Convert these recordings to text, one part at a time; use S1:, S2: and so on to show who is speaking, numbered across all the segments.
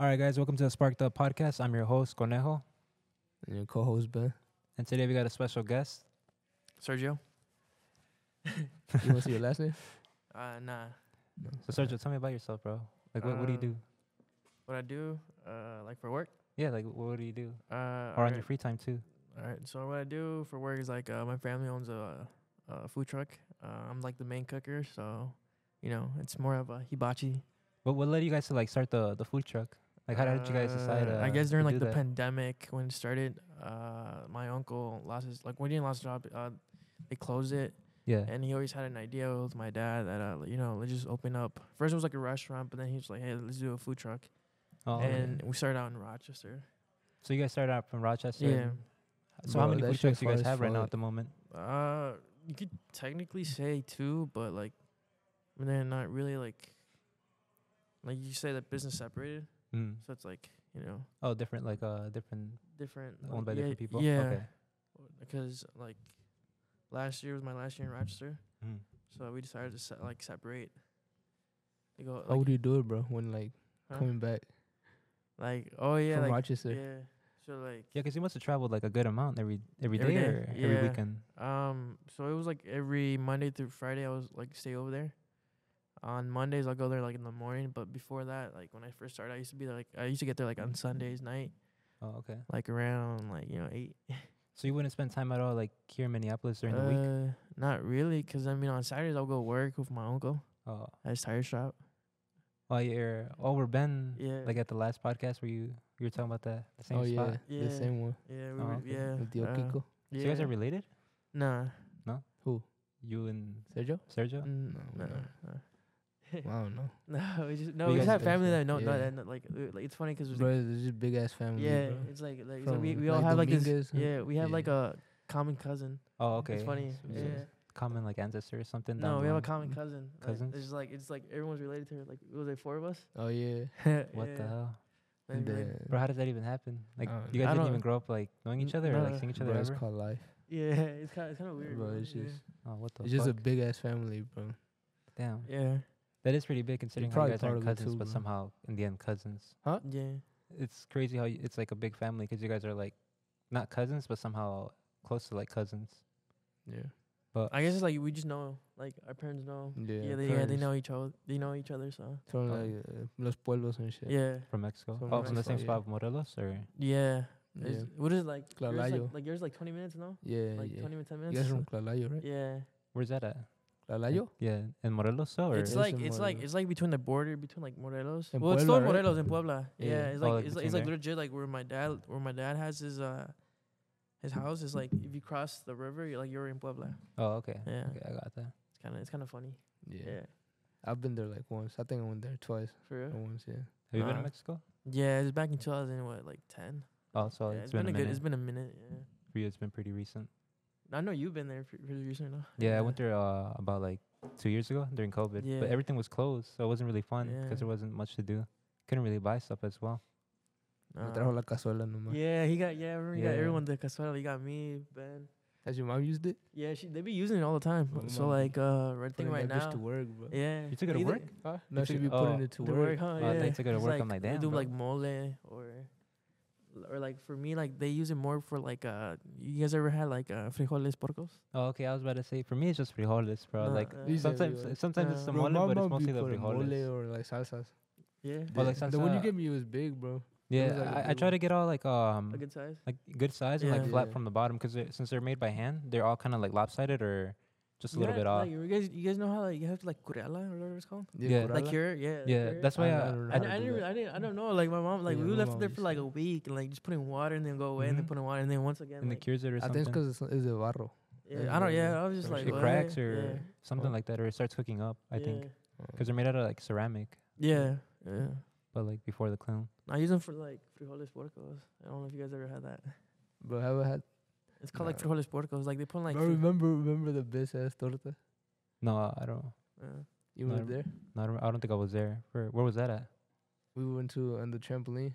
S1: All right, guys, welcome to the Spark the podcast. I'm your host Conejo,
S2: And your co-host Ben.
S1: and today we got a special guest.
S3: Sergio?
S2: You want to see your last name?
S3: Uh, nah.
S1: So Sergio, tell me about yourself, bro. Like, what, what do you
S3: Uh,
S1: do?
S3: What I do, uh, like for work,
S1: Yeah, like, what, what do you do?
S3: uh,
S1: Or on your free time too?
S3: all right. So what I do for work is like uh, my family owns a, a food truck. Uh, I'm like the main cooker, so you know it's more of a hibachi.
S1: What what led you guys to like start the the food truck? Like, how, did you guys decide? Uh,
S3: I guess during
S1: to
S3: like
S1: do
S3: the
S1: that?
S3: pandemic when it started, uh, my uncle lost his like when he lost his job, uh, they closed it,
S1: Yeah,
S3: and he always had an idea with my dad that uh, you know let's just open up. First it was like a restaurant, but then he was like, hey, let's do a food truck,
S1: oh, okay.
S3: and we started out in Rochester.
S1: so you guys started out from Rochester.
S3: Yeah.
S1: So how
S2: Bro,
S1: many
S2: that
S1: food
S2: shit
S1: trucks do you
S2: far
S1: guys
S2: as
S1: have right now
S2: fuck.
S1: at the moment?
S3: Uh, you could technically say two, but like, they're not really like, like you say that business separated,
S1: Mm.
S3: so it's like you know
S1: Oh, different like uh different
S3: different.
S1: owned by
S3: yeah,
S1: different people.
S3: Yeah,
S1: Okay.
S3: because like last year was my last year in Rochester,
S1: Mm.
S3: so we decided to se- like separate. They go
S2: How
S1: Oh,
S3: like,
S2: would you Oh, do it, bro? When like
S3: Huh?
S2: coming back
S3: like oh yeah
S2: from
S3: like
S2: Rochester?
S3: yeah. So like
S1: Yeah, 'cause you must have traveled like a good amount every every day
S3: Every day,
S1: or every
S3: yeah.
S1: weekend.
S3: Um, so it was like every Monday through Friday, I was like stay over there. On Mondays, I'll go there like in the morning. But before that, like when I first started, I used to be there, like I used to get there like on Sundays night,
S1: Oh, okay.
S3: like around like you know eight.
S1: So you wouldn't spend time at all like here in Minneapolis during the week?
S3: Uh, not really, 'cause I mean on Saturdays I'll go work with my uncle
S1: Oh,
S3: at his tire shop.
S1: oh, you're oh we're Ben.
S3: Yeah,
S1: Like at the last podcast where you you were talking about that the same
S2: oh
S1: spot.
S2: yeah,
S3: Yeah.
S2: the same one
S3: yeah, we
S1: Oh,
S3: were,
S1: okay.
S3: yeah.
S2: with Dio
S3: uh,
S2: Kiko.
S1: So
S3: Yeah.
S1: you guys are related?
S3: Nah,
S2: Who?
S1: You and
S2: Sergio?
S1: Sergio?
S3: n-
S2: No,
S3: no,
S2: no.
S3: no,
S2: Well, I don't know.
S3: no. We just no,
S2: We
S3: we,
S2: guys
S3: just have
S2: don't
S3: family
S2: share.
S3: that know,
S2: Yeah.
S3: know that like uh, like, it's funny 'cause there's, like,
S2: Bro, there's just big ass family.
S3: Yeah,
S2: bro.
S3: it's like, like so we,
S2: From,
S3: we all
S2: like,
S3: have like
S2: Dominguez,
S3: this.
S2: huh?
S3: Yeah, we have like
S2: Yeah.
S3: a common cousin.
S1: Oh, okay.
S3: It's funny.
S1: So
S3: Yeah.
S1: it's a Common like ancestor or something. down
S3: No,
S1: the
S3: we have a
S1: line?
S3: common cousin.
S1: Cousins?
S3: Like, there's like it's like everyone's related to her. Like was there four of us?
S2: Oh yeah.
S1: What the hell,
S2: And
S3: hell?
S2: then-
S1: bro? How does that even happen? Like
S2: I don't
S1: you
S2: know.
S1: guys
S3: I
S1: didn't
S3: don't-
S1: even grow up like knowing each
S3: N-
S1: other, or, like
S3: no.
S1: seeing each other
S2: Uh, bro, it's
S1: ever.
S2: called life.
S3: Yeah, it's kind of, it's kind of weird.
S2: Bro,
S3: man.
S2: it's
S3: yeah.
S2: just
S1: Oh, what the
S2: it's
S1: fuck?
S2: just a big ass family, bro.
S1: Damn,
S3: yeah,
S1: that is pretty big considering how you
S2: probably
S1: guys
S2: part
S1: are
S2: of it
S1: cousins,
S2: too,
S1: but
S2: bro.
S1: somehow in the end cousins.
S3: yeah,
S1: It's crazy how y it's like a big family 'cause you guys are like not cousins, but somehow close to like cousins.
S2: Yeah.
S1: But
S3: I guess it's like we just know. Like our parents know.
S2: Yeah.
S3: Yeah, they yeah they know each other. They know each other. So
S2: It's From
S1: Oh.
S2: like uh, Los Pueblos and shit.
S3: yeah,
S1: from Mexico,
S2: From
S1: oh, from the
S2: Mexico,
S1: same
S2: yeah.
S1: spot of Morelos, or
S3: yeah.
S2: Yeah.
S3: Is- What is it like? yours,
S2: Clalayo.
S3: like? Like yours like 20 minutes? No,
S2: Yeah.
S3: like
S2: yeah.
S3: 20 minutes, 10
S2: You guys
S3: minutes.
S2: from Clalayo, right?
S3: Yeah,
S1: where's that at? Like,
S2: Clalayo?
S1: Yeah, in Morelos, or
S3: it's
S2: It's
S3: like
S2: in
S3: it's like
S2: Morelos.
S3: it's like between the border between like Morelos.
S2: In
S3: well,
S2: Puebla,
S3: it's still
S2: right?
S3: Morelos in Puebla.
S2: Yeah.
S3: Yeah, it's
S1: Oh,
S3: like,
S1: like
S3: it's, like,
S1: between
S3: it's like
S1: there?
S3: legit like where my dad where my dad has his uh his house is like if you cross the river you're like you're in Puebla.
S1: oh, okay,
S3: Yeah.
S1: okay, I got that.
S3: It's kind of it's kind of funny.
S2: Yeah.
S3: Yeah.
S2: I've been there like once. I think I went there twice
S3: for
S2: or
S3: real.
S2: once, yeah.
S1: Have you been to
S3: Uh,
S1: Mexico?
S3: Yeah, it's back in 2000 what like 10.
S1: Oh, so
S3: yeah,
S1: it's been, a
S3: good it's
S1: minute.
S3: been a minute. Yeah.
S1: For you, it's been pretty recent.
S3: I know you've been there for, for recently. No?
S1: Yeah, I went there uh, about like two years ago during COVID,
S3: Yeah.
S1: but everything was closed, so it wasn't really fun 'cause
S3: Yeah.
S1: there wasn't much to do. Couldn't really buy stuff as well.
S2: Me
S3: Uh,
S2: trajo la cazuela nomás.
S3: yeah, he got yeah, I remember he got
S1: Yeah.
S3: everyone the cazuela. He got me, Ben.
S2: Has your mom used it?
S3: Yeah, she, they be using it all the time.
S2: Oh,
S3: So
S2: man.
S3: like uh right thing
S2: Putting
S3: right
S2: that bitch
S3: now.
S2: to work, bro.
S3: Yeah.
S1: You took it to
S3: Either-
S1: work?
S2: Huh? No,
S1: It's
S2: she'd
S1: like-
S2: be putting
S1: oh,
S2: it to
S3: to
S2: work.
S3: work, huh?
S1: Oh,
S3: yeah.
S1: they took it to
S3: It's
S1: work,
S3: Like,
S1: I'm like,
S3: they
S1: "Damn,
S3: do
S1: bro."
S3: like mole or, or like for me, like they use it more for like uh, you guys ever had like uh, frijoles porcos?
S1: Oh, okay, I was about to say for me it's just frijoles, bro.
S3: No,
S1: like
S3: uh,
S2: These are
S1: sometimes
S2: frijoles.
S1: sometimes it's
S3: Uh,
S1: the
S2: Bro,
S1: mole,
S2: my
S1: but it's
S2: mom be
S1: mostly the
S2: putting
S1: frijoles.
S2: mole or like salsas.
S3: Yeah,
S1: Oh, like
S2: The- the one you
S1: salsa-
S2: gave me was big, bro.
S1: Yeah,
S2: was, like, a
S1: I, I
S2: big
S1: try
S2: one.
S1: to get all like um
S3: a good size.
S1: like good size and like
S3: Yeah.
S1: flat
S2: Yeah.
S1: from the bottom because they're, since they're made by hand, they're all kind of like lopsided or just a little
S3: Yeah,
S1: bit off.
S3: Like, you guys, you guys know how like you have to like curala or whatever it's called,
S1: Yeah.
S3: like
S2: Corala?
S3: cure. Yeah,
S1: yeah,
S3: cure.
S1: that's why
S2: I- I
S1: I,
S2: don't know
S1: I-
S2: how
S3: I,
S2: to
S3: I
S2: do
S3: didn't,
S2: that.
S3: I didn't, I don't know. Like my mom, like
S2: Yeah,
S3: we
S2: my
S3: left
S2: mom
S3: it there for
S2: used
S3: like a week, and like just putting water and then go away, and then
S1: Mhm.
S3: put in water, and then once again,
S1: and the
S3: like,
S1: cures it or
S2: I think it's
S1: something.
S2: because it's, it's de barro.
S3: yeah, I don't. Yeah, I was just
S2: Some
S3: like
S1: it
S2: shit.
S3: what?
S1: cracks or
S3: Yeah.
S1: something
S2: Oh.
S1: like that, or it starts hooking up. I think
S3: yeah.
S1: because they're made out of like ceramic,
S3: Yeah, yeah.
S1: but like before the kiln.
S3: I use them for like frijoles porcos. I don't know if you guys ever had that.
S2: Bro, have I had?
S3: It's called like
S2: Nah.
S3: frijoles porcos. Like they put like.
S2: bro,
S3: fri-
S2: remember, remember the best ass torta?
S1: No, I don't.
S3: uh,
S2: You
S1: No, I
S2: went there.
S1: No, I don't, I don't think I was there. Where, where was that at?
S2: We went to uh, on the trampoline.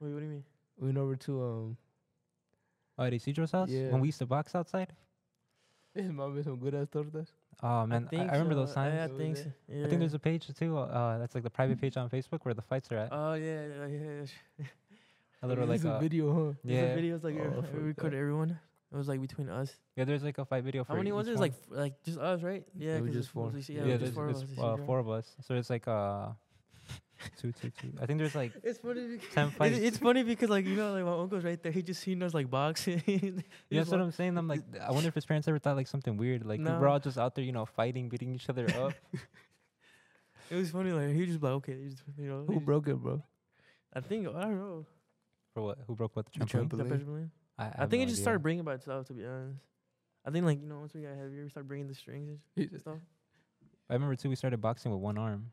S3: Wait, what do you mean?
S2: We went over to um.
S1: Oh, at Isidro's house
S2: Yeah.
S1: when we used to box outside.
S2: His mom made some good ass tortas.
S1: Oh man, I, I remember
S3: so.
S1: those
S3: I-
S1: times.
S3: I
S2: over
S3: think
S2: there.
S3: so.
S1: I think
S3: uh, Yeah.
S1: there's a page too. Uh, that's like the private page on Facebook where the fights are at.
S3: Oh yeah, yeah, yeah. yeah.
S1: a little like
S2: There's a
S1: uh,
S2: video, huh?
S3: Yeah.
S1: yeah,
S3: The videos like
S2: Oh,
S3: ev-
S2: I
S3: we
S2: forgot.
S3: recorded everyone. It was like between us.
S1: yeah. There's like a fight video for
S3: How many was
S1: each
S3: it? It was,
S1: one.
S3: Like f- like just us, right?
S2: It was
S3: 'cause
S2: just
S3: it's
S2: four.
S3: mostly s-
S2: Yeah,
S3: Yeah, it was
S1: there's,
S3: just four of us.
S1: it's,
S3: it's
S1: uh,
S3: just
S1: four of us. So it's like uh, two, two, two. I think there's like
S3: It's funny.
S1: ten
S3: It,
S1: fights.
S3: it's funny because like you know like my uncle's right there. He just seen us like boxing.
S1: Yeah,
S3: He's
S1: that's what
S3: wa-
S1: I'm saying. I'm like, I wonder if his parents ever thought like something weird. Like we
S3: No.
S1: were all just out there, you know, fighting, beating each other up.
S3: It was funny like he just like okay, he just, you know. he
S2: Who
S3: just-
S2: broke it, bro?
S3: I think I don't know.
S1: For what? Who broke what? The
S2: The
S1: trampoline.
S3: The
S2: trampoline.
S3: pressure plane. I,
S1: have
S3: think
S1: no
S3: it just
S1: idea.
S3: started bringing by itself. To be honest, I think like you know once we got heavier, we started bringing the strings and
S2: He
S3: sh-
S2: just-
S3: stuff.
S1: I remember too. We started boxing with one arm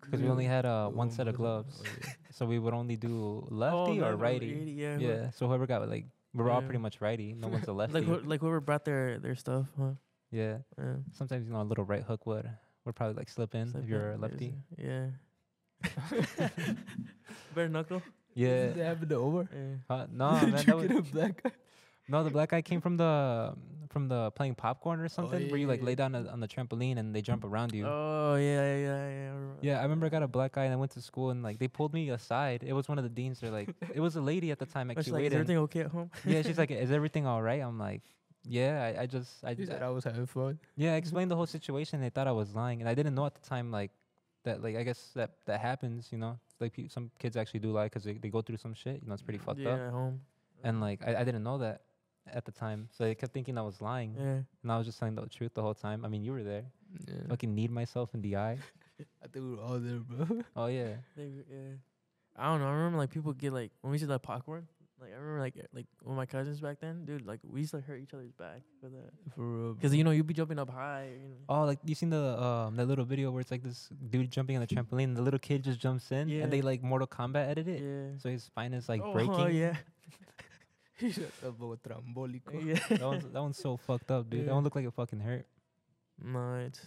S1: because we
S2: Yeah.
S1: only had uh, one
S2: Oh,
S1: set of
S2: brother. Oh,
S1: gloves,
S2: yeah.
S1: so we would only do
S3: Oh,
S1: lefty
S3: no,
S1: or
S3: no,
S1: righty.
S3: yeah.
S1: Yeah.
S3: who-
S1: So whoever got like, we're all
S3: Yeah.
S1: pretty much righty. No one's a lefty.
S3: Like who, like whoever brought their their stuff, huh?
S1: yeah.
S3: Yeah.
S1: Sometimes you know a little right hook would would probably like slip in if
S3: Slip in,
S1: you're a
S3: yes,
S1: lefty.
S3: Yeah. Bare knuckle.
S1: Yeah.
S2: Did that happen to Omar?
S3: Yeah.
S1: Huh? no, man,
S2: Did
S1: that
S2: you
S1: was-
S2: get a black eye?
S1: No, the black guy came from the from the playing popcorn or something, where you like
S2: yeah,
S1: lay
S2: yeah.
S1: down on on the trampoline and they jump around you.
S3: Oh yeah, yeah, yeah, yeah. remember
S1: Yeah, I
S3: that.
S1: remember I got a black eye and I went to school and like they pulled me aside. It was one of the deans. They're like, it was a lady at the time. Like
S3: But she's
S1: she
S3: like, is
S1: waited.
S3: everything okay at home?
S1: yeah, she's like, is everything all right? I'm like, yeah, I, I just, I,
S2: He
S1: I-
S2: said I was having fun.
S1: yeah, I explained the whole situation. They thought I was lying, and I didn't know at the time like that. Like I guess that that happens, you know. Like pe- some kids actually do lie because they, they go through some shit. You know, it's pretty fucked
S3: yeah,
S1: up.
S3: at home.
S1: And like I, I didn't know that at the time, so they kept thinking I was lying,
S3: Yeah.
S1: and I was just telling the truth the whole time. I mean, you were there.
S2: Yeah.
S1: Fucking need myself in the eye.
S2: I think we were all there, bro.
S1: Oh yeah.
S3: They, w- yeah. I don't know. I remember like people get like when we used to like popcorn. Like I remember like eh, like with my cousins back then, dude. Like we used to hurt each other's back for that.
S2: For real. bro.
S3: Cause you know you'd be jumping up high. You know.
S1: Oh, like you seen the um that little video where it's like this dude jumping on the trampoline, and the little kid just jumps in,
S3: Yeah.
S1: and they like Mortal Kombat edit it,
S3: Yeah.
S1: so his spine is like
S3: oh,
S1: breaking.
S3: Oh yeah.
S2: He shut up with trambolico.
S3: yeah.
S1: that one's that one's so fucked up, dude.
S3: Yeah.
S1: That one looked like it fucking hurt.
S3: No, it's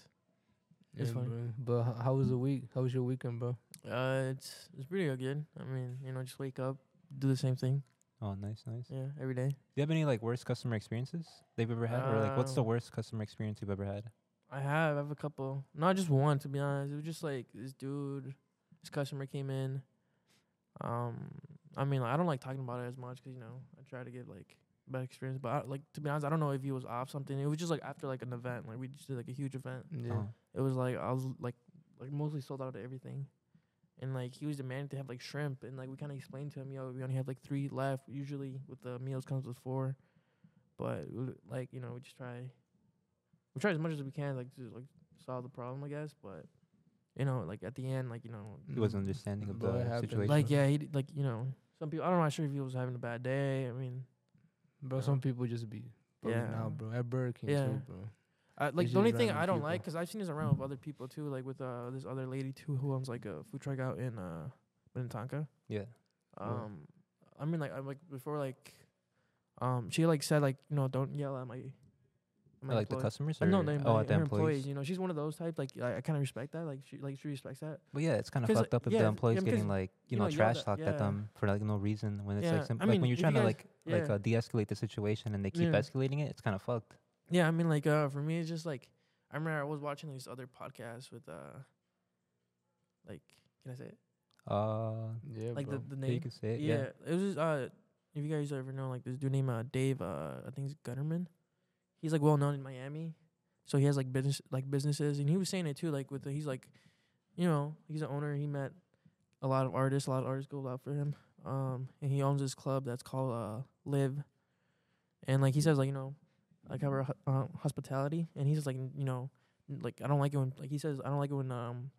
S3: It's
S2: Yeah,
S3: fine.
S2: bro. But h- how was the week? How was your weekend, bro?
S3: uh, it's it's pretty good. I mean, you know, just wake up, do the same thing.
S1: Oh, nice, nice.
S3: Yeah, every day.
S1: Do you have any like worst customer experiences they've ever had, or like what's
S3: Um,
S1: the worst customer experience you've ever had?
S3: I have. I have a couple. Not just one, to be honest. It was just like this dude, this customer came in. Um, I mean, like, I don't like talking about it as much 'cause you know I try to get like bad experience. But I, like to be honest, I don't know if he was off something. It was just like after like an event. Like we just did like a huge event.
S2: Yeah.
S1: Oh.
S3: It was like I was like like mostly sold out of everything. And like he was demanding to have like shrimp, and like we kind of explained to him, yo, we only have like three left. Usually with the meals comes with four, but we- like you know we just try, we try as much as we can like to like solve the problem, I guess. But you know like at the end, like you know,
S1: He
S2: Mm.
S1: was understanding of
S2: Boy, it
S1: the
S2: happened.
S1: situation.
S3: like yeah, he d- like you know some people. I don't know, I'm not sure if he was having a bad day. I mean,
S2: Bro,
S3: Yeah.
S2: some people just be yeah.
S3: Yeah.
S2: out, bro. At Burger King,
S3: Yeah.
S2: too, bro.
S3: I, like
S2: It's
S3: the only
S2: just
S3: thing
S2: random
S3: I don't
S2: people.
S3: like 'cause I've seen this around with other people too, like with uh this other lady too who owns like a food truck out in uh Minnetonka.
S1: yeah.
S2: Right.
S3: Um, I mean, like, I'm like before, like, um, she like said like, you know, don't yell at my, at my
S1: I like the
S3: employee-
S1: customers.
S3: Uh,
S1: Or,
S3: no, no,
S1: oh,
S3: my-
S1: at the
S3: her
S1: employees.
S3: You know, she's one of those type. Like, I, I kind of respect that. Like, she like she respects that.
S1: But yeah, it's kind of
S3: 'Cause,
S1: fucked up if
S3: yeah,
S1: the employee's
S3: yeah,
S1: getting
S3: because,
S1: like you
S3: you
S1: know,
S3: know, yelled
S1: trash
S3: at-
S1: talked
S3: yeah.
S1: at them for like no reason when it's
S3: Yeah,
S1: like simple
S3: I
S1: like
S3: mean,
S1: when you're
S3: if you
S1: trying to
S3: guys-
S1: like like
S3: yeah.
S1: uh, de-escalate the situation and they keep
S3: Yeah.
S1: escalating it. It's kind of fucked.
S3: Yeah, I mean, like, uh, for me, it's just like I remember I was watching like, this other podcast with uh, like, can I say it?
S1: Uh,
S2: Yeah,
S3: Like
S2: bro.
S3: the the
S1: yeah, you
S3: name.
S1: could say it. Yeah.
S3: it was just uh, if you guys ever know like this dude named uh Dave uh I think it's Gutterman, he's like well known in Miami, so he has like business like businesses and he was saying it too like with the, he's like, you know he's an owner he met a lot of artists a lot of artists go out for him um and he owns this club that's called uh Live, and like he says like you know I cover hu- uh, hospitality and he's just like you know like I don't like it when like he says I don't like it when um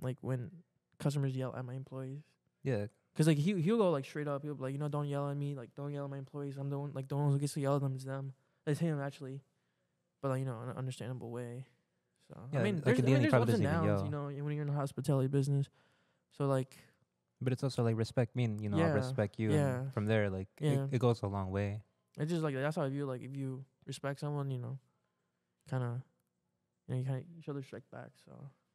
S3: like when customers yell at my employees.
S1: Yeah.
S3: Cause like he he'll go like straight up, he'll be like, you know, don't yell at me, like don't yell at my employees. I'm the one like the one who gets to yell at them is them. It's him actually. But like, you know, in an understandable way. So
S1: Yeah,
S3: I mean
S1: like,
S3: there's,
S1: at the
S3: I mean,
S1: end, he
S3: there's
S1: probably
S3: ups and
S1: doesn't even
S3: downs, you know, when you're in the hospitality business. So like
S1: But it's also like respect me, and you know, I
S3: Yeah,
S1: respect you.
S3: yeah.
S1: And from there, like
S3: Yeah.
S1: it, it goes a long way.
S3: it's just like that's how I view like if you respect someone, you know, kinda you know, you kinda you show the respect back. So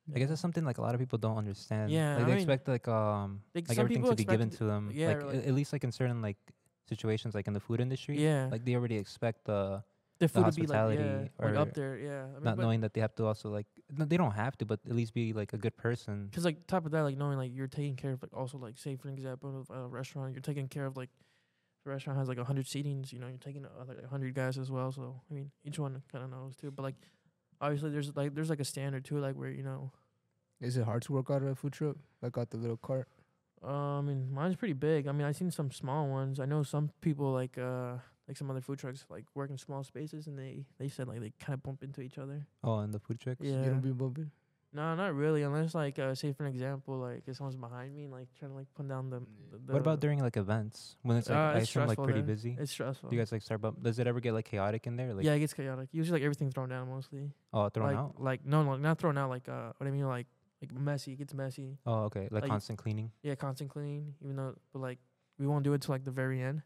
S1: I
S3: yeah.
S1: guess that's something like a lot of people don't understand.
S3: Yeah,
S1: like
S3: I
S1: they
S3: mean,
S1: expect like um
S3: like,
S1: like
S3: some
S1: everything
S3: people
S1: to be
S3: expect
S1: given
S3: it-
S1: to them.
S3: yeah,
S1: like,
S3: or, like-
S1: a- at least like in certain like situations, like in the food industry,
S3: Yeah.
S1: like they already expect the
S3: their food would be like,
S1: hospitality
S3: yeah, like
S1: or
S3: up there, yeah. I mean,
S1: not
S3: but-
S1: knowing that they have to also like no, they don't have to, but at least be like a good person.
S3: Cause like top of that, like knowing like you're taking care of like also like say for an example of a restaurant, you're taking care of like the restaurant has like a hundred seatings, you know, you're taking uh, like a hundred guys as well. So I mean, each one kind of knows too. But like obviously, there's like there's like a standard too, like where you know,
S2: Is it hard to work out of a food truck? Like out the little cart.
S3: uh, I mean, mine's pretty big. I mean, I've seen some small ones. I know some people like uh like some other food trucks like work in small spaces and they they said like they kind of bump into each other.
S1: Oh, and the food trucks.
S3: Yeah.
S2: You don't be bumping.
S3: No, not really. Unless like uh, say for an example, like if someone's behind me, and, like trying to like put down the. the
S1: What about during like events when it's like
S3: Uh,
S1: I
S3: it's
S1: assume like
S3: stressful
S1: pretty
S3: there.
S1: busy?
S3: It's stressful.
S1: Do you guys like start bump? Does it ever get like chaotic in there? Like
S3: yeah, it gets chaotic. Usually, like everything's thrown down mostly.
S1: oh thrown
S3: like,
S1: out?
S3: Like no, no, not thrown out. Like uh, what I mean, like like messy. It gets messy.
S1: Oh okay, like,
S3: like-
S1: constant cleaning.
S3: Yeah, constant cleaning. Even though, but like we won't do it till like the very end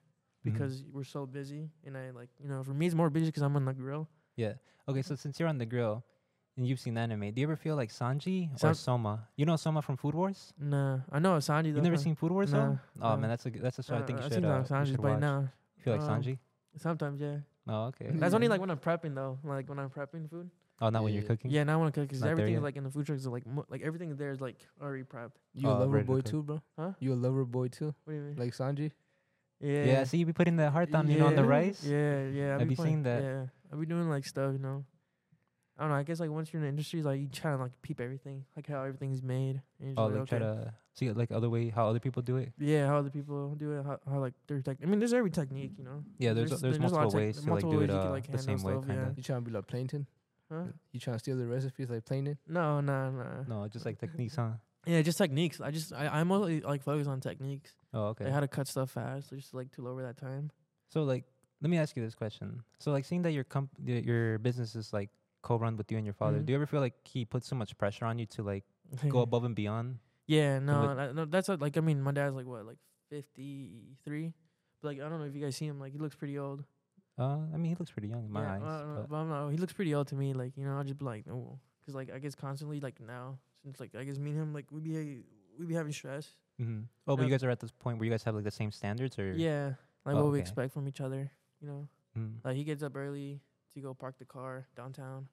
S1: Mhm.
S3: because we're so busy. And I like you know for me it's more busy because I'm on the grill.
S1: Yeah. Okay, so since you're on the grill and you've seen anime, do you ever feel like Sanji or
S3: San-
S1: Soma? You know Soma from Food Wars?
S3: Nah, I know Sanji.
S1: You've
S3: though,
S1: never
S3: huh?
S1: seen Food Wars
S3: Nah,
S1: though? Oh
S3: nah.
S1: man, that's a g- that's just what I think
S3: Uh-huh. Uh,
S1: you
S3: I've
S1: should,
S3: seen
S1: uh,
S3: some
S1: you
S3: Sanji's,
S1: should
S3: but
S1: watch.
S3: nah,
S1: You feel like
S3: um,
S1: Sanji?
S3: sometimes yeah.
S1: Oh okay.
S2: Mm.
S3: That's only
S2: Yeah.
S3: like when I'm prepping though. Like when I'm prepping food.
S1: Oh not when you're
S2: Yeah, yeah.
S1: cooking.
S3: Yeah, now when I cook because
S1: Not there
S3: everything
S1: yet.
S3: like in the food trucks is like mo- like everything there is like already prepped.
S2: You
S1: Oh,
S2: a lover
S1: ready to
S2: boy
S1: cook.
S2: too, bro?
S3: Huh?
S2: You a lover boy too?
S3: What do you mean?
S2: Like Sanji?
S3: yeah.
S1: Yeah, so you be putting the heart down, you know, on the
S3: Yeah,
S1: rice.
S3: Yeah, yeah. I
S1: Have you
S3: playing-
S1: seen that?
S3: Yeah, I be doing like stuff, you know. I don't know. I guess like once you're in the industry, like you try to like peep everything, like how everything's made. And you're just
S1: Oh,
S3: like,
S1: like try
S3: okay.
S1: to see it like other way how other people do it.
S3: Yeah, how other people do it, how, how like their tech. I mean, there's every technique, you know.
S1: Yeah, there's there's,
S3: a lot
S1: multiple
S3: of tech-
S1: ways to
S3: multiple
S1: like do it
S3: ways you can,
S1: uh,
S3: like,
S1: the
S3: handle
S1: same way,
S3: stuff, yeah.
S1: kind of.
S2: You trying to be like Plankton?
S3: Huh?
S2: You trying to steal the recipes like Plankton?
S3: No, no, no.
S1: No, just like techniques, huh?
S3: Yeah, just techniques. I just I, I mostly like focus on techniques,
S1: Oh, okay.
S3: like how to cut stuff fast, or just like to lower that time.
S1: So like, let me ask you this question. So like, seeing that your comp y- your business is like co-run with you and your father,
S3: Mhm.
S1: do you ever feel like he puts so much pressure on you to like go above and beyond?
S3: Yeah, no,
S1: what-
S3: and I- no, that's what, like I mean, my dad's like what, like fifty three, but like I don't know if you guys see him, like he looks pretty old.
S1: Uh, I mean, he looks pretty young in my
S3: yeah, uh,
S1: eyes.
S3: I don't know,
S1: but
S3: but I don't know, he looks pretty old to me. Like you know, I'll just be like, oh, because like I guess constantly like now since like I guess me and him like we be we be having stress.
S1: Mhm. Oh, but
S3: No.
S1: you guys are at this point where you guys have like the same standards, or
S3: Yeah, like
S1: Oh,
S3: what we
S1: okay.
S3: expect from each other. You know,
S1: Mm.
S3: like he gets up early to go park the car downtown.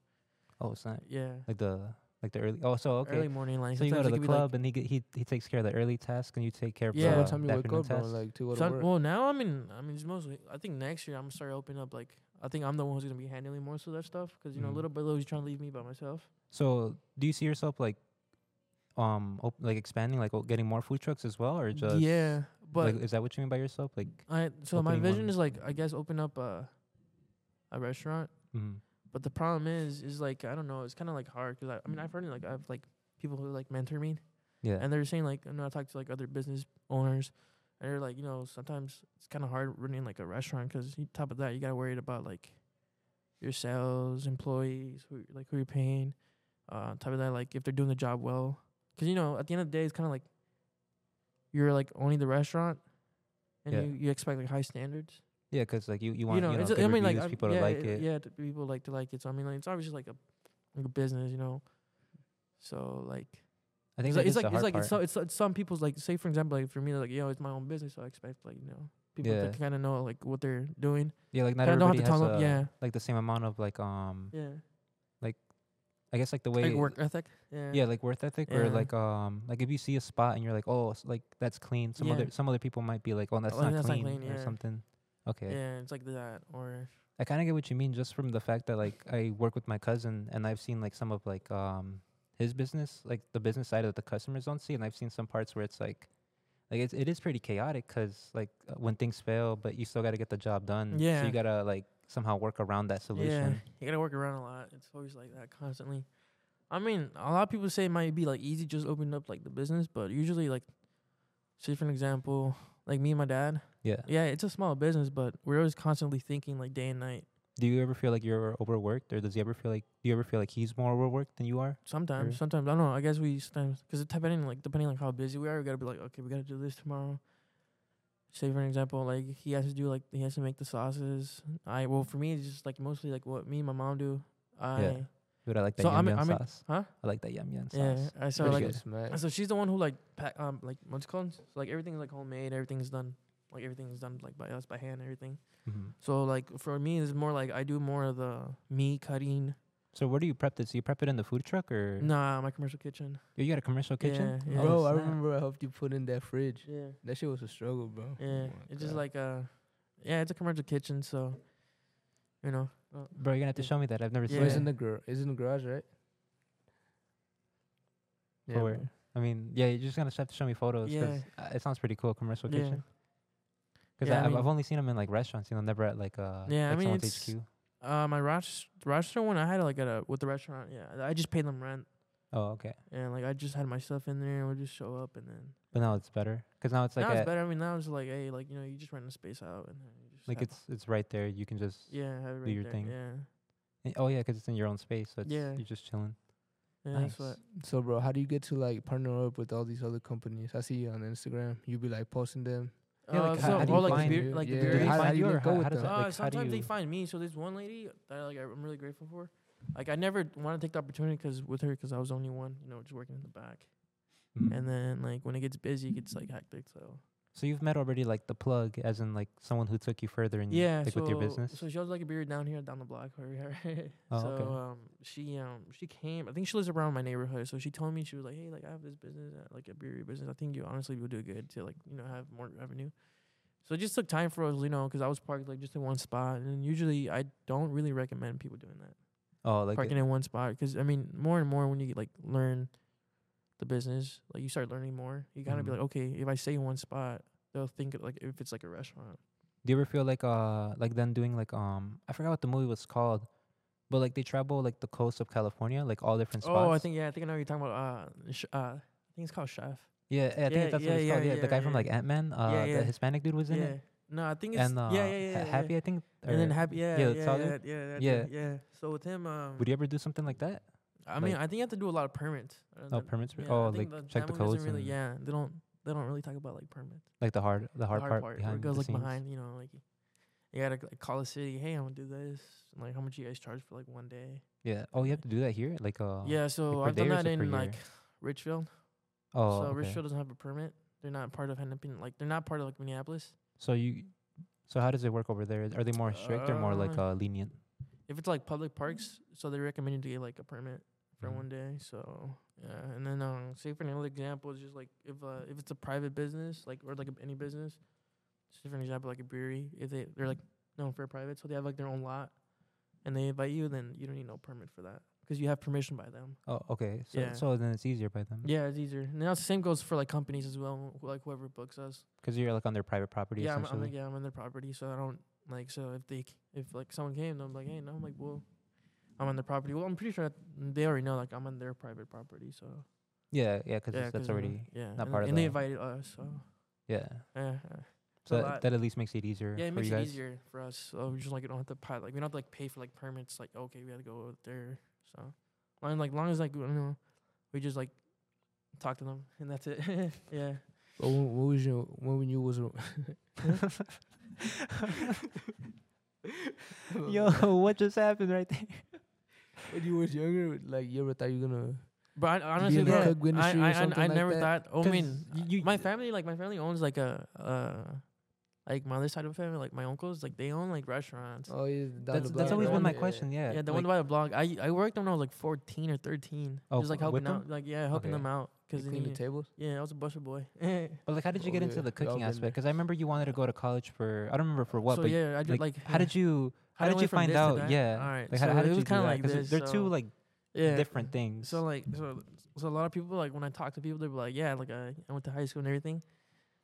S1: Oh, it's not
S3: Yeah,
S1: like the like the early. Oh, so okay.
S3: early morning like
S1: so you go
S3: sometimes
S1: to the
S3: it could be, like,
S1: club and he, g- he he takes care of the early task and you take care of
S3: Yeah.
S2: So
S1: the,
S2: what
S3: What
S2: time
S1: the
S2: you wake
S1: afternoon
S2: up, bro?
S1: task.
S2: Like to go to
S3: Some-
S2: work?
S3: well, now I mean, I mean, it's mostly. I think next year I'm gonna start opening up. Like, I think I'm the one who's gonna be handling most of that stuff because you know,
S1: Mhm.
S3: little by little, he's trying to leave me by myself.
S1: So, do you see yourself like, um, op- like expanding, like o- getting more food trucks as well, or just
S3: yeah, but
S1: like, is that what you mean by yourself? Like,
S3: I. So my
S1: opening
S3: vision
S1: one-
S3: is like, I guess, open up a, a restaurant.
S1: mm,
S3: But the problem is, is like, I don't know. It's kind of like hard because I, I mean, I've heard like I've like people who like mentor me,
S1: yeah,
S3: and they're saying like, you know, I talked to like other business owners, and they're like, you know, sometimes it's kind of hard running like a restaurant because top of that, you gotta worry about like your sales, employees, who like who you're paying. Uh, top of that, like if they're doing the job well, because you know, at the end of the day, it's kind of like you're like owning the restaurant, and
S1: Yeah.
S3: you, you expect like high standards
S1: yeah, 'cause like you you want you know,
S3: it's
S1: good
S3: a- I mean, like
S1: reviews,
S3: I'm-
S1: people
S3: yeah,
S1: to like it.
S3: Yeah, to people like to like it. So I mean, like, it's obviously like a, like a business, you know. So like,
S1: I think
S3: it's, like-
S1: that is
S3: it's
S1: the
S3: like it's
S1: hard
S3: like
S1: part.
S3: it's, so, it's it's some people's like say for example like for me like yo it's my own business so I expect like you know people
S1: Yeah.
S3: to kind of know like what they're doing.
S1: yeah, like not
S3: Kinda don't have
S1: everybody
S3: to
S1: has
S3: tell them.
S1: a,
S3: Yeah,
S1: like the same amount of like um,
S3: yeah.
S1: I guess like the way
S3: Like work ethic. Yeah.
S1: Yeah, like worth ethic, or
S3: Yeah.
S1: like um, like if you see a spot and you're like, oh, s- like that's clean. Some
S3: Yeah.
S1: other some other people might be like, oh, that's,
S3: Oh,
S1: not,
S3: that's not
S1: clean
S3: clean,
S1: or
S3: yeah.
S1: something. Okay,
S3: Yeah, it's like that or
S1: I kind of get what you mean just from the fact that like I work with my cousin and I've seen like some of like um his business like the business side that the customers don't see and I've seen some parts where it's like like it's, it is pretty chaotic cuz like uh, when things fail but you still got to get the job done so
S3: Yeah.
S1: you got to like somehow work around that
S3: yeah.
S1: solution
S3: You gotta work around a lot. It's always like that constantly. I mean, a lot of people say it might be like easy just opening up like the business, but usually like, say for an example, like me and my dad,
S1: yeah.
S3: Yeah, it's a small business, but we're always constantly thinking like day and night.
S1: do you ever feel like you're overworked or does he ever feel like do you ever feel like he's more overworked than you are
S3: Sometimes,
S1: Really?
S3: sometimes I don't know. I guess we sometimes because depending like depending like how busy we are, we gotta be like, okay, we gotta do this tomorrow. Say for an example, like he has to do like he has to make the sauces. I well for me it's just like mostly like what me and my mom do. I
S1: Yeah. Dude, I like that
S3: So, I
S1: yum
S3: mean-
S1: yum
S3: I mean-
S1: sauce
S3: huh?
S1: I like that yum yum sauce
S3: yeah. I so
S1: Pretty
S3: like
S1: good.
S2: Smack.
S3: so she's the one who like pack um like what's it called so, like everything's like homemade, everything's done Like everything's done like by us by hand, and everything.
S1: Mhm.
S3: So like for me, it's more like I do more of the meat cutting.
S1: So where do you prep this? You prep it in the food truck or
S3: Nah, my commercial kitchen.
S1: you got a commercial kitchen? Oh,
S3: Yeah,
S2: bro, I
S3: snap.
S2: remember I helped you put in that fridge.
S3: Yeah.
S2: That shit was a struggle, bro.
S3: Yeah.
S2: Oh my
S3: it's just
S2: God.
S3: like uh, yeah, it's a commercial kitchen, so you know. uh,
S1: Bro, you're gonna have to
S3: Yeah.
S1: show me that. I've never
S2: So
S1: seen
S2: it's
S3: Yeah.
S1: it.
S2: in the gar- it's in the garage, right? Yeah,
S1: Or-
S2: bro.
S1: I mean, yeah, you're just gonna have to show me photos. 'cause, uh, it sounds pretty cool, commercial
S3: Yeah.
S1: kitchen. Because
S3: Yeah, I
S1: I've,
S3: mean-
S1: I've only seen them in like restaurants, you know, never at like uh
S3: Yeah, I
S1: like
S3: mean,
S1: someone's
S3: it's-
S1: HQ.
S3: Uh, my Rochester, Rochester one, I had like at a with the restaurant. Yeah, I just paid them rent,
S1: Oh, okay.
S3: and like I just had my stuff in there, and would just show up, and then
S1: But now it's better. 'Cause now it's like
S3: now it's
S1: at-
S3: better. I mean, now it's like hey, like you know, you just rent a space out, and then you just
S1: like
S3: have-
S1: it's it's right there. You can just
S3: yeah, have it right
S1: your
S3: there.
S1: thing.
S3: Yeah,
S1: Eh, Oh yeah, 'cause it's in your own space, so it's,
S3: Yeah.
S1: you're just chilling.
S3: yeah,
S1: nice.
S3: that's what.
S2: So, bro, how do you get to like partner up with all these other companies? I see you on Instagram. You be like posting them.
S1: Yeah, like,
S3: uh,
S1: how-
S3: so,
S1: how do
S3: or
S1: you
S3: like,
S1: find
S3: the beer,
S2: you?
S3: like
S2: Yeah.
S3: the beer.
S1: they
S2: how-
S1: find
S2: how do you
S1: or
S2: even go
S1: how,
S2: with
S1: how does that?
S2: that?
S3: Uh,
S1: like, how do
S3: sometimes they
S1: you-
S3: find me. So there's one lady that I, like I'm really grateful for. Like I never want to take the opportunity 'cause with her 'cause I was only one, you know, just working in the back.
S1: Mhm.
S3: And then like when it gets busy, it gets like hectic. So
S1: So you've met already like the plug, as in like someone who took you further in
S3: yeah,
S1: Mm. like
S3: so,
S1: with your business.
S3: So she owns like a beer down here, down the block. Where we are.
S1: Oh,
S3: so
S1: okay.
S3: um, she um she came. I think she lives around my neighborhood. So she told me she was like, hey, like I have this business, uh, like a brewery business. I think you honestly would do good to like you know have more revenue. So it just took time for us, you know, 'cause I was parked like just in one spot, and usually I don't really recommend people doing that.
S1: oh, like
S3: parking in one spot because I mean more and more when you like learn the business, like you start learning more, you gotta
S1: Mhm.
S3: be like, okay, if I stay in one spot, they'll think of, like if it's like a restaurant.
S1: Do you ever feel like uh like them doing like um I forgot what the movie was called, but like they travel like the coast of California, like all different spots.
S3: Oh, I think yeah, I think I know what you're talking about. Uh, sh- uh I think it's called Chef.
S1: yeah, I think
S3: yeah,
S1: that's
S3: yeah,
S1: what it's called.
S3: yeah,
S1: Yeah, the guy
S3: yeah,
S1: from
S3: yeah.
S1: like Ant Man, uh,
S3: Yeah, yeah.
S1: the Hispanic dude was in
S3: yeah.
S1: it,
S3: No, I think it's
S1: and uh,
S3: yeah, yeah, yeah,
S1: Ha-
S3: yeah.
S1: Happy, I think.
S3: And then
S1: or-
S3: happy, yeah,
S1: yeah,
S3: yeah,
S1: that's all
S3: yeah,
S1: good.
S3: that- yeah, that-
S1: Yeah.
S3: yeah. So with him, um,
S1: Would you ever do something like that?
S3: I mean,
S1: like-
S3: I think you have to do a lot of permits. I don't
S1: Oh,
S3: know.
S1: permits were-
S3: Yeah, I
S1: oh,
S3: think
S1: like,
S3: that-
S1: check
S3: that
S1: the
S3: one doesn't
S1: codes
S3: Really,
S1: and-
S3: yeah, they don't, they don't really talk about like permits.
S1: Like the hard, the hard, part,
S3: the hard part, where
S1: behind
S3: it goes
S1: the
S3: like
S1: scenes?
S3: behind you know like you gotta like, call the city hey i'm gonna do this and, like how much you guys charge for like one day
S1: Yeah. Oh, you have to do that here, like uh.
S3: yeah so
S1: per
S3: i've
S1: day
S3: done
S1: or is
S3: that
S1: it per
S3: in
S1: year?
S3: like richfield
S1: Oh,
S3: so
S1: okay.
S3: richfield doesn't have a permit they're not part of hennepin like they're not part of like minneapolis
S1: So you, so how does it work over there? Are they more strict or more like uh, lenient?
S3: if it's like public parks so they recommend you to get like a permit for
S1: Mhm.
S3: one day so yeah and then um say for another example is just like if uh if it's a private business like or like a- any business say for an example like a brewery if they they're like known for private so they have like their own lot and they invite you then you don't need no permit for that because you have permission by them
S1: Oh, okay. So
S3: Yeah.
S1: so then it's easier by them.
S3: yeah it's easier and now the same goes for like companies as well who- like whoever books us
S1: Because you're like on their private property
S3: yeah I'm, I'm
S1: essentially.
S3: like yeah i'm on their property so i don't like so if they c if like someone came then i'm like hey no i'm like well i'm on their property well i'm pretty sure that they already know like i'm on their private property so
S1: yeah, yeah, because
S3: yeah,
S1: that's
S3: 'cause, you know,
S1: already
S3: yeah
S1: not
S3: and,
S1: part of
S3: and they
S1: the-
S3: invited us so
S1: yeah.
S3: yeah
S1: So
S3: a
S1: that,
S3: lot.
S1: that at least makes it easier.
S3: yeah it
S1: for
S3: makes
S1: you
S3: it
S1: guys.
S3: easier for us so we just like we don't have to pay like we don't have to like pay for like permits like okay we gotta go there so and like long as like you know we just like talk to them and that's it yeah
S2: But when, what was your when you was
S1: Yo, what just happened right there?
S2: when you was younger? Like you ever thought you gonna?
S3: But I, honestly,
S2: in the
S3: bro,
S2: cook
S3: I,
S2: industry or
S3: I,
S2: something
S3: I, I
S2: like
S3: never
S2: that?
S3: thought. Oh, I
S2: 'Cause
S3: mean,
S2: y- you-
S3: my family, like my family owns like a, uh, like my other side of the family, like my uncles, like they own like restaurants.
S2: Oh, yeah, down
S1: That's,
S2: the
S1: that's
S2: block,
S1: always
S2: right?
S1: been my
S2: Yeah.
S1: question. Yeah.
S3: yeah, the
S1: like,
S3: one by the block. I I worked when I was like fourteen or thirteen,
S1: Oh,
S3: just like
S1: f- with
S3: helping out, like yeah, helping
S1: Okay.
S3: them out
S2: You
S3: because
S2: clean the tables.
S3: yeah, I was a busher boy. so
S1: but like, how did you
S2: Oh,
S1: get into
S2: yeah,
S1: the
S2: we all
S1: cooking
S2: been
S1: aspect?
S2: there.
S1: Because I remember you wanted to go to college for I don't remember for what, but
S3: yeah, I did
S1: like,
S3: like.
S1: how did you how
S3: I
S1: did
S3: went
S1: you
S3: from
S1: find
S3: this to
S1: out?
S3: that.
S1: Yeah.
S3: Alright,
S1: Like, how,
S3: so
S1: how
S3: it
S1: did
S3: was
S1: you do
S3: kinda
S1: that?
S3: like
S1: 'Cause
S3: this,
S1: They're two
S3: so-
S1: like
S3: yeah.
S1: different things.
S3: So like so so a lot of people like when I talk to people they're like yeah like I, I went to high school and everything.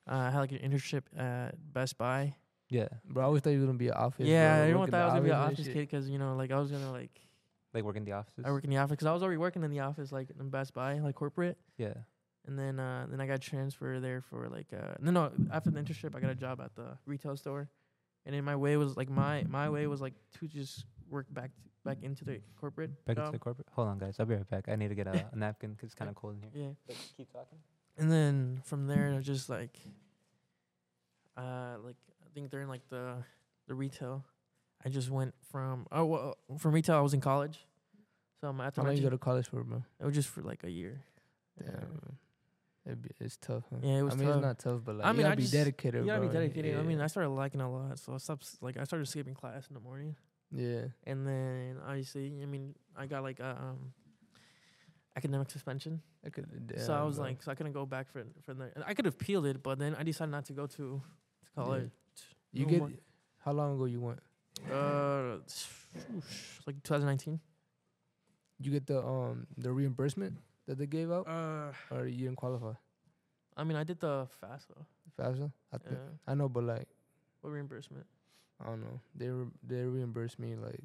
S3: Uh, I had like an internship at Best Buy.
S1: yeah,
S2: Bro, I always thought you were gonna be an office.
S3: yeah,
S2: bro,
S3: everyone
S2: working
S3: thought I was gonna be an
S2: hours and
S3: office
S2: shit.
S3: kid 'cause you know, like I was gonna like
S1: like work in the office.
S3: I work in the office 'cause I was already working in the office, like in Best Buy, like corporate,
S1: Yeah.
S3: and then uh then I got transferred there for like uh no no after the internship I got a job at the retail store, and then my way was like my my way was like to just work back back into the corporate
S1: Back into
S3: job.
S1: the corporate. Hold on, guys. I'll be right back. I need to get a, a napkin 'cause it's kind of cold in here.
S3: yeah.
S1: keep talking.
S3: And then from there, I just like, uh, like I think during like the the retail, I just went from oh well, from retail I was in college, so I'm after
S2: How
S3: my
S2: long you
S3: G-
S2: go to college for, bro?
S3: it was just for like a year.
S2: Damn.
S3: Yeah.
S2: man. It'd be, it's tough. Huh?
S3: Yeah, it was
S2: I mean,
S3: tough.
S2: it's not tough, but like
S3: I
S2: I
S3: mean,
S2: you gotta
S3: I
S2: be
S3: just-
S2: dedicated.
S3: yeah, I'd be
S2: bro.
S3: dedicated. I
S2: Yeah.
S3: mean, I started liking it a lot, so I stopped s- like I started skipping class in the morning.
S2: yeah,
S3: and then obviously, I mean, I got like uh, um academic suspension,
S2: I could.
S3: so I
S2: damn,
S3: was
S2: bro.
S3: like, so I couldn't go back for for the. and I could have peeled it, but then I decided not to go to to
S2: Yeah.
S3: college.
S2: you
S3: no
S2: get
S3: more.
S2: how long ago you went?
S3: Uh, it's like 2019.
S2: You get the um the reimbursement that they gave out,
S3: Uh,
S2: or you didn't qualify?
S3: I mean, I did the FAFSA. uh,
S2: FAFSA. I,
S3: Yeah.
S2: th- I know, but like
S3: What reimbursement?
S2: I don't know. They re- they reimbursed me like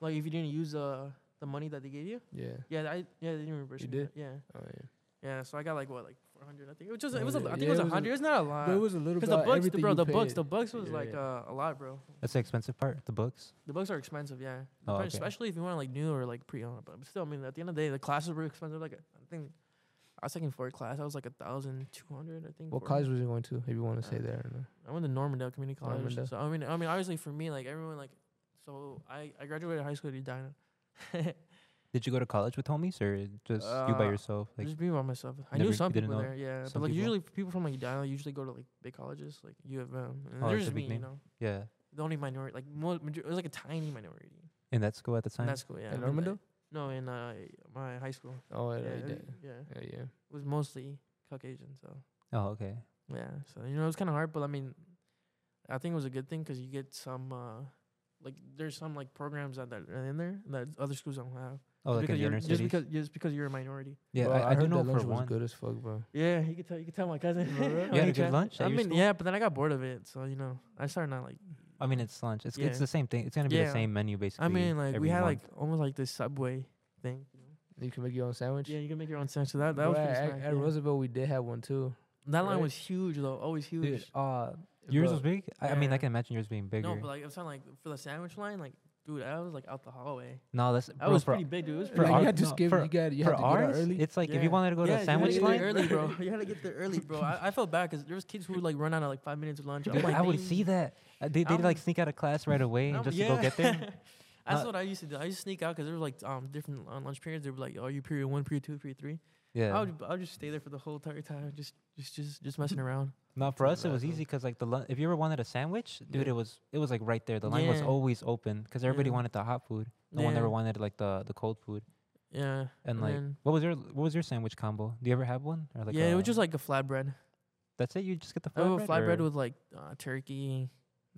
S3: Like if you didn't use uh the money that they gave you?
S2: yeah.
S3: Yeah, I yeah they didn't reimburse
S2: You
S3: me.
S2: did?
S3: Yeah,
S2: Oh yeah.
S3: yeah. So I got like what like 400 I think. It was just it
S2: Oh,
S3: was a,
S2: yeah.
S3: I think
S2: Yeah,
S3: it was
S2: it
S3: a
S2: was a-
S3: hundred. It's not a lot.
S2: But it was a little
S3: Uh,
S2: bit.
S3: Cause the books, the,
S2: everything
S3: bro,
S2: you
S3: the books,
S2: paid.
S3: the books was
S2: Yeah,
S3: like
S2: yeah.
S3: uh, a lot, bro.
S1: That's the expensive part. The books.
S3: The books are expensive, yeah.
S1: Oh,
S3: Depend-
S1: okay.
S3: Especially if you want like new or like pre-owned, but still, I mean, at the end of the day, the classes were expensive. Like I think our second fourth class, I was like a thousand two hundred, I think.
S2: What
S3: for-
S2: college was you going to? If you want to say
S3: Uh,
S2: that or not.
S3: I went to Normandale Community College.
S2: Normandale.
S3: So I mean, I mean, obviously for me, like everyone, like, so I I graduated high school at Edina.
S1: Did you go to college with homies or just you by
S3: Uh,
S1: yourself? Like,
S3: just being by myself. I
S1: Never-
S3: knew
S1: you
S3: some
S1: didn't
S3: people
S1: know
S3: there, yeah.
S1: some
S3: but like
S1: people?
S3: usually people from like Edina usually go to like big colleges, like U of M. And
S1: Oh,
S3: they're
S1: that's a
S3: just me,
S1: big
S3: you
S1: name.
S3: know,
S1: yeah,
S3: the only minority. Like mo- major- it was like a tiny minority.
S1: in that school at the
S3: in
S1: time.
S3: that school, yeah.
S2: In
S3: I mean, like-
S2: Normandale?
S3: No, in uh, my high school.
S2: Oh,
S3: Yeah,
S2: yeah,
S3: it
S2: yeah,
S3: was- yeah.
S2: yeah, yeah.
S3: It was mostly Caucasian, so
S1: oh, okay.
S3: yeah. So you know, it was kind of hard, but I mean, I think it was a good thing 'cause you get some uh, like there's some like programs that that are in there that other schools don't have.
S1: Oh, like
S3: because
S1: in the
S3: you're,
S1: inner
S3: just
S1: cities.
S3: because just because you're a minority.
S1: yeah,
S2: Bro,
S1: I, I, do
S2: heard
S1: know
S2: that lunch
S1: for
S2: was
S1: one.
S2: good as fuck, bro.
S3: Yeah, you could tell you could tell my cousin. when
S1: You had
S3: he
S1: a good
S3: tried-
S1: lunch at
S3: I
S1: your
S3: mean,
S1: school?
S3: yeah, but then I got bored of it, so you know, I started not like.
S1: I mean, it's lunch. It's
S3: Yeah.
S1: it's the same thing. It's gonna be
S3: Yeah.
S1: the same menu basically.
S3: I mean, like
S1: every
S3: we had
S1: month.
S3: like almost like this subway thing. you know?
S2: You can make your own sandwich.
S3: Yeah, you can make your own sandwich. So that that was
S2: Bro,
S3: pretty
S2: at,
S3: smack,
S2: at
S3: yeah.
S2: Roosevelt. We did have one too.
S3: That line
S2: right?
S3: was huge though, always huge.
S1: dude, uh, yours
S2: Bro,
S1: was big. I, I mean,
S3: yeah.
S1: I can imagine yours being bigger.
S3: No,
S1: No,
S3: but like I'm saying, like for the sandwich line, like dude, I was like out the hallway.
S1: that's
S3: That
S1: bro,
S3: was
S1: for,
S3: pretty big, dude. It was
S1: for
S3: pretty
S2: like,
S1: our-
S2: you had to
S1: no,
S2: skip.
S1: for-
S2: you got. You
S1: for
S2: had to get out
S1: ours.
S2: early.
S1: It's like if you
S3: Yeah.
S1: wanted to go to
S3: Yeah,
S1: a
S3: you had
S1: sandwich
S3: get
S1: line,
S3: there early, bro. You had to get there early, bro. I, I felt bad because there was kids who would like run out of like five minutes of lunch. I'm
S1: dude,
S3: like,
S1: I would
S3: "Dang."
S1: see that. Uh, they they
S3: I'm-
S1: like sneak out of class right away and
S3: I'm-
S1: just to go
S3: yeah.
S1: get there.
S3: That's
S1: Uh,
S3: what I used to do. I used to sneak out because there was like um different uh, lunch periods. They were like, "Oh, you period one, period two, period three. I
S1: Yeah.
S3: would I would just stay there for the whole entire time, just just just just messing around.
S1: Now for us, it
S2: that,
S1: was
S2: though.
S1: easy because like the lun- if you ever wanted a sandwich, dude,
S2: Yeah.
S1: it was it was like right there. The line was
S3: Yeah.
S1: always open because everybody
S3: Yeah.
S1: wanted the hot food. No one
S3: Yeah.
S1: ever wanted like the the cold food.
S3: Yeah,
S1: And like,
S3: then-
S1: what was your what was your sandwich combo? Do you ever have one? Or like
S3: yeah, it was
S1: a-
S3: just like a flatbread.
S1: that's it. You just get the
S3: I have a
S1: flatbread.
S3: flatbread
S1: or-
S3: with like uh, turkey,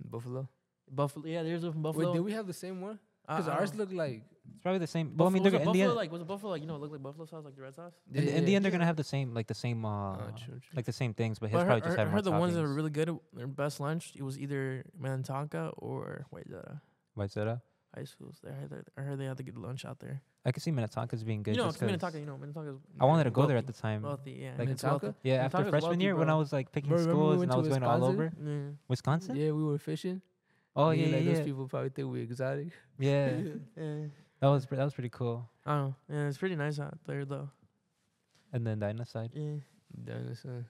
S2: Buffalo.
S3: buffalo. Yeah, there's a
S2: Wait,
S3: buffalo.
S2: did we have the same one?
S3: Uh,
S2: Because
S3: I
S2: ours
S3: don't-
S2: looked like.
S1: it's probably the same. Well,
S3: Buffalo,
S1: I mean,
S3: was
S1: they're,
S3: it
S1: in the
S3: buffalo
S1: end,
S3: like was it buffalo like you know look like buffalo sauce like the red sauce?
S1: in, the- in the
S2: Yeah.
S1: end, they're gonna have the same like the same uh,
S2: Oh, true, true.
S1: like the same things, but his
S3: But I
S1: probably
S3: heard,
S1: just
S3: I
S1: had more
S3: heard the ones that were
S1: toppings.
S3: really good, their best lunch. It was either Minnetonka or wait, uh,
S1: Vice versa.
S3: high schools. There, I heard- I heard they had the good lunch out there.
S1: I could see Minnetonka's being good.
S3: you know,
S1: just
S3: 'cause
S1: 'cause
S3: Minnetonka. You know, Minnetonka's
S1: I wanted to go there at the
S3: wealthy-
S1: time.
S3: wealthy. Yeah,
S1: like
S3: it's
S2: Minnetonka?
S3: wealthy.
S1: Yeah, after
S3: Minnetonka's
S1: freshman
S3: wealthy,
S1: year, when I
S3: bro.
S1: was like picking
S2: Bro, remember we
S1: schools and
S2: went
S1: I
S2: to
S1: was going all
S2: Wisconsin?
S1: over
S3: Yeah.
S1: Wisconsin.
S2: Yeah, we were fishing.
S1: Oh
S2: and
S1: yeah,
S2: you're
S1: yeah,
S2: like,
S1: yeah.
S2: Those people probably think we exotic.
S1: yeah.
S3: Yeah.
S1: That was pre- that was pretty cool.
S3: I don't know. Yeah, it's pretty nice out there though.
S1: And then the other side.
S3: Yeah.
S2: Damn, that's, uh,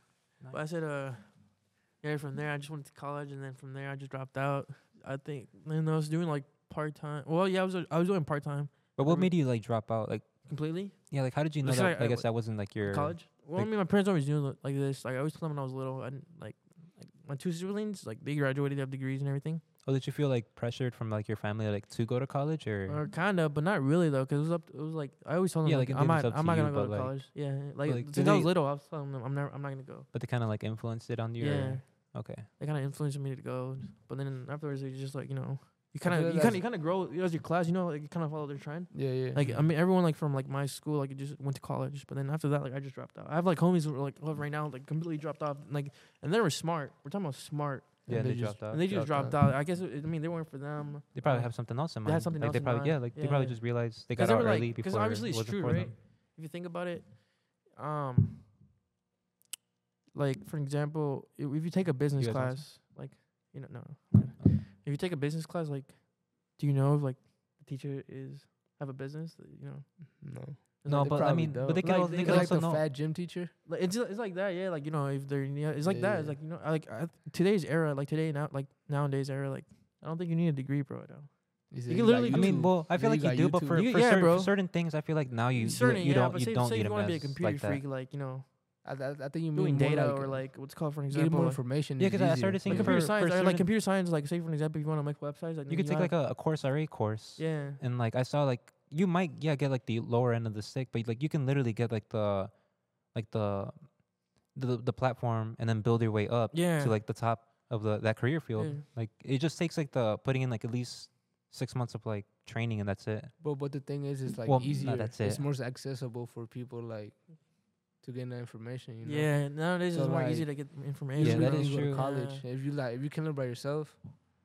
S3: But I said, uh, yeah, from there I just went to college, and then from there I just dropped out. I think, and I was doing like part time. Well, yeah, I was I was doing part time
S1: But what
S3: Every-
S1: made you like drop out? Like
S3: completely.
S1: yeah, like how did you know
S3: Looks
S1: that?
S3: like
S1: I
S3: I
S1: guess
S3: went-
S1: that wasn't like your
S3: college. Well,
S1: Like-
S3: I mean, my parents always knew li- like this. Like I always told them when I was little, I didn't, like like my two siblings, like they graduated, they have degrees and everything,
S1: Oh, did you feel like pressured from like your family like to go to college or
S3: or kind of, but not really though, 'cause it was up. It was like I always told them,
S1: Yeah,
S3: like,
S1: like, it
S3: I'm
S1: was
S3: not,
S1: up
S3: I'm
S1: to
S3: not
S1: you,
S3: gonna go
S1: but,
S3: to
S1: like-
S3: college. Yeah, like,
S1: like,
S3: since
S1: do
S3: I was
S1: they-
S3: little, I was telling them I'm never, I'm not gonna go.
S1: but they kind of like influenced it on you?
S3: Yeah,
S1: Or, okay.
S3: they kind of influenced me to go, but then afterwards they just like you know. You
S2: I feel
S3: kind of,
S2: like
S3: you
S2: that's-
S3: kind of, you kind of grow as your class. You know, like you kind of follow their trend.
S2: yeah, yeah.
S3: Like I mean, everyone like from like my school like just went to college, but then after that like I just dropped out. I have like homies who are like oh, right now like completely dropped off. Like and they were smart. We're talking about smart.
S1: Yeah,
S2: they
S1: they,
S2: just-
S1: dropped out.
S3: And they just
S2: dropped
S3: dropped out. I guess it, I mean they weren't for them.
S1: They probably
S3: uh,
S1: have something else in
S3: they had
S1: mind.
S3: something
S1: like
S3: else
S1: they
S3: in
S1: probably
S3: mind.
S1: yeah, like they
S3: Yeah.
S1: probably just realized they got
S3: they
S1: out
S3: were, like-
S1: early
S3: 'cause
S1: before it
S3: obviously it's
S1: wasn't
S3: true,
S1: for
S3: right?
S1: them.
S3: If you think about it, um, like for example, i- if you take a business
S1: guys want
S3: class, like you know, no, no. if you take a business class, like, do you know if like the teacher is have a business? that, You know,
S2: no.
S3: It's
S1: No,
S3: like-
S2: they
S1: but I
S2: probably
S1: mean, but
S2: don't.
S1: they could
S3: Like,
S1: al- they
S3: they
S1: could
S3: could
S2: like
S1: also
S2: the
S1: know.
S2: fat gym teacher.
S3: like it's it's like that, yeah. Like you know, if they're yeah, it's like
S2: Yeah,
S3: that. It's
S2: yeah.
S3: like you know, I like I, today's era, like today now, like nowadays era, like I don't think you need a degree, bro. Now
S2: He said he
S3: You
S2: got
S3: can literally-
S1: I mean,
S2: YouTube.
S1: well, I
S2: Yeah,
S1: feel like you
S2: got
S1: do, but
S2: YouTube.
S1: for,
S3: You-
S1: for
S3: yeah,
S1: cer-
S3: bro.
S1: certain things, I feel like now you you,
S3: Certain,
S1: you
S3: yeah,
S1: don't
S3: but
S1: you
S3: say,
S1: don't
S3: say
S1: need
S3: if you
S1: them
S3: want to be a
S1: as,
S3: computer
S1: like that.
S3: freak, like you know,
S2: I, th- I think you
S3: doing
S2: mean more
S3: data
S2: like,
S3: or like what's called for an
S2: getting
S3: example
S2: more
S3: like,
S2: information.
S1: Yeah,
S2: is
S1: 'cause I
S2: easier.
S1: started
S3: like
S1: seeing
S3: computer
S1: for-
S3: science
S1: for
S3: or like
S1: certain-
S3: computer science like say for an example if you want to make websites like
S1: You could take like a, a course RA course.
S3: yeah
S1: And like I saw like you might yeah get like the lower end of the stick, but like you can literally get like the like the the the platform and then build your way up
S3: Yeah.
S1: to like the top of the that career field.
S3: Yeah.
S1: Like it just takes like the putting in like at least six months of like training and that's it.
S2: But but the thing is, it's like
S1: Well, no,
S2: easier.
S1: that's
S2: It's
S1: it.
S2: more accessible for people like to get that information. You know?
S3: yeah nowadays
S2: So,
S3: it's more
S2: like-
S3: easy to get information
S1: Yeah,
S2: Usually
S1: that
S2: when
S1: is
S2: you go to
S1: true.
S2: College, if you like, if you can learn by yourself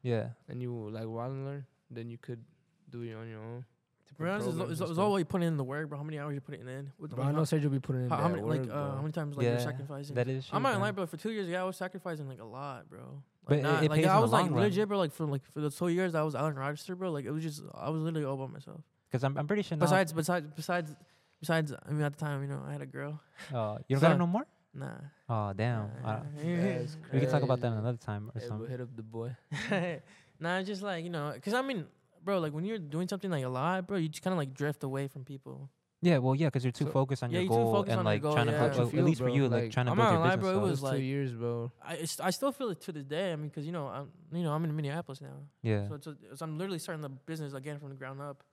S1: Yeah.
S2: and you like want to learn, then you could do it on your own.
S3: To be honest, it's,
S2: programs
S3: it's,
S2: and
S3: it's
S2: stuff.
S3: all you putting in the work, bro. How many hours you putting in? What the-
S2: Bro, I know Sergio be putting in
S3: how, how
S2: that
S3: many
S2: work,
S3: like
S2: bro.
S3: uh, how many times like
S1: yeah.
S3: you're sacrificing?
S1: That is true.
S3: I'm not gonna lie,
S1: man.
S3: bro. For two years, yeah, I was sacrificing like a lot, bro.
S1: But
S3: Like,
S1: it-
S3: not,
S1: it
S3: like
S1: pays
S3: I
S1: in the
S3: was like
S1: long run.
S3: legit, bro. Like for like for the two years I was out in Rochester, bro. Like it was just I was literally all by myself.
S1: 'Cause I'm I'm pretty sure now.
S3: Besides, besides, besides, besides, I mean, at the time, you know, I had a girl.
S1: uh, you don't got
S3: so-
S1: no more.
S3: Nah.
S1: Oh damn.
S3: nah,
S1: Uh,
S2: That's
S1: we can talk about that
S2: crazy.
S1: another time or
S2: Hey,
S1: something.
S2: but hit up the boy.
S3: nah, it's just like you know, cause I mean, bro, like when you're doing something like a lot, bro, you just kind of like drift away from people.
S1: Yeah, well, yeah, 'cause you're too
S2: So-
S1: focused on
S3: Yeah,
S1: your
S3: you're too
S1: goal
S3: focused
S1: and
S3: on your
S1: like
S3: goal,
S1: trying to
S3: yeah.
S1: build,
S3: What you
S1: well,
S2: feel,
S1: at least for
S2: bro,
S1: you, like,
S2: like-
S1: trying to
S3: I'm
S1: build
S3: not
S1: your
S3: gonna lie,
S1: business.
S3: bro, it
S1: up.
S2: It
S3: was
S2: was two
S3: like-
S2: years, bro.
S3: I it's, I still feel it to this day. I mean, cause you know, I'm you know, I'm in Minneapolis now,
S1: yeah,
S3: so it's a, so I'm literally starting the business again from the ground up.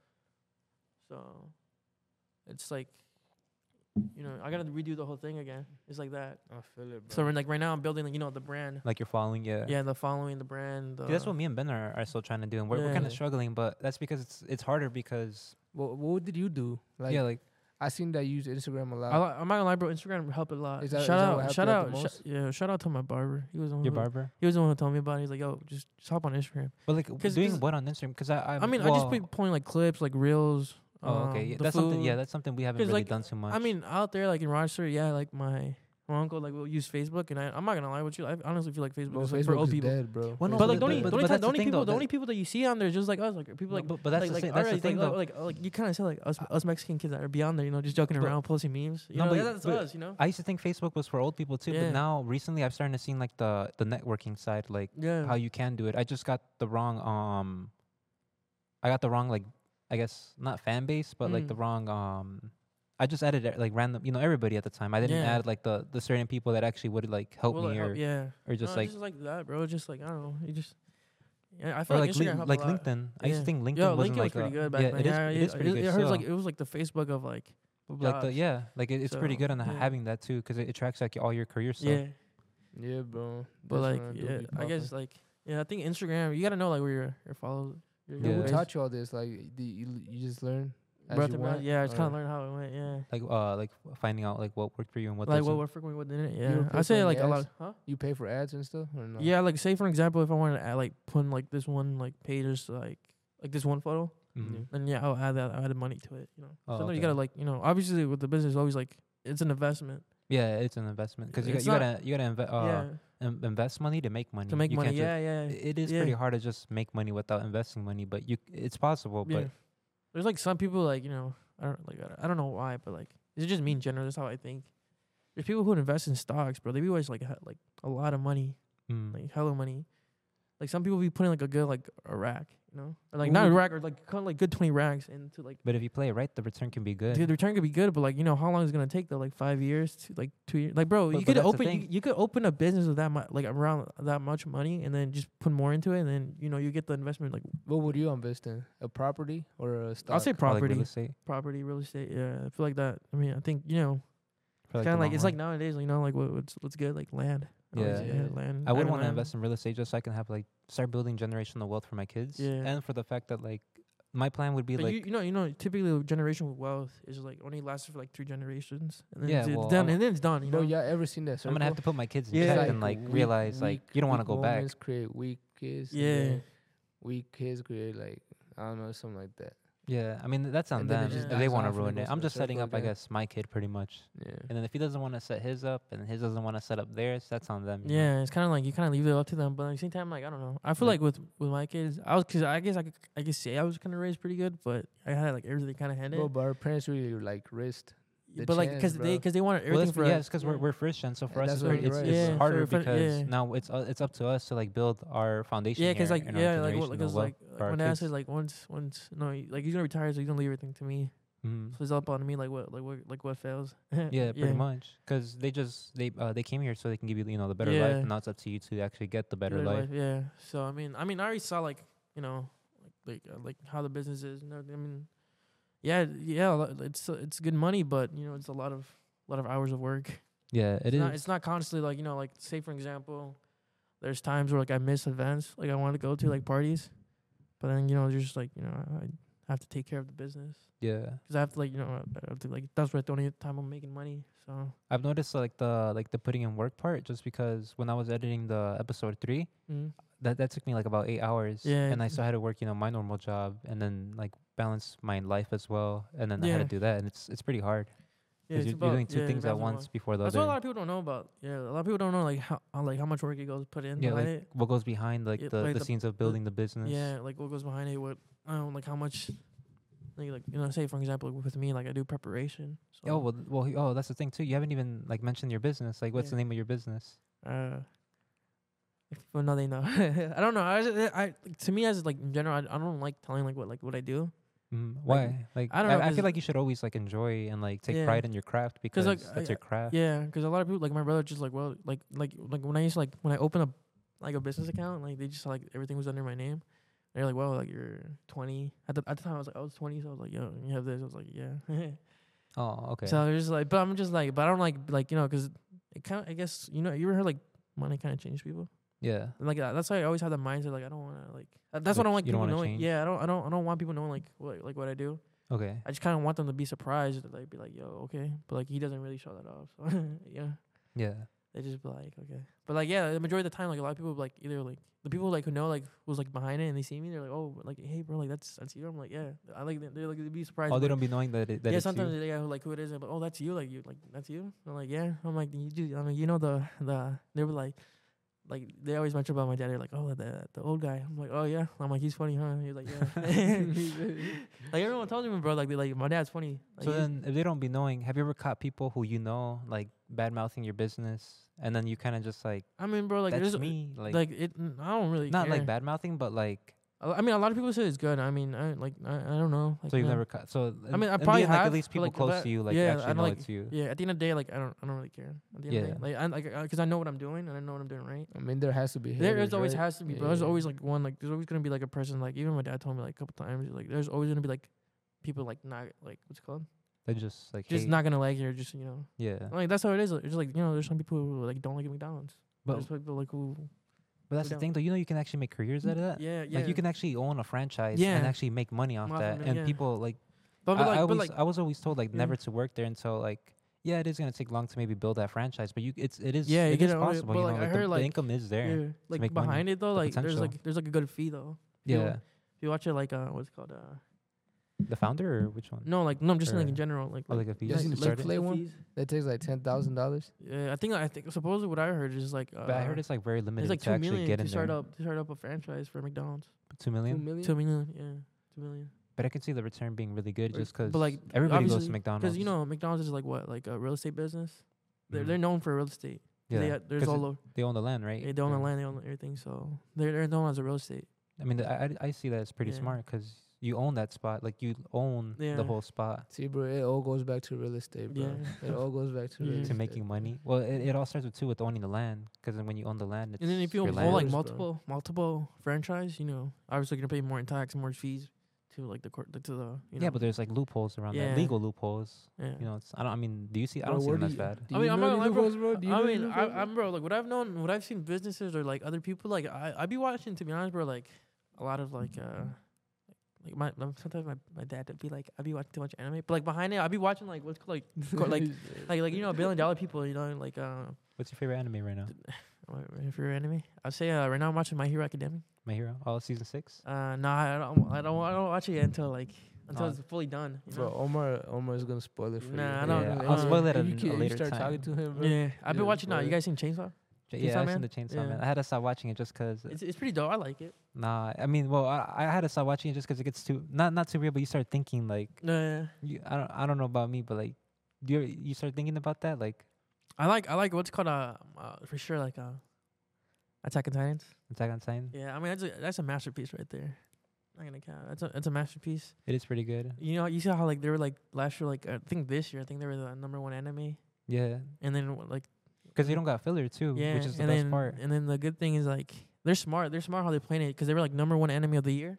S3: So, it's like, you know, I gotta redo the whole thing again. It's like that.
S2: I feel it,
S3: So we're like right now, I'm building, like, you know, the brand.
S1: like you're following, yeah.
S3: Yeah, the following, the brand. The
S1: Dude, that's what me and Ben are, are still trying to do, and we're, we're kind
S3: Yeah.
S1: of struggling, but that's because it's it's harder because
S2: What, what did you do? Like,
S1: yeah, like
S2: I seen that you use Instagram a lot.
S3: I li- I'm not gonna lie, bro. Instagram helped a lot.
S2: Is that- is
S3: shout
S2: that
S3: out,
S2: what helped
S3: shout
S2: you out the
S3: out, sh-
S2: most?
S3: yeah, shout out to my barber. He was the one
S1: your
S3: who,
S1: barber,
S3: He was the one who told me about. it. He's like, yo, just, just hop on Instagram.
S1: but like w-
S3: 'Cause-
S1: doing
S3: 'cause-
S1: what on Instagram? Because I, I,
S3: I mean, I just be pulling like clips, like reels.
S1: Oh, okay,
S3: um,
S1: yeah,
S3: the
S1: that's something. Yeah,
S3: food.
S1: that's something we haven't
S3: 'Cause,
S1: really
S3: like,
S1: done too much.
S3: I mean, out there, like in Rochester, yeah, like my my uncle, like will use Facebook, and I, I'm not gonna lie with you. I honestly feel like Facebook
S2: bro,
S3: is like for
S2: Facebook
S3: old
S2: is
S3: people.
S2: dead, bro.
S1: Well, no, but
S3: But like, e, the
S1: the-
S3: only,
S1: but-
S3: the only,
S1: but
S3: time,
S1: that's
S3: the
S1: the
S3: only
S1: thing,
S3: people,
S1: though,
S3: the only
S1: that-
S3: people that you see on there, is just like us, like people
S1: No,
S3: like.
S1: but, but that's
S3: like,
S1: the
S3: like,
S1: thing.
S3: all
S1: That's the
S3: right,
S1: thing,
S3: like,
S1: though. Uh,
S3: oh, like, oh, like you kind of say like us, us Mexican kids that are beyond there, you know, just joking
S1: But-
S3: around, posting memes. You
S1: No,
S3: know,
S1: but-
S3: that- that's
S1: but-
S3: us, you know.
S1: I used to think Facebook was for old people too,
S3: Yeah.
S1: but now recently I've started to see like the the networking side, like
S3: Yeah.
S1: how you can do it. I just got the wrong um I got the wrong like I guess not fan base, but like the
S3: Mm.
S1: wrong um I just added uh, like random, you know, everybody at the time. I didn't
S3: Yeah.
S1: add like the the certain people that actually would like help
S3: Well,
S1: me
S3: like,
S1: or
S3: oh, yeah.
S1: or just
S3: No,
S1: like
S3: just like that, bro. Just like I don't know, you just. Yeah, I feel
S1: or
S3: like,
S1: like
S3: Instagram
S1: lin-
S3: helped
S1: like
S3: a lot.
S1: LinkedIn. I used
S3: Yeah.
S1: to think LinkedIn
S3: Yo,
S1: wasn't
S3: LinkedIn
S1: like
S3: was pretty
S1: a-
S3: good back
S1: yeah,
S3: then.
S1: it is
S3: yeah,
S1: it
S3: it-
S1: is pretty
S3: it-
S1: good.
S3: It was like
S1: still.
S3: it was like the Facebook of like.
S1: like the,
S3: jobs.
S1: yeah, like it, it's pretty
S3: So,
S1: good on
S3: yeah.
S1: having that too because it, it tracks like all your career stuff.
S3: Yeah,
S2: Yeah, bro.
S3: but
S2: That's
S3: like
S2: when do
S3: yeah,
S2: be
S3: I
S2: popping.
S3: guess like yeah, I think Instagram. You gotta know like where your your follows. Your
S2: Yeah.
S1: Yeah.
S2: Who
S3: followers-
S2: taught you all this? Like, the, you, you just learn as
S3: breath
S2: you
S3: of mouth.
S2: went,
S3: Yeah, I just kind
S2: or-
S3: of learned how it went. Yeah,
S1: Like uh like finding out like what worked for you and what
S3: like what
S1: doesn't.
S3: we're frequently what didn't.
S2: ever
S3: Yeah, I
S2: click
S3: say
S2: on
S3: like a lot.
S2: ads?
S3: Huh?
S2: You pay for ads and stuff, or no?
S3: Yeah, like say for example, if I wanted to add, like put in, like this one like page is like like this one photo,
S1: Mhm.
S2: Yeah.
S3: then yeah, I'll add that. I'll add money to it. You know,
S1: Oh,
S3: sometimes
S1: okay.
S3: you gotta like you know obviously with the business always like it's an investment.
S1: Yeah, it's an investment because you, got,
S3: It's
S1: you
S3: not-
S1: gotta you gotta inve- uh,
S3: yeah,
S1: in- invest money to make money.
S3: to make
S1: You
S3: money.
S1: can't ju-
S3: Yeah, yeah.
S1: i- it is
S3: yeah.
S1: pretty hard to just make money without investing money, but you c- it's possible.
S3: Yeah. There's like some people like you know I don't like I don't- I don't know why, but like it's just me in general. That's how I think. There's people who invest in stocks, bro. They be always like ha- like a lot of money,
S1: But mm,
S3: like hella money. Like some people be putting like a good like a rack, you know, or like
S1: Well,
S3: not
S1: we-
S3: a rack or like kind of like good twenty racks into like
S1: but if you play it right, the return can be good.
S3: the return could be good, but like you know how long is it gonna take though? Like five years, to, like two years. Like bro,
S1: But-
S3: you
S1: but
S3: could
S1: that's the
S3: open you,
S1: thing.
S3: you could open a business with that much like around that much money, and then just put more into it, and then you know you get the investment like
S2: What would you invest in? A property or a stock?
S3: I'll say
S1: For, like,
S3: property,
S1: real estate.
S3: property, real estate. Yeah, I feel like that. I mean, I think you know
S1: for,
S3: kind of
S1: the
S3: like
S1: long
S3: it's
S1: run.
S3: like nowadays, you know, like what, what's what's good, like land. Always,
S1: Yeah.
S2: Yeah.
S3: land.
S1: I would
S3: adding
S1: want to
S3: land.
S1: invest in real estate just so I can have like start building generational wealth for my kids,
S3: Yeah.
S1: and for the fact that like my plan would be
S3: But
S1: like
S3: you, you know, you know, typically generational wealth is like only lasted for like three generations, and then
S1: Yeah,
S3: it's, it's
S1: well,
S3: done,
S1: I'm-
S3: and then it's done. You
S2: Bro,
S3: know,
S2: y'all ever seen that?
S1: I'm
S2: Circle?
S1: gonna have to put my kids in
S3: Yeah.
S1: check
S3: Like,
S1: and like
S2: weak-
S1: realize like
S2: weak-
S1: you don't want to
S2: weak
S1: go back.
S2: moments Create weak kids. and
S3: Yeah.
S2: then Weak kids create like I don't know something like that.
S1: Yeah, I mean that's on
S2: And then it
S1: them.
S3: just
S1: if They
S2: dies
S1: want to
S2: off and it
S1: ruin
S2: goes
S1: it.
S2: to
S1: I'm
S2: a
S1: just setting
S2: circle
S1: up, I
S2: again.
S1: guess, my kid pretty much.
S2: Yeah.
S1: And then if he doesn't want to set his up, and his doesn't want to set up theirs, that's on them. you know?
S3: yeah, it's kind of like you kind of leave it up to them, but at the same time, like I don't know, I feel
S1: Like-
S3: like with with my kids, I was because I guess I could I could say I was kind of raised pretty good, but I had like everything kind of handed,
S2: Bro, but our parents really like risked. the
S3: but like
S2: chance,
S3: because they
S2: bro.
S3: because they wanted
S1: Well,
S3: everything
S1: that's,
S3: for
S1: yeah,
S3: us.
S1: it's because
S3: Yeah.
S1: we're we're Christian, so for
S2: Yeah,
S1: us
S2: that's
S1: it's,
S2: what
S1: pretty,
S2: you're
S1: it's,
S2: right.
S1: it's
S2: Yeah,
S1: harder
S3: so if it-
S1: because
S3: yeah.
S1: now it's uh, it's up to us to like build our foundation.
S3: Yeah, 'cause
S1: here
S3: like
S1: and our
S3: yeah, like what,
S1: generational
S3: like, 'cause,
S1: wealth
S3: like
S1: for our
S3: when I
S1: kids.
S3: said like once once no, like he's gonna retire, so he's gonna leave everything to me.
S1: Mhm.
S3: So it's up on me like what like what like what fails.
S1: Yeah, pretty much. 'Cause they just they uh, they came here so they can give you you know the better life,
S3: Yeah.
S1: and now it's up to you to actually get the better
S3: Good
S1: life.
S3: Yeah. So I mean, I mean, I already saw like you know, like like, uh, like how the business is. And everything. I mean, yeah, yeah, lo- it's uh, it's good money, but you know, it's a lot of lot of hours of work.
S1: Yeah,
S3: it's
S1: it's
S3: Not, it's not constantly like you know, like say for example, there's times where like I miss events, like I want to go to like parties, but then you know, just like you know, I I have to take care of the business.
S1: yeah,
S3: 'Cause I have to like you know, I have to like that's what the only time I'm making money. So
S1: I've noticed like the like the putting in work part, just because when I was editing the episode three,
S3: mm.
S1: that that took me like about eight hours.
S3: Yeah.
S1: And I still had to work, you know, my normal job and then like balance my life as well. And then I had
S3: Yeah.
S1: to do that. And it's it's pretty hard.
S3: yeah,
S1: 'cause
S3: it's
S1: you're, you're doing
S3: about-
S1: two
S3: yeah,
S1: things
S3: that's
S1: at
S3: about-
S1: once before the
S3: That's what a
S1: other.
S3: lot of people don't know about. Yeah, a lot of people don't know like how uh, like how much work it goes put in.
S1: yeah,
S3: behind
S1: like
S3: it.
S1: what goes behind like
S3: Yeah,
S1: the,
S3: like
S1: the,
S3: the-
S1: scenes of building the business.
S3: yeah, like what goes behind it. What um, like how much, like like you know, say for example with me, like I do preparation. So,
S1: Oh well, well. he- Oh, that's the thing too. You haven't even like mentioned your business. Like, what's
S3: Yeah.
S1: the name of your business?
S3: uh, if people know, they know. I don't know. I, just- I like, to me as like in general, I, I don't like telling like what like what I do
S1: Mm, why? Like,
S3: I don't know,
S1: I, feel
S3: 'cause-
S1: like you should always like enjoy and like take
S3: Yeah.
S1: pride in your craft because
S3: 'Cause, like,
S1: that's
S3: I-
S1: your craft.
S3: Yeah, 'cause a lot of people, like my brother, just like well, like like like when I used to, like when I opened up like a business account, like they just like everything was under my name. They're like, well, like you're 20 at the at the time. I was like, I was 20, so I was like, yo, you have this. I was like, yeah.
S1: Oh, okay.
S3: So I was just like, but I'm just like, but I don't like like you know, 'cause it kind of I guess you know you ever heard like money kind of changes people.
S1: yeah.
S3: And, like uh, that's why I always have the mindset like I don't want to like uh, that's what I don't
S1: Like,
S3: like
S1: you don't
S3: people
S1: wanna
S3: knowing.
S1: change?
S3: Yeah, I don't I don't I don't want people knowing like what like what I do.
S1: Okay.
S3: I just kind of want them to be surprised that like be like, yo, okay, but like he doesn't really show that off. So yeah.
S1: Yeah.
S3: They just be like, okay. But like, yeah, the majority of the time, like a lot of people like either like the people like who know like who's like behind it and they see me, they're like, oh, like hey, bro, like that's that's you. I'm like, yeah, I like they're like they'd be surprised.
S1: Oh, they
S3: like,
S1: don't be knowing that it, that
S3: yeah,
S1: it's
S3: sometimes
S1: you.
S3: they yeah, like who it is, but oh, that's you, like you, like that's you. I'm like, yeah. I'm like, you do. I mean, you know the the they were like. Like they always mention about my dad, they're like, "Oh, the the old guy." I'm like, "Oh yeah." I'm like, "He's funny, huh?" He's like, "Yeah." like everyone tells me, bro. Like, they like my dad's funny. Like,
S1: So
S3: he's-
S1: then, if they don't be knowing, have you ever caught people who you know like bad mouthing your business, and then you kind of just like,
S3: I mean, bro, like
S1: that's
S3: there's
S1: me, like,
S3: like, it. I don't really
S1: not
S3: care.
S1: like bad mouthing, but like,
S3: A lo- Uh, I mean, a lot of people say it's good. I mean, I like I, I don't know. Like,
S1: so you've
S3: yeah.
S1: never caught. So in-
S3: mean, I
S1: in the
S3: probably
S1: end, like
S3: have,
S1: at least
S3: but,
S1: people
S3: like,
S1: close
S3: that-
S1: to you, like
S3: yeah,
S1: actually
S3: I
S1: know
S3: like-
S1: it's you.
S3: Yeah, at the end of the day, like I don't I don't really care. At the end
S1: Yeah.
S3: of the day, like I like I- cause I know what I'm doing and I know what I'm doing right.
S2: I mean, there has to be.
S3: There
S2: haters,
S3: is always
S2: right?
S3: has to be, but there's
S2: Yeah.
S3: always like one like there's always gonna be like a person like even my dad told me like a couple times like there's always gonna be like people like not like what's it called
S1: They're just like,
S3: just
S1: hate.
S3: not gonna like you or just you know
S1: yeah.
S3: like that's how it is. It's just like you know there's some people who like don't like McDonald's.
S1: But
S3: there's people like who
S1: but that's the
S3: don't.
S1: thing, though. You know, you can actually make careers out of that.
S3: yeah yeah
S1: Like you can actually own a franchise and
S3: Yeah.
S1: actually make money off
S3: Off of
S1: that,
S3: it,
S1: and
S3: yeah.
S1: people like I,
S3: but, but like
S1: I
S3: but
S1: always,
S3: like
S1: I was always told like
S3: Yeah.
S1: never to work there until like yeah, it is gonna take long to maybe build that franchise, but you it's it is
S3: Yeah, you
S1: it
S3: get
S1: is
S3: it already-
S1: possible.
S3: but,
S1: you
S3: like,
S1: know,
S3: I
S1: like, the,
S3: heard,
S1: the
S3: like,
S1: income is there.
S3: yeah, like
S1: make money,
S3: behind it though
S1: the
S3: like there's
S1: potential.
S3: like there's like a good fee though. If you
S1: Yeah,
S3: If you watch it like uh what's it called uh
S1: the founder or which one?
S3: no like no I'm just saying, like
S1: Or-
S3: in general like
S1: Oh, like if you
S2: Just
S1: just
S2: in the
S1: started.
S2: Chick-fil-A one?
S3: fees.
S2: That takes like ten thousand dollars.
S3: Yeah, I think I think supposedly what I heard is like uh,
S1: But I heard it's like very limited
S3: it's like
S1: to
S3: two
S1: actually
S3: million
S1: get
S3: to
S1: in
S3: start
S1: there.
S3: up to start up a franchise for McDonald's.
S1: Two
S2: Two
S1: million,
S2: million.
S3: Two million, yeah, two million.
S1: but I can see the return being really good
S2: Or-
S1: just because
S3: but, like,
S1: everybody goes
S3: obviously-
S1: to
S3: 'cause
S1: McDonald's.
S3: Because you know McDonald's is like what like a real estate business. They're
S1: Mhm.
S3: they're known for real estate.
S1: yeah,
S3: They, uh, there's
S1: 'cause
S3: all
S1: it-
S3: over.
S1: they own the land, right?
S3: They own the
S1: Yeah.
S3: land. They own everything. So they're they're known as a real estate.
S1: I mean, th- I I I see that as pretty
S3: Yeah.
S1: smart 'cause you own that spot, like you own
S3: Yeah.
S1: the whole spot.
S2: See, bro, it all goes back to real estate, bro.
S3: Yeah.
S2: It all goes back to
S3: Yeah.
S2: real
S3: To
S1: to
S2: estate.
S1: making money. Well, it, it all starts with two with owning the land, 'cause then when you own the land, it's
S3: And then if you
S1: your
S3: own
S1: land.
S3: all, like
S2: Yours, bro.
S3: multiple multiple franchise, you know, obviously you're gonna pay more in tax, more fees to like the court to the you know
S1: yeah, but there's like loopholes around
S3: Yeah.
S1: that, legal loopholes.
S3: yeah.
S1: You know, it's I don't. I mean, do you see? I
S2: Bro,
S1: don't see
S2: where
S1: them
S2: do
S1: as
S2: you-
S1: bad.
S2: Do
S3: I
S2: you
S3: mean, I'm
S2: know
S3: not
S2: any
S3: gonna lie, bro.
S2: loopholes, bro? Do you
S3: I
S2: know any
S3: mean,
S2: loopholes,
S3: I, I'm bro. Like what I've known, what I've seen businesses or like other people. Like I, I be watching to be honest, bro. Like a lot of like, uh like my um, sometimes my, my dad would be like, I be watching too much anime, but like behind it, I be watching like what's called, like co- like like like you know billion dollar people. You know like uh,
S1: What's your favorite anime right now?
S3: wait, wait, if you're anime, I say uh, right now I'm watching My Hero Academia.
S1: My Hero, all of season six.
S3: Uh, no, I don't, I don't, I don't watch it yet until like until
S1: Oh.
S3: it's fully done. You
S2: Bro,
S3: know?
S2: Omar, Omar's gonna spoil it for you.
S3: Nah, I
S2: bro.
S3: don't- Yeah,
S1: I'll
S3: uh,
S1: spoil it at
S2: You
S1: an-
S2: can't-
S1: a
S2: you
S1: later
S2: start
S1: time.
S2: talking to him, bro.
S3: Yeah, I've been
S2: Yeah,
S3: watching. now.
S2: bro.
S3: you guys seen Chainsaw?
S1: Ch- yeah, I
S3: Man?
S1: seen the Chainsaw
S3: Yeah.
S1: Man. I had to stop watching it just 'cause.
S3: It's it's pretty dope. I like it.
S1: Nah, I mean, well, I, I had to stop watching it just 'cause it gets too not not too real, but you start thinking like
S3: Yeah,
S1: you, I don't I don't know about me, but like do you you start thinking about that like
S3: I like I like what's called uh, uh for sure like uh Attack on Titans.
S1: Attack on Titan.
S3: Yeah, I mean that's a, that's a masterpiece right there. Not gonna count. That's a that's a masterpiece.
S1: It is pretty good.
S3: You know, you saw how like they were like last year, like uh, I think this year, I think they were the number one anime,
S1: Yeah,
S3: and then like
S1: because they don't got filler too,
S3: yeah,
S1: which is the
S3: and
S1: best
S3: then,
S1: part.
S3: And then the good thing is like they're smart. They're smart how they played it because they were like number one anime of the year,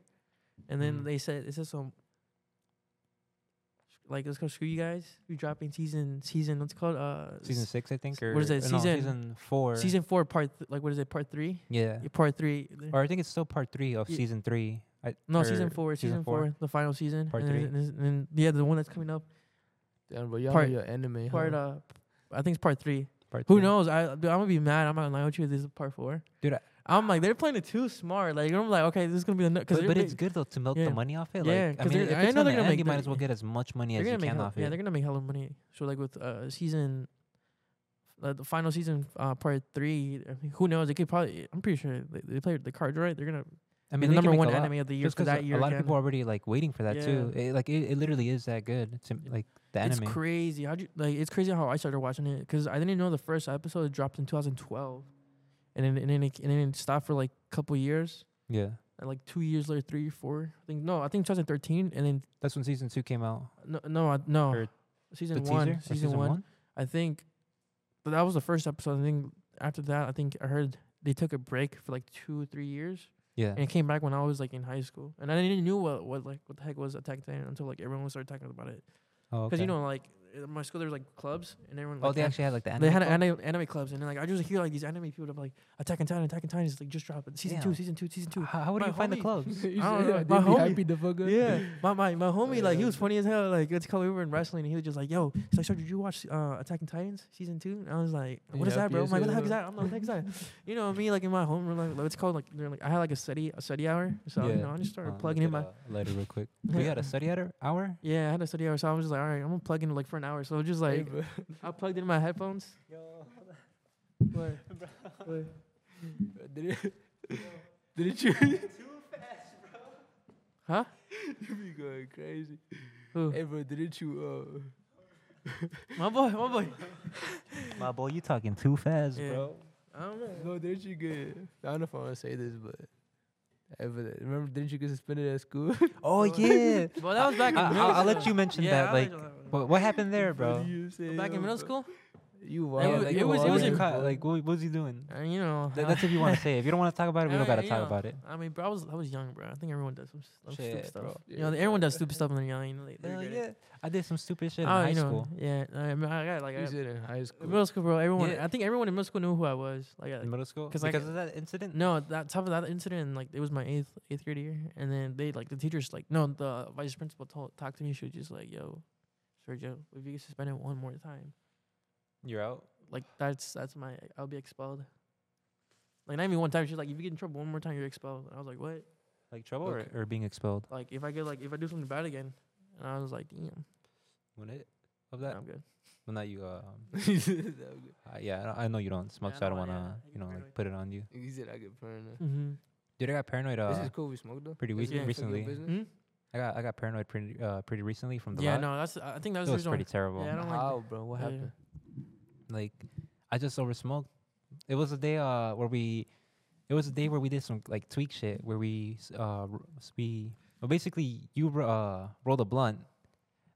S3: and then
S1: Mm.
S3: they said it says some like let's go screw you guys. You dropping season season what's it called uh
S1: season
S3: s-
S1: six, I think, or
S3: what is it,
S1: uh, no,
S3: season-
S1: season four?
S3: season four part th- like what is it part three
S1: yeah.
S3: Yeah, part three
S1: or I think it's still part three of
S3: Ye-
S1: season three. I,
S3: no
S1: or
S3: season four season, four, the final season
S1: Part
S3: and then-
S1: three.
S3: and, then- and yeah the one that's coming up
S2: Damn, but y'all
S3: Part-
S2: know your anime.
S3: part
S2: huh?
S3: uh I think it's part three
S1: part
S3: Who
S1: three.
S3: knows? I dude, I'm gonna be mad. I'm not gonna lie with you. This is part four,
S1: Dude, I-
S3: I'm like they're playing it too smart. Like I'm like, okay, this is gonna be the because
S1: But, but it's good though to milk
S3: yeah.
S1: the money off it.
S3: Yeah,
S1: like, I
S3: 'cause
S1: mean,
S3: they're-
S1: if
S3: I
S1: it's
S3: know
S1: on the
S3: they're gonna
S1: end,
S3: make
S1: you might
S3: the-
S1: as well get as much money
S3: they're
S1: as
S3: gonna
S1: you
S3: make
S1: can
S3: hell,
S1: off
S3: yeah, they're
S1: it.
S3: gonna make hella money. So like with uh season, uh, the final season uh part three. I mean, who knows? They could probably. I'm pretty sure they, they played the cards right. They're gonna
S1: I mean,
S3: be
S1: they
S3: the
S1: can
S3: number
S1: make
S3: one
S1: a lot,
S3: anime of the year
S1: just
S3: for
S1: 'cause
S3: that
S1: a
S3: year.
S1: lot of
S3: again.
S1: people are already like waiting for that
S3: Yeah.
S1: too. It, like it, it literally is that good. To, like the
S3: It's
S1: anime.
S3: crazy. How you like? It's crazy how I started watching it because I didn't know the first episode dropped in 2012, and then and then it, and then it stopped for like a couple years.
S1: yeah,
S3: and like two years later, three, four. I think no, I think 2013, and then
S1: that's when season two came out.
S3: no, no, I- no,
S1: Or The
S3: season
S1: teaser,
S3: one,
S1: or
S3: season, one, I think, but that was the first episode. I think after that, I think I heard they took a break for like two, three years,
S1: Yeah,
S3: and it came back when I was like in high school, and I didn't even knew what what like what the heck was Attack on Titan until like everyone started talking about it
S1: oh,
S3: because
S1: okay.
S3: you know like in my school there was like clubs and everyone
S1: oh,
S3: like,
S1: they
S3: had-
S1: actually had like the anime.
S3: they had
S1: club?
S3: anime, anime clubs and then like I just hear like these anime people that be like Attack on Titan, Attack on Titan is like just dropped season two,
S1: Damn.
S3: season two, season two.
S1: How, how would
S3: My
S1: you find the
S3: homie-
S1: clubs?
S2: You
S3: I don't
S2: said they
S3: know, my
S2: be
S3: homie.
S2: happy the fucker.
S3: Yeah, my my my homie like he
S1: Uh.
S2: yeah.
S3: was funny as hell. Like it's called we were in wrestling and he was just like, "Yo," he's like, "So did you watch uh, Attacking Titans season 2? And I was like,
S2: He
S3: "What is that,
S2: happy
S3: bro?"
S2: as
S3: I'm like, "What the
S2: hell,
S3: heck is
S2: huh?
S3: that?" I'm like, "What the heck is that?" You know me, like in my homeroom, like, like it's called like during like I had like a study a study hour, so you
S1: Yeah.
S3: know I just started
S1: Uh,
S3: plugging
S1: look
S3: in my
S1: at, uh, Later, real quick. We had a study hour. Hour.
S3: yeah I had a study hour, so I was just like, "All right, I'm gonna plug in like for an hour." So just like I plugged in my headphones. What? What?
S2: Did it? Did it? You
S3: Huh?
S2: you be going crazy.
S3: Who?
S2: Hey, bro, didn't you? Uh,
S3: My boy, my boy.
S1: My boy, you talking too fast,
S3: Yeah.
S1: bro.
S3: I don't know.
S2: No, didn't you get? I don't know if I want to say this, but ever remember? Didn't you get suspended at school?
S1: Oh yeah.
S3: Well, that was back. in
S1: I-
S3: middle
S1: I'll- I'll let
S3: school.
S1: you mention that,
S3: I'll let
S1: like,
S3: you know that one.
S1: What, what happened there, bro?
S2: you say,
S3: back
S2: yo,
S3: in
S2: bro?
S3: middle school.
S2: You
S3: Yeah,
S2: wild.
S3: like,
S2: you
S3: it was- it
S1: what
S2: wild,
S3: was
S1: you
S3: a-
S1: caught?
S2: bro.
S1: Like, what, what was he doing?
S3: Uh, you know,
S1: That,
S3: I-
S1: that's if you want to say. it. If you don't want to talk about it, we
S3: I
S1: don't gotta
S3: mean,
S1: talk
S3: you know,
S1: about it.
S3: I mean, bro, I was I was young, bro. I think everyone does some, s- some stupid
S1: Shit,
S3: stuff.
S1: bro.
S3: You know, everyone does stupid stuff when they're young. You know, they, they're
S1: Hell
S3: good at
S1: yeah,
S3: it.
S1: I did some stupid shit in
S3: Oh,
S1: high
S3: you know,
S1: school.
S3: Yeah, I mean, I got like
S2: You
S3: I,
S2: said in high school.
S3: middle school, bro. Everyone,
S1: Yeah.
S3: I think everyone in middle school knew who I was. Like, I,
S1: In middle school,
S3: 'Cause,
S1: because
S3: like,
S1: of that incident.
S3: no, that top of that incident, like it was my eighth eighth grade year, and then they like the teachers like no, the vice principal told, talked to me. She was just like, "Yo, Sergio, if you get suspended one more time,
S1: You're out.
S3: like that's that's my I'll be expelled." Like not even one time. She's like, "If you get in trouble one more time, you're expelled." And I was like, "What?"
S1: Like trouble
S2: Okay.
S1: or, or being expelled.
S3: Like if I get like if I do something bad again, and I was like, "Damn."
S1: When it of
S3: No,
S1: that,
S3: I'm good.
S1: well, not you. Um,
S2: he said
S1: uh, yeah, I don't- I know you don't smoke,
S3: Yeah, I
S1: so I don't
S3: know,
S1: want to,
S3: yeah, I
S1: you
S3: get
S1: know,
S3: paranoid.
S1: like put it on you.
S2: I get paranoid.
S3: Mm-hmm.
S1: Dude, I got paranoid. Uh,
S2: this is cool. We smoked though.
S1: pretty
S2: This
S3: weak-
S2: is
S1: recently.
S2: fucking
S3: Hmm?
S2: business?
S1: I got I got paranoid pretty uh pretty recently from the
S3: Yeah,
S1: lot.
S3: no, that's. I think that was,
S1: it
S3: the
S1: was
S3: reason
S1: pretty
S3: why-
S1: terrible.
S3: Yeah, I don't like.
S2: How, bro? What
S3: Yeah, yeah.
S2: happened?
S1: like I just oversmoked. It was a day uh where we, it was a day where we did some like tweak shit where we s- uh r- s- we well, basically you ro- uh rolled a blunt,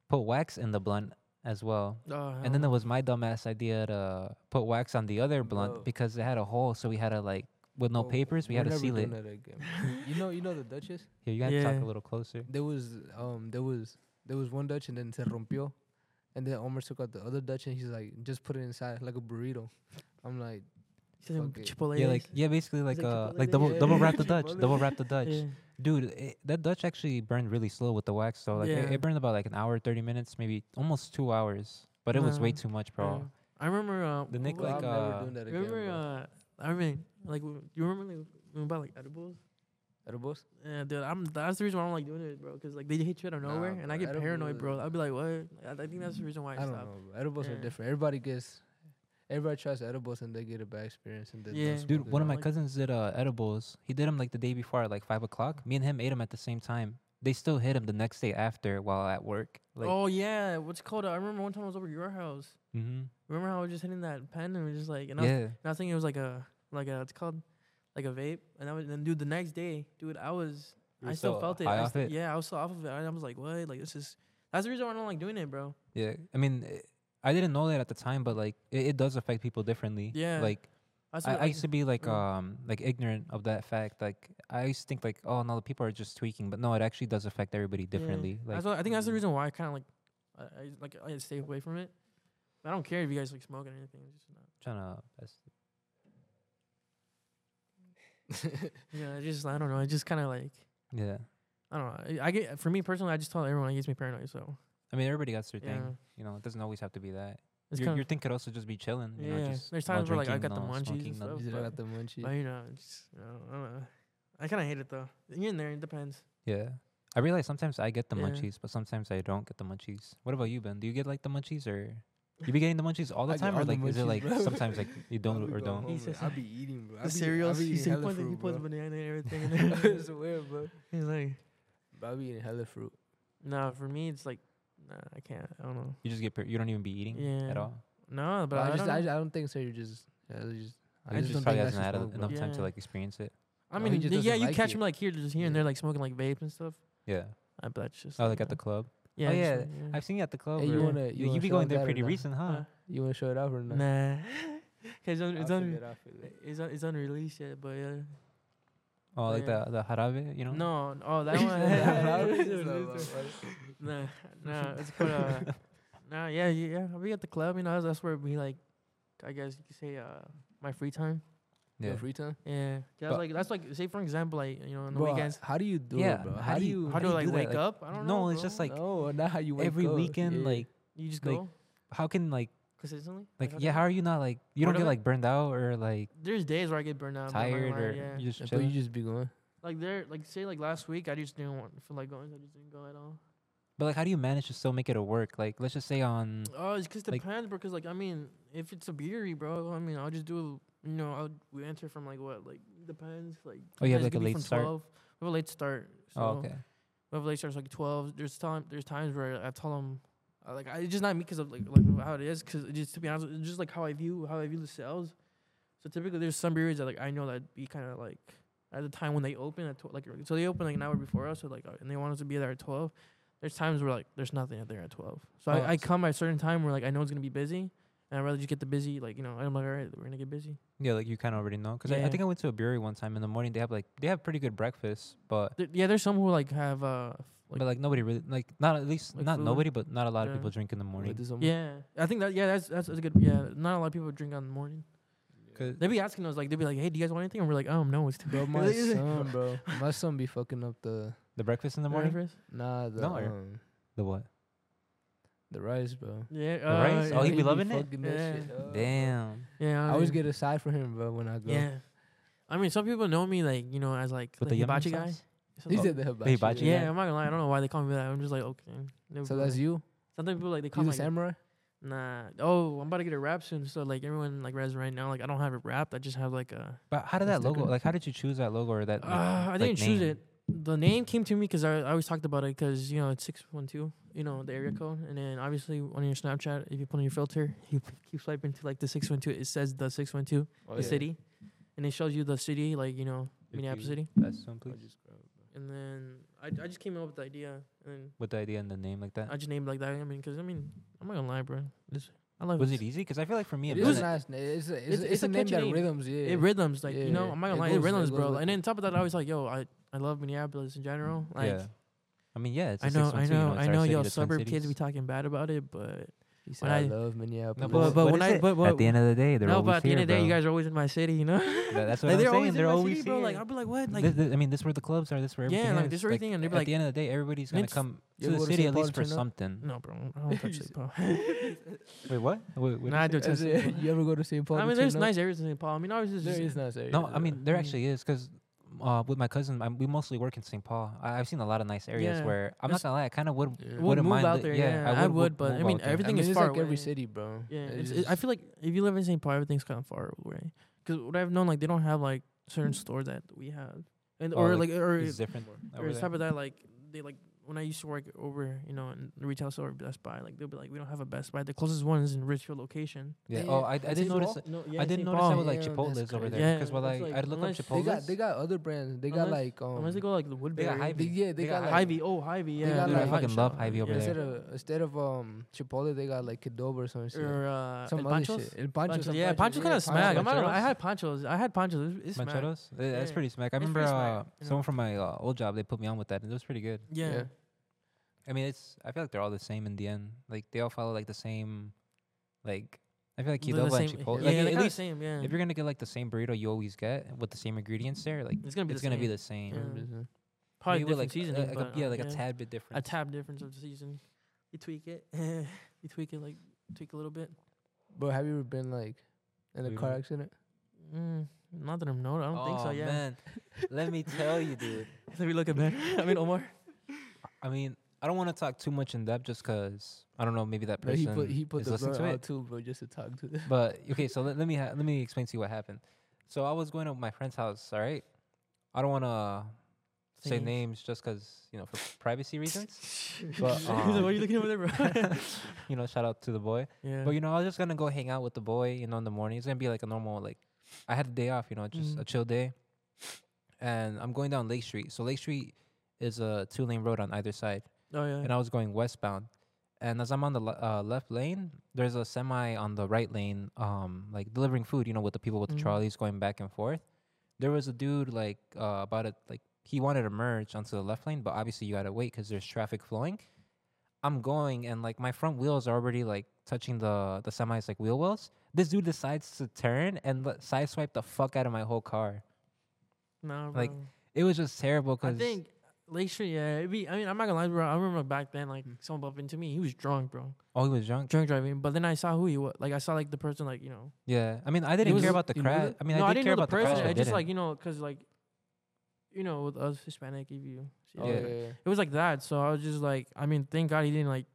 S1: put wax in the blunt as well,
S3: Oh, hell
S1: and then
S3: no.
S1: there was my dumbass idea to put wax on the other blunt
S2: Bro.
S1: because it had a hole, so we had to like with no
S2: Bro,
S1: papers we
S2: we're
S1: had to
S2: never
S1: seal it.
S2: doing that again. you know, you know the Duchess.
S1: Here you got to talk
S3: Yeah.
S1: a little closer.
S2: There was um there was there was one Dutch and then se rompió, and then Omar took out the other Dutch and he's like just put it inside like a burrito. I'm like
S3: She said
S2: fuck it.
S3: Chipotle.
S1: Yeah, like yeah, basically like
S3: like
S1: uh like
S3: Chipotle days?
S1: double
S2: Yeah.
S1: double wrap the Dutch,
S2: Chipotle
S1: double wrap the Dutch.
S3: Yeah.
S1: Dude, it, that Dutch actually burned really slow with the wax. So like
S3: Yeah.
S1: it, it burned about like an hour, thirty minutes, maybe almost two hours. But it was way
S3: Nah,
S1: too much,
S3: yeah.
S1: bro.
S3: I remember. Uh,
S1: The Nick,
S3: what
S1: like,
S2: I'm
S3: was-
S1: uh,
S2: never doing that again.
S3: remember.
S2: bro.
S3: uh, I mean, like, w- you remember like, when we bought like edibles?
S2: Edibles?
S3: Yeah, dude. I'm. That's the reason why I don't like doing it, bro. Cause like they hit you out of
S2: Nah,
S3: nowhere, and I
S2: bro,
S3: get paranoid, bro.
S2: edibles-
S3: I'd be like, what? I, I think that's the reason why I,
S2: I don't
S3: stopped.
S2: know. Bro. Edibles
S3: Yeah.
S2: are different. Everybody gets everybody tries edibles and they get a bad experience and then
S3: Yeah.
S1: Dude, one of my
S3: like-
S1: cousins did uh edibles. He did them like the day before, at, like five o'clock. Me and him ate them at the same time. They still hit him the next day after while at work. Like,
S3: oh yeah, what's it called? I remember one time I was over at your house.
S1: hmm
S3: Remember how I was just hitting that pen and we just like, and I was
S1: yeah,
S3: And I was thinking it was like a like a it's called like a vape. And I was and then dude the next day, dude, I was
S1: You
S3: I
S1: were
S3: still
S1: so
S3: felt it.
S1: high
S3: I
S1: off
S3: st-
S1: it?
S3: Yeah, I was still off of it. I was like, what? Like this is that's the reason why I don't like doing it, bro.
S1: Yeah, I mean, eh, I didn't know that at the time, but like, it, it does affect people differently.
S3: Yeah.
S1: like I, I used to be like
S3: Mm.
S1: um like ignorant of that fact. Like I used to think like, oh no, the people are just tweaking, but no, it actually does affect everybody
S3: Yeah.
S1: differently.
S3: That's
S1: Like,
S3: what- I think that's the
S2: Mhm.
S3: reason why I kind of like, I, I like I stay away from it. I don't care if you guys like smoking or anything. It's just not.
S1: trying to. That's,
S3: Yeah, I just I don't know. I just kind of like
S1: yeah,
S3: I don't know. I, I get for me personally, I just tell everyone it gets me paranoid. So
S1: I mean, everybody got their
S3: yeah,
S1: thing. You know, it doesn't always have to be that.
S3: it's
S1: Your,
S3: kind
S1: your
S3: of
S1: thing could also just be chilling. You know,
S3: Yeah,
S1: just
S3: there's
S1: no
S3: times where, like, I
S1: drinking,
S3: got the
S1: no
S3: munchies and
S1: smoking, no-
S3: stuff.
S2: He's
S3: but-
S2: got the munchies.
S3: you know, just, I don't, I don't know. I kind of hate it though. Here and there, it depends.
S1: Yeah. I realize sometimes I get the
S3: Yeah.
S1: munchies, but sometimes I don't get the munchies. What about you, Ben? Do you get like the munchies or you be getting the munchies all the
S2: I get
S1: time, or
S2: all the
S1: like is it
S2: munchies,
S1: like
S2: bro.
S1: sometimes like you don't
S2: I'll
S1: or
S2: be going
S1: don't?
S3: He
S2: home, bro.
S3: says-
S2: I'll be eating, bro. I'll
S3: The
S2: be,
S3: cereals.
S2: I'll be
S3: He
S2: eating
S3: said he
S2: hella
S3: puts he
S2: fruit,
S3: puts
S2: bro.
S3: banana and everything. in
S2: I
S3: there.
S2: swear, bro.
S3: He's like,
S2: Bro, I'll be eating hella fruit.
S3: nah. For me, it's like, nah. I can't. I don't know.
S1: You just get per- you don't even be eating
S3: Yeah.
S1: at all.
S3: No, but
S2: Bro,
S3: I,
S2: I, just,
S3: don't.
S2: I,
S3: know.
S2: ju- I don't think so. You just, I just,
S1: It
S2: I just,
S1: just
S2: don't
S1: probably
S2: think that's
S1: hasn't
S2: just
S1: had
S2: wrong,
S1: a-
S2: bro.
S1: enough time to
S3: Yeah.
S1: like experience it.
S3: I
S2: No,
S3: mean,
S2: he just
S3: th- yeah,
S2: doesn't
S3: you
S2: like
S3: catch
S2: it.
S3: him like here, just here and
S2: Yeah.
S3: there, like smoking like vape and stuff.
S1: Yeah.
S3: I bet it's just.
S1: Oh,
S3: like,
S1: like at the
S3: uh,
S1: club. oh
S3: Yeah. just,
S1: yeah,
S3: like,
S1: I've seen you at the club.
S2: Hey, you
S1: or-
S2: wanna-
S1: you,
S2: you wanna
S1: be
S2: show
S1: going
S2: us
S1: there
S2: that or
S1: pretty
S2: not?
S1: recent, huh?
S3: Huh?
S2: You want to show it off or not?
S3: Nah. 'Cause it's, un-
S2: I'll
S3: it's,
S2: show
S3: un-
S2: it off for you.
S3: it's, un- it's unreleased yet, but yeah.
S1: Oh, like
S3: Yeah.
S1: the the harabe, you know?
S3: No, n- oh, that one. nah, nah, it's called. Uh, nah, yeah, yeah. yeah. We at the club, you know, that's- that's where we like. I guess you could say uh, my free time.
S1: Yeah.
S2: Free time.
S3: Yeah, that's
S1: But-
S3: like that's like say for example, like you know, on the
S2: Bro,
S3: weekends,
S2: How do you do
S1: Yeah,
S2: it, bro?
S1: how
S2: How
S1: do
S2: do
S1: you-
S2: you?
S3: how do,
S1: do
S3: I like
S1: you do that?
S3: wake
S1: Like,
S3: up? I don't know.
S1: no, it's just
S3: bro.
S1: like
S2: no, not how you wake
S1: every
S2: up.
S1: weekend,
S2: Yeah.
S1: like
S3: you just
S1: like,
S3: go
S1: how can like
S3: consistently.
S1: like
S3: how
S1: yeah,
S3: do
S1: how
S3: you-
S1: are you not like you don't
S3: What
S1: get
S3: if I-
S1: like burned out or like
S3: There's days where I get burned out. but I'm not
S1: tired
S3: gonna lie,
S1: or
S3: yeah.
S1: you just
S2: So you
S1: chilling?
S2: just be going.
S3: like there, like say like last week, I just didn't want feel like going. so I just didn't go at all.
S1: But like, how do you manage to still make it a work? Like, let's just say on
S3: Oh, it's just
S1: Like-
S3: depends, bro. Cause like I mean, if it's a beery, bro, I mean, I'll just do. You know, I'll we enter from like what like depends like.
S1: Oh, you have,
S3: sometimes
S1: like,
S3: it
S1: a
S3: could be
S1: late
S3: from
S1: start?
S3: 12. We have a late start. So
S1: oh, okay,
S3: Revelation starts like twelve. There's time. There's times where I tell them, uh, like, I, it's just not me because of like, like how it is. Because just to be honest, it's just like how I view how I view the sales. So typically, there's some periods that like I know that be kind of like at the time when they open at tw- like so they open like an hour before us. So like uh, and they want us to be there at twelve. There's times where like there's nothing out there at twelve. So
S1: Oh,
S3: I, I
S1: so-
S3: come at a certain time where like I know it's gonna be busy, and I would rather just get the busy like you know I'm like all right we're gonna get busy.
S1: yeah, like you kind of already know because I, I
S3: Yeah.
S1: think I went to a brewery one time in the morning. They have like they have pretty good breakfast, but
S3: There, yeah, there's some who like have uh f- like
S1: but like nobody really like not at least
S3: Like
S1: not
S3: food?
S1: nobody, but not a lot
S3: Yeah.
S1: of people drink in the
S2: Like
S1: morning.
S2: this one-
S3: yeah I think that yeah that's that's a good yeah not a lot of people drink on the morning.
S1: Cause
S3: They be asking us like they be like, "Hey, do you guys want anything?" And we're like, "Oh no, it's too
S2: Bro, my son, bro, my son be fucking up the
S1: the breakfast in the morning,
S2: nah the
S1: No, or-
S2: um,
S1: the what?
S2: the rice, bro.
S3: Yeah, uh,
S1: rice? Oh, he
S3: yeah,
S1: be loving it?
S2: fucking that
S3: Yeah.
S2: shit up, bro.
S1: Damn.
S3: yeah,
S2: I always
S3: mean,
S2: get a side for him, bro, when I go.
S3: Yeah, I mean, some people know me like you know as like
S1: With
S3: the,
S1: the yummy
S3: hibachi guy.
S1: sauce?
S3: So-
S2: He said the hibachi.
S1: hibachi
S3: yeah,
S1: guy.
S3: I'm not gonna lie. I don't know why they call me that. I'm just like, okay. They
S2: So
S3: be
S2: that's
S3: like,
S2: you?
S3: Sometimes people like they call
S2: You
S3: me
S2: a
S3: like,
S2: samurai?
S3: nah. Oh, I'm about to get a wrap soon. So like everyone like res right now. Like I don't have it wrapped. I just have like a.
S1: But how did
S3: That's
S1: that
S3: not
S1: logo?
S3: good.
S1: Like, how did you choose that logo or that?
S3: Uh,
S1: like,
S3: I
S1: like,
S3: didn't choose
S1: name?
S3: it. The name came to me because I, I always talked about it because you know it's six one two. You know the
S2: Mm-hmm.
S3: area code, and then obviously on your Snapchat, if you put on your filter, you keep swiping to like the six one two. It says the six one two.
S2: Oh,
S3: the city, and it shows you the city, like you know
S1: If
S3: Minneapolis
S1: you-
S3: City.
S1: That's simply
S3: And then I, I just came up with the idea, and
S1: with the idea and the name like that.
S3: I just named it like that. I mean, cause I mean, I'm not gonna lie, bro. This I love
S1: was it easy? Because I feel like for me,
S2: It
S1: it,
S3: It
S2: is
S3: was-
S2: a
S1: doesn't.
S2: nice name. It's a, it's,
S3: it's-
S2: a-
S3: it's
S2: it's
S3: a
S2: a name that
S3: catchy name.
S2: rhythms, yeah.
S3: It rhythms, like you know,
S2: Yeah,
S3: I'm not gonna
S2: it
S3: lie,
S2: goes-
S3: it
S2: it
S3: rhythms,
S2: goes
S3: bro.
S2: with
S3: And
S2: it.
S3: then on top of that, I was like, yo, I I love Minneapolis in general. Like
S1: yeah. I mean, yeah, it's
S3: I
S1: a
S3: know,
S1: 612,
S3: I
S1: you
S3: know,
S1: it's
S3: I
S1: our
S3: know,
S1: city,
S3: yo,
S1: the Twin
S3: suburb kids
S1: Cities.
S3: be talking bad about it, but
S2: He said,
S3: when
S2: I,
S3: I-
S2: love Minneapolis.
S1: No,
S3: but-
S1: but,
S3: but
S1: what
S3: when
S1: is
S3: I-
S1: it?
S3: but- but-
S1: at the end of the day, they're
S3: no,
S1: always
S3: but at the end
S1: here,
S3: of the day, you
S1: bro.
S3: guys are always in my city, you know.
S1: Tha- that's what
S3: like,
S1: I'm
S3: they're
S1: saying.
S3: always in
S1: they're
S3: my
S1: always
S3: city, bro. Like
S1: here.
S3: I'll be like, what? Like
S1: Th- th- I mean, this where the clubs are. This where
S3: Yeah,
S1: everything
S3: like,
S1: is.
S3: this where everything- and they'd be
S1: at
S3: like-
S1: the end of the day, everybody's gonna
S3: It's-
S1: come to
S2: You ever
S1: the
S2: go to
S1: city
S2: St.
S1: at least for
S2: Paul to turn up?
S1: something.
S3: no, bro, I don't touch it, bro.
S1: Wait, what? Wait, what
S3: Nah, I
S1: did you
S3: do
S1: say?
S3: touch
S2: As
S3: it.
S2: in, you ever go to St. Paul?
S3: I
S2: to
S3: mean, there's
S2: turn up?
S3: nice areas in St. Paul. I mean, obviously, it's
S2: There
S3: just-
S2: is nice areas.
S1: No, I mean there
S3: Mm.
S1: actually is because uh, with my cousin, i we mostly work in St. Paul. I, I've seen a lot of nice areas
S3: Yeah.
S1: where I'm
S3: That's-
S1: not gonna lie, I kind of would
S2: Yeah. Would
S1: wouldn't
S3: move
S1: mind.
S3: out
S1: li-
S3: there,
S1: Yeah,
S3: yeah, I
S1: would,
S3: would, but, I
S1: move
S3: mean,
S1: out there.
S3: everything
S2: I mean,
S3: is
S2: it's
S3: far
S2: like every
S3: away.
S2: city, bro.
S3: Yeah,
S2: It's
S3: it's,
S2: just-
S3: I feel like if you live in St. Paul, everything's kind of far away. Because what I've known, like they don't have like certain stores that we have, and
S1: Oh,
S3: or
S1: like,
S3: like or,
S1: It's different.
S3: or
S1: over
S3: on
S1: there.
S3: top of that, like they like when I used to work over, you know, in the retail store Best Buy, like they'll be like, we don't have a Best Buy. The closest one is in Richfield location.
S1: Yeah.
S2: Yeah,
S1: Oh, I, I
S2: it's
S1: didn't
S2: Saint
S1: notice.
S2: Paul?
S1: That,
S3: No,
S1: I
S3: Saint
S1: didn't notice that
S3: Paul.
S1: was like
S2: Damn,
S1: Chipotle's
S2: that's
S1: over
S2: crazy.
S1: there
S3: Yeah,
S1: because well,
S3: that's
S1: like,
S3: like-
S1: I'd look up
S3: unless they
S1: Chipotle's.
S2: They got they got other brands. They got
S3: Unless-
S2: like um.
S3: Unless they go like the Woodbury.
S2: they,
S1: Hy-Vee.
S2: yeah, they,
S1: They
S2: got,
S1: got
S2: like
S1: Hy-Vee.
S3: Hy-Vee. Oh, Hy-Vee. Yeah.
S2: They got, like-
S3: the
S2: I
S3: Hy-Vee
S1: fucking love
S3: shop.
S1: Hy-Vee over
S3: Yeah.
S1: there.
S2: instead of instead of um Chipotle, they got like Qdoba or some shit.
S3: Or uh,
S2: some
S3: El
S2: other
S3: Panchos.
S2: shit. El Pancho,
S3: Panchos,
S2: some
S3: yeah,
S2: Pancho,
S3: Panchos kind
S2: yeah,
S3: of smack. I'm not,
S1: Panchos.
S3: I had Panchos. I had Panchos. It's, it's smack.
S1: Mancheros? Uh, That's
S3: Yeah.
S1: pretty smack. I
S3: It's
S1: remember
S3: pretty smack,
S1: uh,
S3: you know.
S1: someone from my uh, old job they put me on with that, and it was pretty good.
S3: Yeah.
S2: Yeah.
S1: I mean, it's I feel like they're all the same in the end. Like they all follow like the same, like I feel like
S3: They're the
S1: Qdoba and
S3: same-
S1: Chipotle.
S3: Yeah,
S1: like,
S3: they're
S1: at
S3: kinda
S1: least
S3: same. Yeah.
S1: if you're gonna get like the same burrito you always get with the same ingredients there, like
S3: It's gonna be
S1: it's
S3: the
S1: gonna be
S3: same.
S1: the same.
S3: Yeah.
S2: Yeah.
S3: probably
S1: Maybe with,
S3: different
S1: like,
S3: season.
S1: uh, like a, yeah, like a tad bit different.
S3: a tab difference of the season. You tweak it, you tweak it like tweak a little bit.
S2: Bro, have you ever been like in a
S1: What do you
S2: car
S1: mean?
S2: accident?
S3: Mm, not that I'm not. I don't think so.
S1: Oh,
S3: Yeah.
S1: man. Let me tell you, dude.
S3: Let me look at that. I mean, Omar.
S1: I mean, I don't want to talk too much in depth just because I don't know. Maybe that
S2: Bro,
S1: person
S2: he put he put
S1: is
S2: the
S1: listening
S2: blur
S1: to it.
S2: out too, bro, just to talk to them.
S1: But okay, so let, let me ha- let me explain to you what happened. So I was going to my friend's house. All right, I don't want to say names just 'cause you know for privacy reasons. But,
S2: um,
S3: He's like, "Why are you looking over there, bro?"
S1: you know, shout out to the boy.
S3: yeah.
S1: But you know, I was just gonna go hang out with the boy. You know, in the morning, it's gonna be like a normal like. I had a day off. You know, just
S3: Mhm.
S1: a chill day. And I'm going down Lake Street. So Lake Street is a two lane road on either side
S3: oh yeah.
S1: and I was going westbound. And as I'm on the le- uh, left lane, there's a semi on the right lane, um, like delivering food. You know, with the people with the
S3: Mhm.
S1: trolleys going back and forth. There was a dude like uh, about it, like he wanted to merge onto the left lane, but obviously you gotta wait because there's traffic flowing. I'm going and like my front wheels are already like touching the the semi's like wheel wells. This dude decides to turn and le- sideswipe the fuck out of my whole car.
S3: no, bro.
S1: like, It was just terrible
S3: I
S1: because
S3: think Lake Street. Yeah. It'd be, I mean, I'm not gonna lie, bro. I remember back then, like
S1: Mm.
S3: someone bumped into me. He was drunk, bro.
S1: oh he was drunk.
S3: Drunk driving. But then I saw who he was. Like I saw like the person, like you know.
S1: Yeah, I mean I didn't
S3: was-
S1: care about the
S2: you knew
S1: crash.
S2: that?
S1: I mean
S3: no,
S1: I
S3: I
S1: did
S3: didn't
S1: care
S3: know
S1: about
S3: the
S1: the crash.
S3: person.
S1: but
S3: I just
S1: didn't.
S3: like you know, cause like, you know, with us Hispanic, if you see,
S2: Oh,
S1: Yeah.
S2: yeah.
S3: like,
S2: yeah.
S3: it was like that. So I was just like, I mean, thank God he didn't like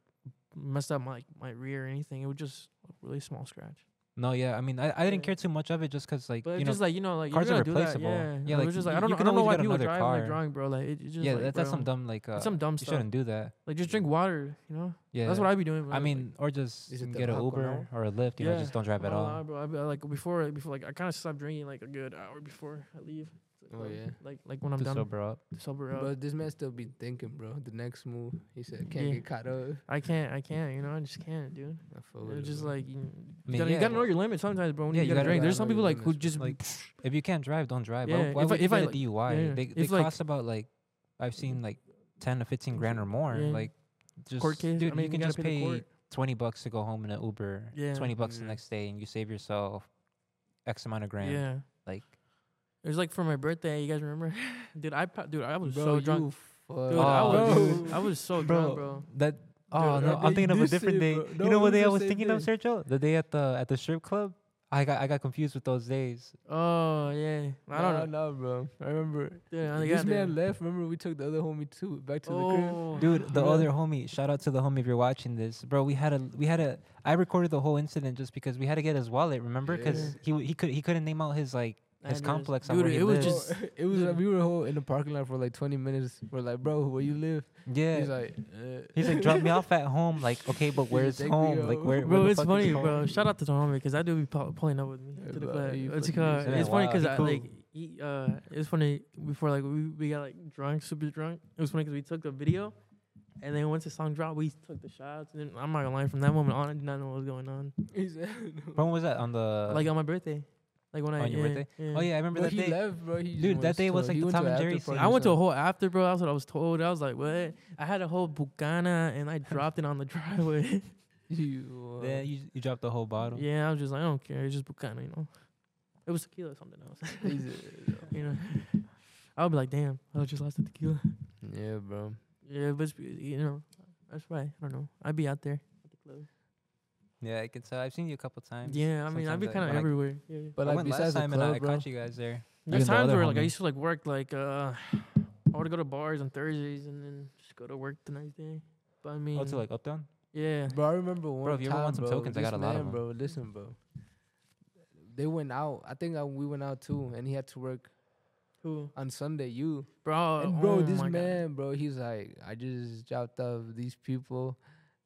S3: mess up my my rear or anything. It was just a really small scratch.
S1: No, yeah. I mean, I, I didn't
S3: Yeah.
S1: care too much of it just because, like,
S3: But
S1: you
S3: it's
S1: know,
S3: just like you know, like
S1: cars
S3: you're
S1: are
S3: gonna do that,
S1: replaceable.
S3: yeah.
S1: Yeah,
S3: It
S1: like,
S3: was just
S1: you-
S3: like I don't,
S1: you
S3: I
S1: can
S3: don't know
S1: always
S3: why
S1: get
S3: people
S1: another
S3: drive
S1: car.
S3: like drunk, bro. Like it, it's just
S1: yeah,
S3: like,
S1: that, that's
S3: bro,
S1: some dumb, like, uh,
S3: it's some dumb
S1: you
S3: stuff.
S1: shouldn't do that.
S3: Like just drink water, you know.
S1: Yeah.
S3: That's what I'd be doing.
S1: I mean, or just
S2: Is it the
S1: get an
S2: Paco
S1: Uber or a Lyft, you know,
S3: Yeah.
S1: just don't drive at all.
S3: bro. I, like before, like, before, like I kind of stopped drinking like a good hour before I leave. It's like,
S2: Oh,
S3: bro,
S2: yeah.
S3: Like like when I'm
S1: to
S3: done sober,
S1: sober up.
S3: up.
S2: Bro, this man still be thinking, bro. The next move, he said, can't
S3: Yeah.
S2: get caught up.
S3: I can't, I can't. You know, I just can't, dude.
S2: I feel
S3: It's
S2: it,
S3: just
S2: bro.
S3: like you,
S1: mean,
S3: gotta, you
S1: yeah,
S3: gotta
S1: but-
S3: know your limits sometimes, bro. When
S1: Yeah,
S3: you
S1: you
S3: gotta,
S1: gotta
S3: drink. There's
S2: know
S3: some
S2: your
S3: people like who
S2: limits,
S3: just
S1: Like, if you can't drive, don't drive.
S3: Yeah,
S1: why why
S3: if I-
S1: would you
S3: if I,
S1: get a
S3: like-
S1: DUI?
S3: yeah,
S1: They,
S3: if,
S1: they
S3: like-
S1: cost about, like, I've seen, like, 10 to 15 grand or more.
S3: Yeah.
S1: Like, just,
S3: court case.
S1: dude,
S3: I mean,
S1: you can
S3: gotta
S1: just
S3: pay the
S1: pay
S3: court.
S1: 20 bucks to go home in an Uber,
S3: Yeah.
S1: 20 bucks the
S2: Yeah.
S1: next day, and you save yourself X amount of grand.
S3: Yeah.
S1: Like,
S3: It was like for my birthday. You guys remember? dude, I pa- dude, I was
S2: Bro,
S3: so
S2: you
S3: drunk.
S2: fuck.
S3: Dude, I was
S1: bro.
S3: I was so drunk, bro.
S1: That oh
S2: Dude,
S1: no,
S2: I
S1: I'm
S2: did
S1: thinking of a
S2: this
S1: different day.
S2: day, bro.
S1: you
S2: No,
S1: know what
S2: it was
S1: day I
S2: the
S1: was
S2: same
S1: thinking of,
S2: day.
S1: Sergio? The day at the at the strip club. I got I got confused with those days.
S3: Oh yeah. I don't know.
S2: know, bro. I remember
S3: Dude, I
S2: this
S3: got
S2: man
S3: there.
S2: left. Remember, we took the other homie too back to the crib.
S3: Oh,
S1: Dude, the
S3: bro.
S1: other homie, shout out to the homie if you're watching this, bro. We had a we had a I recorded the whole incident just because we had to get his wallet, remember? Because
S2: Yeah.
S1: he w- he could he couldn't name out his like his
S3: Address.
S1: complex on
S3: Dude,
S1: where he
S3: it was
S1: lives.
S3: just-
S2: Bro, it was like we were whole in the parking lot for like 20 minutes. We're like, bro, where you live?
S1: yeah.
S2: He's like, uh.
S1: He's like, drop me off at home. Like, okay, but where's
S2: take me
S1: home? Like,
S2: home.
S1: where? where
S3: Bro,
S1: the
S3: it's
S1: fuck is
S3: funny,
S1: home?
S3: bro. Shout out to the homie because that dude be pu- pulling up with me
S2: Yeah,
S3: to the
S2: bro,
S3: club.
S2: you
S3: It's,
S2: fucking
S3: uh,
S1: use it.
S3: it's funny
S1: Wow,
S3: because
S1: he
S3: I
S1: cool.
S3: like he, uh, it's funny before like we, we got like drunk, super drunk. It was funny because we took the video, and then once the song dropped, we took the shots. And then, I'm not gonna lie, from that moment on, I did not know what was going on.
S1: Uh,
S2: He said,
S1: When was that on the?
S3: like on my birthday, like when I
S1: on your
S3: yeah,
S1: birthday? oh yeah, I remember
S2: Bro,
S1: that
S2: he
S1: day.
S2: left, bro. He just
S1: Dude,
S2: went
S1: that day was
S2: to-
S1: like
S2: he
S1: the
S2: went
S1: Tom and
S2: after
S1: Jerry
S2: party
S1: scene.
S3: I went to a
S2: or
S3: whole after, bro. That's what I was told. I was like, what? I had a whole bucana and I dropped it on the driveway.
S2: something. You, uh,
S1: Yeah, you you dropped the whole bottle.
S3: yeah, I was just like, I don't care. It's just bucana, you know. It was tequila or something else.
S2: he said,
S3: you know. I would be like, damn, I just lost the tequila.
S2: yeah, bro.
S3: Yeah, but it's, you know, that's why I don't know. I'd be out there at the club.
S1: Yeah, I can tell. I've seen you a couple times.
S3: Yeah, I mean, I'd
S1: Sometimes
S3: be
S1: I-
S3: kind
S1: when
S3: of
S1: I-
S3: everywhere. Yeah, yeah.
S2: But
S1: I
S2: like
S1: went
S2: besides
S1: last
S2: the
S1: time and I- I
S2: club, bro.
S1: caught you guys there.
S3: There's
S1: Even the
S3: times
S1: other
S3: where like I
S1: homie.
S3: used to like work like uh, I would go to bars on Thursdays and then just go to work the next day. But I mean,
S1: Oh, to like up down.
S3: yeah,
S2: Bro, I remember one
S1: if you ever want
S2: time,
S1: some
S2: bro,
S1: tokens, I
S2: this
S1: got a lot of
S2: man, Bro, listen, bro. They went out. I think I, we went out too, and he had to work
S3: Who,
S2: on Sunday. You
S3: bro?
S2: and bro,
S3: oh
S2: this
S3: my God.
S2: man, bro, he's like, I just dropped off these people,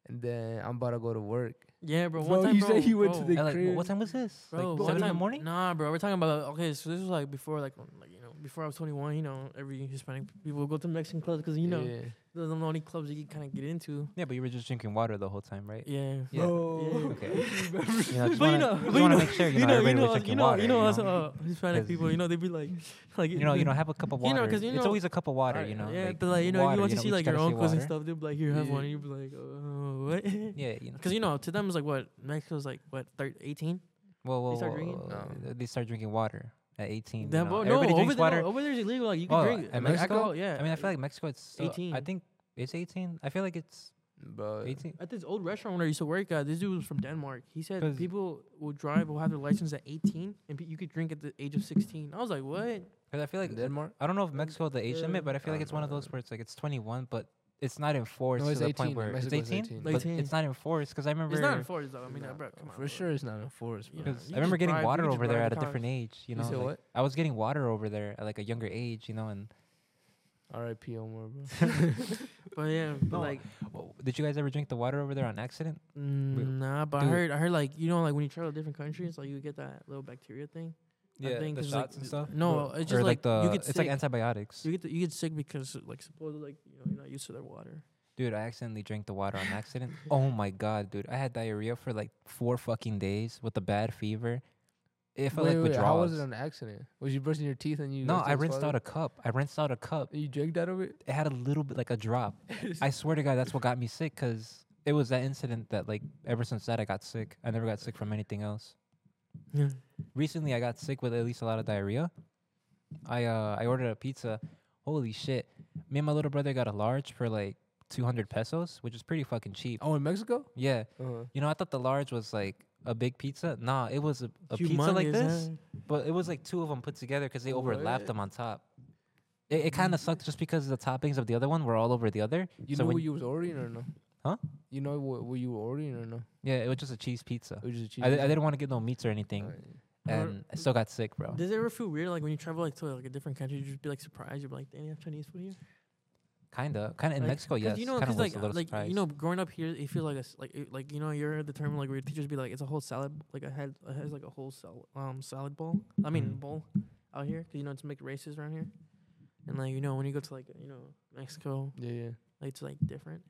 S2: and then I'm about to go to work.
S3: Yeah, bro.
S2: Bro,
S3: one time,
S2: you said
S3: bro, oh.
S2: he went to
S3: bro.
S2: the
S1: And, like, wh-
S2: crib.
S1: what time was this?
S3: Bro,
S1: like
S3: one
S1: seven in the
S3: time-
S1: morning.
S3: Nah, bro. We're talking about okay. So this was like before, like, when, like you know, before I was 21. You know, every Hispanic people go to Mexican clubs because you know
S2: yeah.
S3: those are the only clubs you kind of get into.
S1: Yeah, but you were just drinking water the whole time, right?
S3: Yeah.
S1: Yeah.
S3: Oh.
S2: Bro.
S1: Okay. you know, I just
S3: But you
S1: wanna,
S3: know,
S1: just
S3: but
S1: wanna make sure you know, everybody was
S3: us-
S1: drinking
S3: you know,
S1: water.
S3: you know, us,
S1: you know,
S3: uh, Hispanic
S1: 'Cause
S3: people, you know, they'd be like, like
S1: you know, you know, have a cup of
S3: you
S1: water.
S3: know, 'cause you
S1: it's
S3: know-
S1: always a cup of water,
S3: Alright,
S1: you know.
S3: Yeah,
S1: like,
S3: but like you know, if
S1: water,
S3: you want to
S1: know,
S3: see
S1: we
S3: like
S1: just
S3: your
S1: gotta say
S3: uncles and
S1: water.
S3: stuff, they'd be like, here, have
S2: Yeah.
S3: one. And you'd be like, oh, what? Because
S1: Yeah, you know.
S3: you know, to them it's like what Mexico's like what thir- 18.
S1: Well, well, uh,
S3: They start drinking?
S2: No.
S1: they start drinking water at 18.
S3: That-
S1: you know.
S3: but
S1: Everybody
S3: no, over
S1: drinks
S3: there,
S1: water.
S3: over there is illegal. Like you can
S1: Oh,
S3: drink
S1: at
S3: like,
S1: Mexico?
S3: alcohol. Yeah,
S1: I mean, I feel like Mexico, it's still-
S3: 18.
S1: I think it's 18. I feel like it's
S2: Bro,
S1: 18.
S3: At this old restaurant where I used to work at, this dude was from Denmark. He said
S1: 'Cause-
S3: people will drive, will have their license at 18, and pe- you could drink at the age of 16. I was like, what?
S1: Because I feel like
S2: Denmark.
S1: I don't know if Mexico the age
S3: Yeah.
S1: limit, but I feel
S2: I
S1: like it's one of
S2: don't
S1: those where it's like it's 21, but it's not enforced
S2: No,
S1: to
S2: it's
S1: the
S2: 18.
S1: point where it's
S2: Mexico's
S1: 18,
S2: 18.
S1: but
S3: 18.
S1: it's not enforced. Because I remember,
S3: It's not enforced though. I mean,
S2: Nah,
S3: uh, bro, come on.
S2: for
S3: bro.
S2: sure it's not enforced, bro.
S3: Yeah.
S1: 'cause
S3: You
S1: I
S3: just
S1: remember
S3: bribe-
S1: getting
S3: you
S1: water
S3: just
S1: over there
S3: bribe
S1: at a
S3: cops.
S1: different age. You
S2: You
S1: know,
S2: said
S1: like,
S2: what?
S1: I was getting water over there at like a younger age. You know, and
S2: R.I.P. Omar, bro.
S3: But yeah, but
S1: No,
S3: like,
S1: Well, did you guys ever drink the water over there on accident?
S3: mm, nah. But I
S1: Dude.
S3: heard, I heard like you know, like when you travel to different countries, like you get that little bacteria thing. I think
S1: the
S3: 'cause,
S1: shots
S3: like,
S1: and
S3: th-
S1: stuff.
S3: No, it's just
S1: or
S3: like,
S1: like, the
S3: you get
S1: it's
S3: sick.
S1: like antibiotics.
S3: you get the, you get sick because like supposedly like you know you're not used to their water.
S1: Dude, I accidentally drank the water on accident. oh my god, dude. I had diarrhea for like four fucking days with a bad fever. It felt like withdrawals.
S2: how was it an accident? Was you brushing your teeth and you?
S1: no, I rinsed out a cup. I rinsed out a cup.
S2: You drank out of it?
S1: It had a little bit like a drop. I swear to god, that's what got me sick cuz it was that incident that like ever since that I got sick. I never got sick from anything else.
S3: Yeah.
S1: Recently, I got sick with at least a lot of diarrhea. I uh I ordered a pizza. Holy shit. Me and my little brother got a large for like 200 pesos, which is pretty fucking cheap.
S2: Oh, in Mexico?
S1: Yeah.
S2: Uh-huh.
S1: You know, I thought the large was like a big pizza. Nah, it was a, a pizza like
S3: Humongous,
S1: this,
S3: huh?
S1: but it was like two of them put together because they overlapped
S2: What?
S1: them on top. It, it kind of sucked just because the toppings of the other one were all over the other.
S2: You
S1: So
S2: know
S1: when
S2: what you was ordering or no?
S1: Huh?
S2: You know what, what you were ordering or no?
S1: Yeah, it was just a cheese pizza.
S2: It was just cheese.
S1: I, di- I didn't want to get no meats or anything,
S3: Or-
S1: and I still got sick, bro.
S3: Does it ever feel weird like when you travel like to like a different country, you just be like surprised? You're like, damn, they have Chinese food here.
S1: Kinda, kinda in
S3: Like,
S1: Mexico,
S3: 'cause
S1: yes.
S3: You know,
S1: kinda
S3: because
S1: was
S3: like,
S1: a little
S3: like
S1: surprised.
S3: you know, growing up here, it feels like a s- like it- like you know, you heard the term like where your teachers be like, it's a whole salad. Like I had I has like a whole sal- um salad bowl. I mean
S1: Mhm.
S3: bowl out here because you know it's make races around here, and like you know when you go to like you know Mexico,
S2: Yeah, yeah.
S3: like it's like different.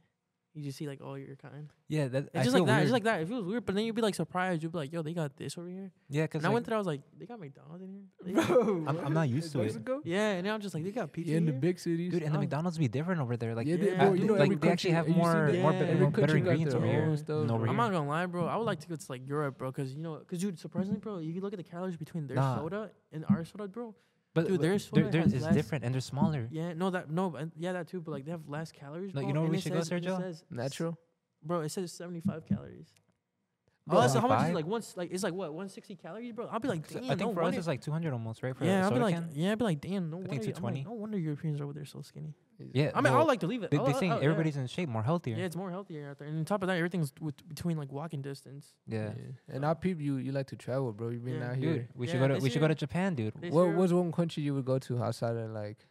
S3: You just see like all your kind.
S1: yeah, that,
S3: It's
S1: I
S3: just like
S1: feel
S3: that.
S1: weird.
S3: It's just like that. It feels weird, but then you'd be like surprised. You'd be like, yo, they got this over here.
S1: yeah, because
S3: And I went there, I was like, they got McDonald's in here. They got-"
S2: Bro,
S1: I'm- I'm not used to it.
S2: Mexico?
S3: yeah, and now I'm just like, they got pizza
S2: Yeah, in the
S3: here?"
S2: big cities.
S1: dude, and the
S3: Oh.
S1: McDonald's be different over there. Like,
S2: yeah, they,
S3: Yeah,
S2: bro,
S1: I-
S2: you
S3: dude,
S2: know,
S1: like,
S2: every
S1: they actually
S2: country-
S1: have
S2: you seen
S1: more,
S2: that?
S1: more
S3: Yeah.
S1: be-
S3: Every
S1: better
S2: country got
S1: ingredients
S2: their
S1: over here.
S2: own stuff,
S1: than over
S2: bro.
S1: here.
S3: I'm not gonna lie, bro. I would like to go to like Europe, bro, because you know, because dude, surprisingly, bro, you look at the calories between their
S1: Nah.
S3: soda and our soda, bro.
S1: But
S3: Dude,
S1: but
S3: their soda
S1: they're, they're,
S3: has
S1: it's
S3: less-
S1: different, and they're smaller.
S3: Yeah, no, that no, but- yeah, that too. But like, they have less calories.
S1: No,
S3: bro,
S1: you know where
S3: and
S1: we
S3: it
S1: should go,
S3: says- and it
S1: Sergio?
S3: says-
S2: Natural.
S3: bro. It says 75 calories.
S1: Bro,
S3: Oh, so how much is it?
S1: 75?
S3: like once? Like it's like what 160 calories, bro. I'll be like,
S1: 'Cause
S3: damn,
S1: I think
S3: no
S1: for us
S3: wonder.
S1: it's like 200 almost, right? For a
S3: yeah, I'll be
S1: soda
S3: like, "Oh,
S1: can?
S3: yeah, I'd be like, damn, no
S1: I think
S3: wonder. you- I'm
S1: 220.
S3: like, no wonder Europeans are over there so skinny.
S1: yeah.
S3: I mean, I
S1: well,
S3: would like to leave it.
S1: they,
S3: I
S1: they
S3: would-
S1: saying
S3: I would- oh, yeah.
S1: everybody's in shape, more healthier.
S3: Yeah, it's more healthier out there, and on top of that, everything's with, between like walking distance.
S1: yeah.
S2: And I peep you. You like to travel, bro. You've been
S3: Yeah.
S2: out
S1: dude,
S2: here.
S1: we
S3: Yeah,
S1: should go to
S3: this
S1: we should go to
S3: year-
S1: Japan, dude.
S3: This
S2: What
S3: year-
S2: was one country you would go to outside of like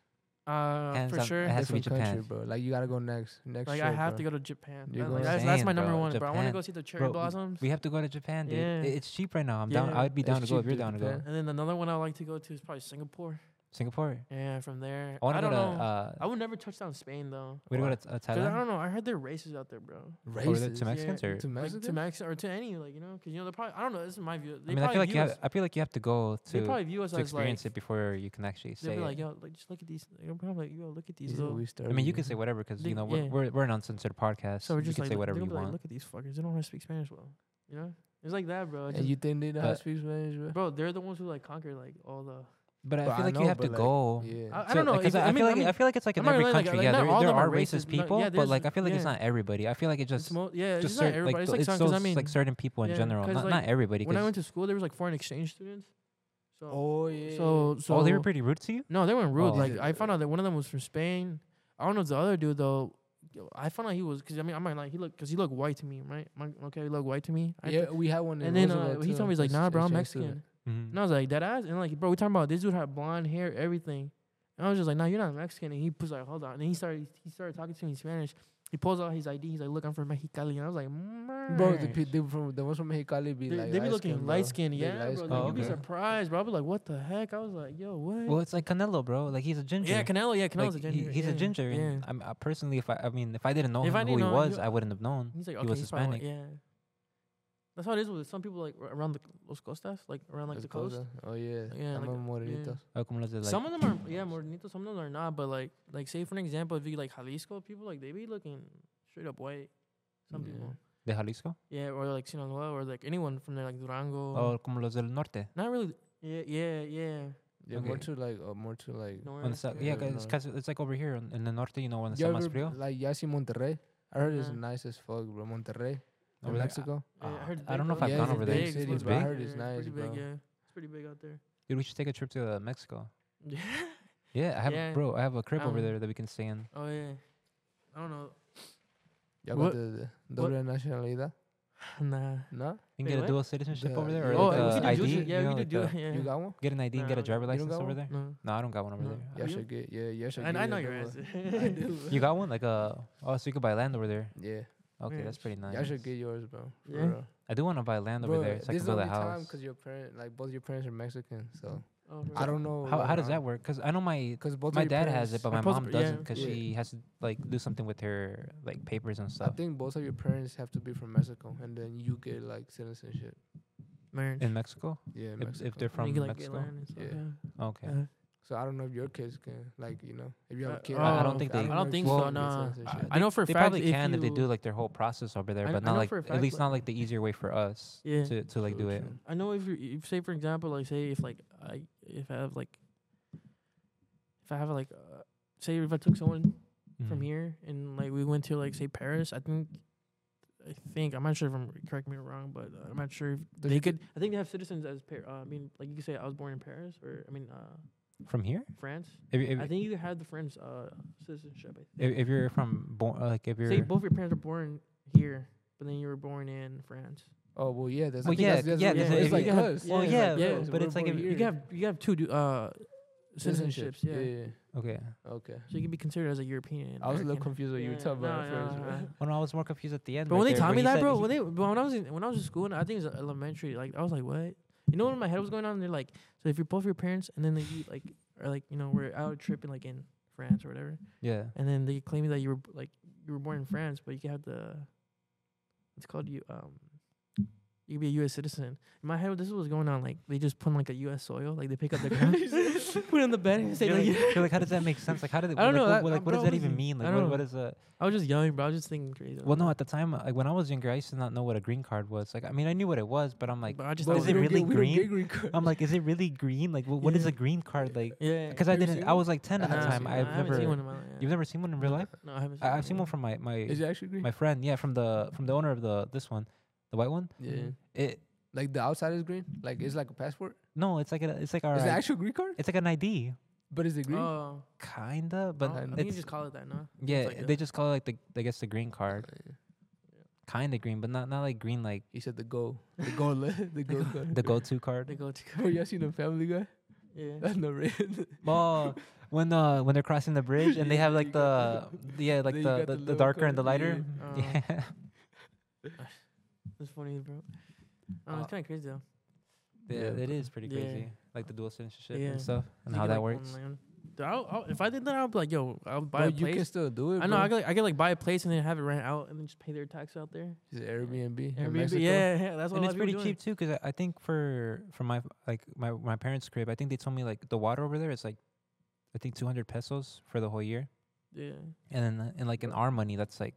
S3: uh,
S1: Hands
S3: for
S1: down,
S3: sure?
S1: it has to be
S2: different country,
S1: Japan,
S2: bro? Like you gotta go next. Next.
S3: Like I have to go to Japan.
S2: You're
S3: That-
S2: going
S3: like,
S2: to
S3: that's, that's my
S1: Japan,
S3: number
S1: bro.
S3: one, bro. I want to
S1: Japan.
S3: go see the cherry
S1: Bro, we-
S3: blossoms.
S1: We have to go to Japan, dude.
S3: Yeah.
S1: It, it's cheap right now. I'm down.
S3: Yeah.
S1: I'd be
S2: It's
S1: down to go if
S2: cheap,
S1: you're
S2: dude,
S1: down to go.
S2: Japan.
S3: and then another one I would like to go to is probably Singapore.
S1: Singapore.
S3: Yeah, from there.
S1: I
S3: I,
S1: want to go
S3: don't
S1: to.
S3: know.
S1: Uh,
S3: I would never touch down Spain though.
S1: we go to t- uh,
S3: Cause I
S1: Thailand.
S3: don't know. I heard there are races out there, bro.
S1: Over there
S2: Racist.
S1: to Mexicans or.
S2: To
S3: Like, to
S2: Mexico.
S3: Mexico or to any, like you know, because you know they probably. I don't know. This is my view. They
S1: I mean, I
S3: probably
S1: feel like
S3: view
S1: you
S3: us,
S1: have. I feel like you have to go
S3: They
S1: to
S3: probably view us
S1: to
S3: as like.
S1: experience it before you can actually
S3: They'd
S1: say
S3: be like,
S1: it.
S3: yo, like just look at these. They're probably like, yo, look at
S2: These
S3: these.
S2: are
S3: Little,
S2: we
S1: I mean, you
S2: started
S1: can say
S2: with.
S1: whatever because
S3: They-
S1: you know we're
S3: yeah.
S1: we're, we're an uncensored podcast.
S3: so we're
S1: you
S3: just
S1: can
S3: like,
S1: say
S3: look-
S1: whatever
S3: they're
S1: you
S3: gonna be like,
S1: want.
S3: look at these fuckers. They don't want to speak Spanish well. You know, it's like that, bro. It's
S2: And
S3: just-
S2: you think they know how to
S1: but-
S2: speak Spanish, bro?
S3: bro, they're the ones who like conquered like all the.
S1: But
S2: But
S1: I
S2: I
S1: feel like
S2: know,
S1: you have
S2: but,
S1: to
S2: like,
S1: go.
S2: Yeah.
S3: I- I
S1: So,
S3: don't know,
S1: like, 'cause
S3: if- I
S1: I
S3: mean-
S1: feel
S3: I
S1: like
S3: mean-
S1: I feel like it's like in
S3: I'm not
S1: every
S3: gonna lie, like,
S1: country.
S3: like,
S1: yeah,
S3: not
S1: there,
S3: all of
S1: there
S3: them
S1: are
S3: are
S1: racist
S3: racist, no,
S1: people,
S3: yeah,
S1: but like I
S3: there's-
S1: feel like it's
S3: yeah.
S1: not everybody. I feel like it
S3: It's
S1: just
S3: mo- yeah,
S1: just
S3: it's not
S1: cer-
S3: everybody.
S1: like, the-
S3: it's like
S1: it's
S3: some,
S1: so,
S3: cause I mean,
S1: like certain people in
S3: yeah,
S1: general.
S3: 'cause,
S1: Not
S3: like,
S1: not everybody.
S3: when I
S1: 'cause-
S3: went to school, there was like foreign exchange students. So,
S2: Oh yeah.
S3: so, so
S1: oh, they were pretty rude to you.
S3: no, they weren't rude.
S1: Oh.
S3: Like I found out that one of them was from Spain. I don't know the other dude though. I found out he was because I mean I'm not like he looked because he looked white to me, right? My- Okay, he looked white to me. I
S2: yeah,
S3: th-
S2: we had one. in
S3: and then uh,
S2: Roosevelt,
S3: he
S2: too,
S3: told me he's like,
S2: this
S3: nah, bro, I'm
S1: Mm-hmm.
S2: exchange student.
S3: Mexican. And I was like, that ass. And like, bro, we talking about this dude had blonde hair, everything. And I was just like, "No, you're not Mexican." And he was like, "Hold on." And he started he started talking to me in Spanish. He pulls out his ID. He's like, "Look, I'm from Mexicali." And I was like, "Mm-hmm."
S2: Bro, the,
S3: "Merch."
S2: pe- they from, the ones from Mexicali be
S3: They,
S2: like
S3: they be
S2: light-skinned,
S3: looking
S2: bro.
S3: light skinned,
S2: They
S3: yeah, bro.
S2: light-skinned,
S3: Like,
S1: Oh,
S3: you'd be
S1: okay.
S3: surprised, bro. I'd be like, what the heck? I was like, yo, what?
S1: Well, it's like Canelo, bro. Like he's a ginger.
S3: yeah, Canelo, yeah, Canelo's
S1: Like,
S3: a ginger.
S1: He, he's
S3: yeah,
S1: a ginger.
S3: Yeah.
S1: And I'm, I personally, if I, I mean, if I didn't know
S3: If I
S1: him, who
S3: didn't
S1: he
S3: know him,
S1: was,
S3: you-
S1: I wudn't have known.
S3: He's like, okay,
S1: he was
S3: he's probably white,
S1: Hispanic.
S3: yeah. That's how it is with some people like r- around the Los Costas, like around like
S2: Las
S3: the coast.
S2: cosas. Oh yeah.
S3: Yeah,
S2: I'm
S3: like
S2: a
S3: the-
S2: morenito.
S1: Oh, como los de, like,
S3: some of them are yeah, morenito, some of them are not, but like like say for an example, if you like Jalisco people, like they be looking straight up white. Some
S2: Yeah.
S3: people.
S1: de Jalisco.
S3: Yeah, or like Sinaloa or like anyone from there like Durango.
S1: Oh, como los del norte.
S3: Not really yeah, yeah, yeah.
S2: Yeah, more
S1: Okay.
S2: to like, uh, more to like.
S1: On the
S3: North,
S1: south,
S2: Yeah,
S1: yeah, 'cause it's,
S2: no.
S1: 'cause it's like over here in, in the norte, you know, when the
S2: You
S1: sun
S2: ever,
S1: is real.
S2: like ya see Monterrey? I heard it's
S3: Uh-huh.
S2: nice as fuck, bro. Monterrey, in
S1: Over there,
S2: Mexico.
S3: Yeah,
S1: Ah,
S3: heard it's
S1: I
S3: big
S1: don't know if
S3: though.
S1: I've
S2: Yeah,
S1: gone
S2: it's a
S1: over
S2: big
S1: there.
S2: city,
S1: it's
S2: bro. I
S1: big.
S2: heard it's
S3: Yeah,
S2: nice,
S3: pretty big,
S2: bro.
S3: yeah. It's pretty big out there.
S1: Dude, we should take a trip to uh, Mexico.
S3: Yeah.
S1: Yeah, I have,
S3: Yeah.
S1: bro. I have a crib over
S3: Um,
S1: there that we can stay in.
S3: Oh yeah. I don't know.
S2: Ya
S3: What-
S2: got the the doble nacionalidad?
S3: Nah.
S2: No?
S1: You
S3: wait,
S1: can get
S3: what?
S1: a dual citizenship
S2: The-
S1: over there, or
S2: yeah,
S3: Oh,
S1: like
S2: uh,
S3: we
S1: a
S3: could do
S1: ID.
S3: dual
S1: you
S3: cit- yeah,
S1: know,
S3: we
S1: like
S3: could do
S1: the-
S3: it. Yeah.
S2: You got one?
S1: Get an ID and get
S3: Nah,
S1: a driver
S2: you don't
S1: license
S2: got
S1: over
S2: one?
S1: there.
S3: No.
S1: No, I don't got one over
S3: No.
S1: there.
S2: Yeah,
S3: You?
S2: should get. Yeah, yeah, should
S3: And
S2: get.
S3: I know
S2: your
S3: your
S2: double.
S3: ass.
S2: I do.
S1: You got one, like a oh, so you could buy land over there.
S2: Yeah,
S1: Okay,
S3: Yeah,
S1: that's pretty
S2: y'all
S1: nice.
S2: should get yours, bro. For
S3: Yeah.
S2: real.
S1: I do want to buy land
S2: Bro,
S1: over there so I
S2: this
S1: can
S2: is the
S1: build a
S2: only time
S1: house.
S2: because your parent, like both your parents are Mexican, so
S3: Oh, for
S2: I
S3: real.
S2: don't know.
S1: How how does that work? Because I know my
S2: Because both
S1: my
S2: of your
S1: dad has it,
S2: parents-
S1: but
S3: My
S1: my
S3: pos-
S1: mom
S3: yeah.
S1: doesn't because
S2: Yeah.
S1: she has to like do something with her like papers and
S2: I
S1: stuff
S2: think both of your parents have to be from Mexico, and then you get like citizenship.
S3: Marriage.
S1: in Mexico.
S2: Yeah,
S1: If, if
S2: Mexico.
S1: they're
S3: You
S1: from
S3: can, like, get
S1: Mexico,
S3: land and stuff,
S2: Yeah.
S3: yeah.
S1: okay.
S3: Uh,
S2: So I don't know if your kids can, like, you know, if you have a
S3: Uh,
S2: kid.
S3: oh, I
S1: don't think they-
S3: I
S2: know
S3: don't
S2: if
S3: think
S2: you
S1: so,
S2: can get
S3: nah.
S2: citizenship.
S3: I know for a
S1: Uh, they
S3: fact
S1: probably
S3: if
S1: can if they
S3: you-
S1: do like their whole process over there,
S3: I-
S1: but
S3: I
S1: not
S3: know
S1: like
S3: for a
S1: at
S3: fact,
S1: least
S3: like-
S1: not like the easier way for us
S3: Yeah.
S1: to to like
S2: True,
S1: do it.
S2: true.
S3: I know if you if say for example like say if like I if I have like if I have like uh, say if I took someone from
S1: Mhm.
S2: Mm.
S3: here and like we went to like say Paris, I think I think I'm not sure if I'm correct me or wrong, but uh, I'm not sure if
S2: Does
S3: they
S2: your
S3: could. I think they have citizens as par- uh, I mean like you could say I was born in Paris or I mean uh
S1: From here,
S3: France.
S1: if if,
S3: I think you have the French uh citizenship. I
S1: if, if you're from born like if you're
S3: Say both your parents are born here, but then you were born in France.
S2: Oh well, yeah. That's, I
S1: Well,
S2: think
S1: yeah,
S2: that's, that's
S1: yeah,
S2: what-
S1: there's
S3: a-
S2: It's
S3: if
S2: like
S3: you have-
S2: us.
S3: yeah,
S1: well
S3: it's
S1: yeah,
S3: like,
S1: yeah
S3: yeah,
S1: but
S2: we're
S1: it's like
S2: born
S1: if
S2: here.
S1: you're,
S3: You can have you can have two du- uh citizenships, yeah.
S1: okay.
S2: Okay.
S3: So you can be considered as a European.
S2: I was a little
S3: American.
S2: confused what you were
S3: Yeah,
S2: talking about
S3: no,
S2: at
S3: no,
S2: first.
S3: no,
S2: bro.
S3: no.
S1: When I was more confused at the end,
S3: But
S1: right
S3: when they
S1: there,
S3: taught
S1: where
S3: me
S1: he
S3: that,
S1: said
S3: bro,
S1: he-
S3: when they but when I was in, when I was in school, and I think it was elementary, like I was like, what? You know what in my head was going on? They're like, so if you're both your parents, and then they eat, like or like you know we're out tripping like in France or whatever,
S1: yeah,
S3: and then they claim that you were like you were born in France, but you can have the it's called you um you can be a U.S. citizen. In my head, this is what's going on. Like they just put on like a U.S. soil, like they pick up the ground, put it on the bed, and say
S1: you're
S3: like,
S1: like, you're like, how does that make sense? Like, how did it,
S3: I don't
S1: like,
S3: know,
S1: What,
S3: that-
S1: what- like, what
S3: bro,
S1: does that
S3: I
S1: even
S3: was-
S1: mean?
S3: I
S1: Like,
S3: don't
S1: what,
S3: know.
S1: what is a
S3: I was just young, bro. I was just thinking crazy.
S1: well? No, at the time, like when I was younger, I used to not know what a green card was. Like, I mean, I knew what it was, but I'm like,
S3: but I just
S2: Bro,
S1: is it
S2: we
S3: thought
S2: don't
S3: was-
S2: get-
S1: really
S2: we don't
S1: green?
S2: get green card.
S1: I'm like, is it really green? Like, wh- what is
S3: Yeah.
S1: a green card? Like,
S3: yeah.
S1: because I
S2: Have you
S1: didn't,
S2: seen
S1: I
S2: one?
S1: was like ten at the
S2: Nah,
S1: time.
S2: I
S1: I've
S3: Uh-huh. haven't
S1: never,
S3: seen one in my life.
S1: you've never seen one in real life.
S3: No, I haven't. Seen
S1: I, I've seen one from my my
S2: Is it actually green?
S1: my friend. Yeah, from the from the owner of the this one, the white one.
S2: Yeah.
S3: Mhm.
S1: It
S2: Like the outside is green. Like it's like a passport.
S1: no, it's like a, it's like our,
S2: Is it actual green card?
S1: it's like an ID,
S2: But is it green?
S3: Oh,
S1: kinda, but
S3: I think you
S1: it's
S3: just call it that, no?
S1: yeah,
S3: like
S1: they
S3: a-
S1: just call it like the I guess the green card, kinda green, but not not like green like
S2: He said the go, the go, the go card.
S1: the go to
S3: They
S1: card.
S3: go to
S2: Bro, y'all seen the Family Guy?
S3: yeah.
S2: That's not red.
S1: Well, when uh when they're crossing the bridge and they
S2: Yeah,
S1: have
S2: yeah,
S1: like
S2: you got
S1: the yeah like
S2: then you
S1: the
S2: got
S1: the,
S2: the
S1: the
S2: little
S1: darker and the
S2: card, yeah,
S1: lighter.
S3: Uh,
S1: Yeah.
S3: That's funny, bro. I don't know,
S1: Uh,
S3: it's kind of crazy though.
S1: Yeah,
S2: Yeah,
S1: it
S2: but-
S1: is pretty
S3: Yeah.
S1: crazy. Like the dual citizenship
S3: Yeah.
S1: and stuff and
S3: You
S1: how
S3: get,
S1: that
S3: like, one
S1: works.
S3: land. Dude, I'll, I'll, if I did that, I'd be like, yo, I'll buy
S2: Bro,
S3: a
S2: you can
S3: place.
S2: still do it.
S3: I know. I
S2: bro.
S3: could, like, I could like buy a place and then have it rent out and then just pay their tax out there.
S2: It's Airbnb. in Mexico.
S3: Airbnb, yeah, yeah, that's what
S1: and
S3: a
S1: it's
S3: lot of people
S1: pretty
S3: doing.
S1: cheap too, 'cause I, I think for for my like my my parents' crib, I think they told me like the water over there is like, I think two hundred pesos for the whole year,
S3: Yeah,
S1: and then and like in our money that's like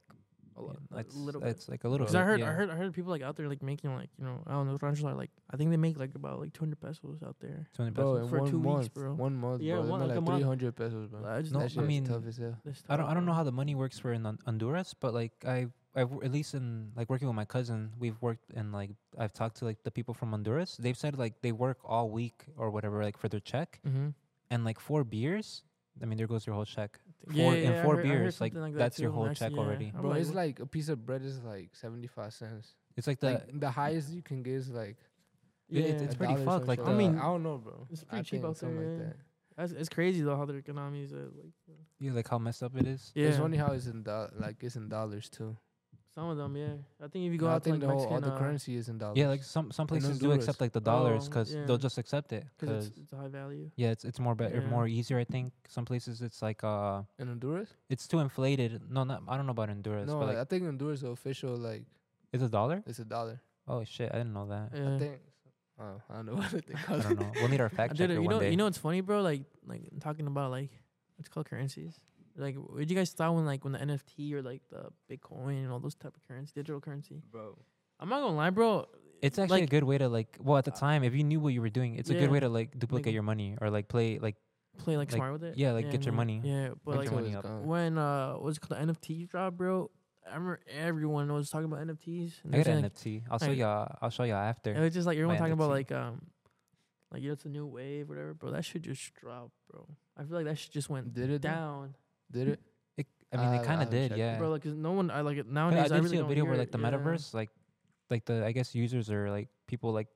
S3: a lot.
S1: yeah, that's
S3: a little bit.
S1: that's like a little.
S3: Because I
S1: bit,
S3: heard,
S1: yeah.
S3: I heard, I heard people like out there like making like you know I don't know ranchos are like I think they make like about like 200 pesos out there.
S1: two hundred
S2: Bro,
S1: pesos.
S2: in
S3: For
S2: one
S3: two weeks,
S2: month,
S3: bro.
S2: one month,
S3: Yeah,
S2: bro. It's
S3: one-
S2: been
S3: like a
S2: like
S3: month.
S2: three hundred pesos, bro.
S3: I just
S1: No,
S2: that
S1: I
S2: shit is
S1: mean,
S2: tough as hell.
S3: that's
S1: I don't
S3: tough,
S1: I don't know
S3: bro.
S1: how the money works for in Hon- Honduras, but like I I've w- at least in like working with my cousin, we've worked and like I've talked to like the people from Honduras. They've said like they work all week or whatever like for their check
S3: Mhm.
S1: and like four beers. I mean, there goes your whole check.
S3: Four,
S1: four- and
S3: I
S1: four
S3: heard- I heard
S1: beers, like,
S3: something that
S1: that's your
S3: too,
S1: whole
S3: and I
S1: check
S3: see- yeah.
S1: already.
S3: I'm
S2: Bro, it's
S3: what-
S2: like a piece of bread is like seventy five cents.
S1: It's like the
S2: like the highest you can get is like
S1: it-
S3: yeah.
S1: it's-
S2: a
S1: pretty
S2: dollar or
S1: fucked,
S2: some
S1: like
S2: shit.
S1: the-
S2: I don't know, bro.
S3: It's
S2: I
S3: pretty cheap
S2: think
S3: out there,
S2: something like
S3: yeah.
S2: that.
S3: That's, it's crazy though how their economy is. Uh, like uh,
S1: Yeah, like how messed up it is.
S3: yeah,
S2: It's funny how it's in do- like it's in dollars too.
S3: some of them. Yeah, I think if you
S2: You
S3: go
S2: I
S3: out to
S2: think
S3: like
S2: the whole all
S3: Mexican,
S2: the
S3: uh,
S2: currency is in dollars.
S1: Yeah, like some some places do
S2: Honduras.
S1: accept like the dollars
S3: Oh,
S1: because
S3: yeah.
S1: they'll just accept it.
S3: because
S1: 'cause-
S3: it's, it's a high value.
S1: yeah, it's it's more better,
S3: Yeah.
S1: more easier. I think some places it's like uh,
S2: in Honduras.
S1: it's too inflated. No, not I don't know about Honduras,
S2: No,
S1: but
S2: like,
S1: like
S2: I think Honduras official like
S1: it's a dollar.
S2: it's a dollar.
S1: Oh shit, I didn't know that.
S3: Yeah.
S2: I think. Oh, I don't know what they
S1: I
S2: call
S1: don't
S2: it.
S1: know. We'll need our
S3: I
S1: fact
S3: did
S1: checker
S3: it. You
S1: one
S3: know,
S1: day.
S3: you know, it's funny, bro. Like, like talking about like it's called currencies. Like, what did you guys thought when like when the NFT or like the Bitcoin and all those type of currency, digital currency?
S2: Bro,
S3: I'm not gonna lie, bro.
S1: it's actually
S3: like-
S1: a good way to like. Well, at the
S3: Uh,
S1: time, if you knew what you were doing, it's a good
S3: yeah.
S1: way to like duplicate
S3: Like-
S1: your money or like play like
S3: Play like,
S1: Like,
S3: smart with it.
S1: yeah, like, get your
S3: no,
S1: money.
S3: Yeah, but
S1: Get
S3: like
S1: your money up.
S3: when uh, what's it called the NFT drop, bro? I remember everyone was talking about NFTs. And
S1: I
S3: they're
S1: got
S3: saying,
S1: an
S3: like,
S1: NFT. I'll show
S3: like-
S1: y'all. I'll show y'all after.
S3: It was just like everyone
S1: My
S3: talking about
S1: NFT.
S3: like um, like yeah, it's a new wave, whatever, bro. That shit just dropped, bro. I feel like that shit just went
S2: Did it though?
S3: down,
S2: Did it?
S1: It, I mean,
S2: I-
S1: it kind
S2: I
S1: of did,
S2: checked it.
S1: yeah.
S3: bro. Like 'cause no one, I like it
S1: I,
S3: nowadays.
S1: I did
S3: really
S1: see a
S3: don't
S1: video
S3: hear
S1: where like
S3: it,
S1: the
S3: yeah.
S1: metaverse, like, like the I guess users are like people like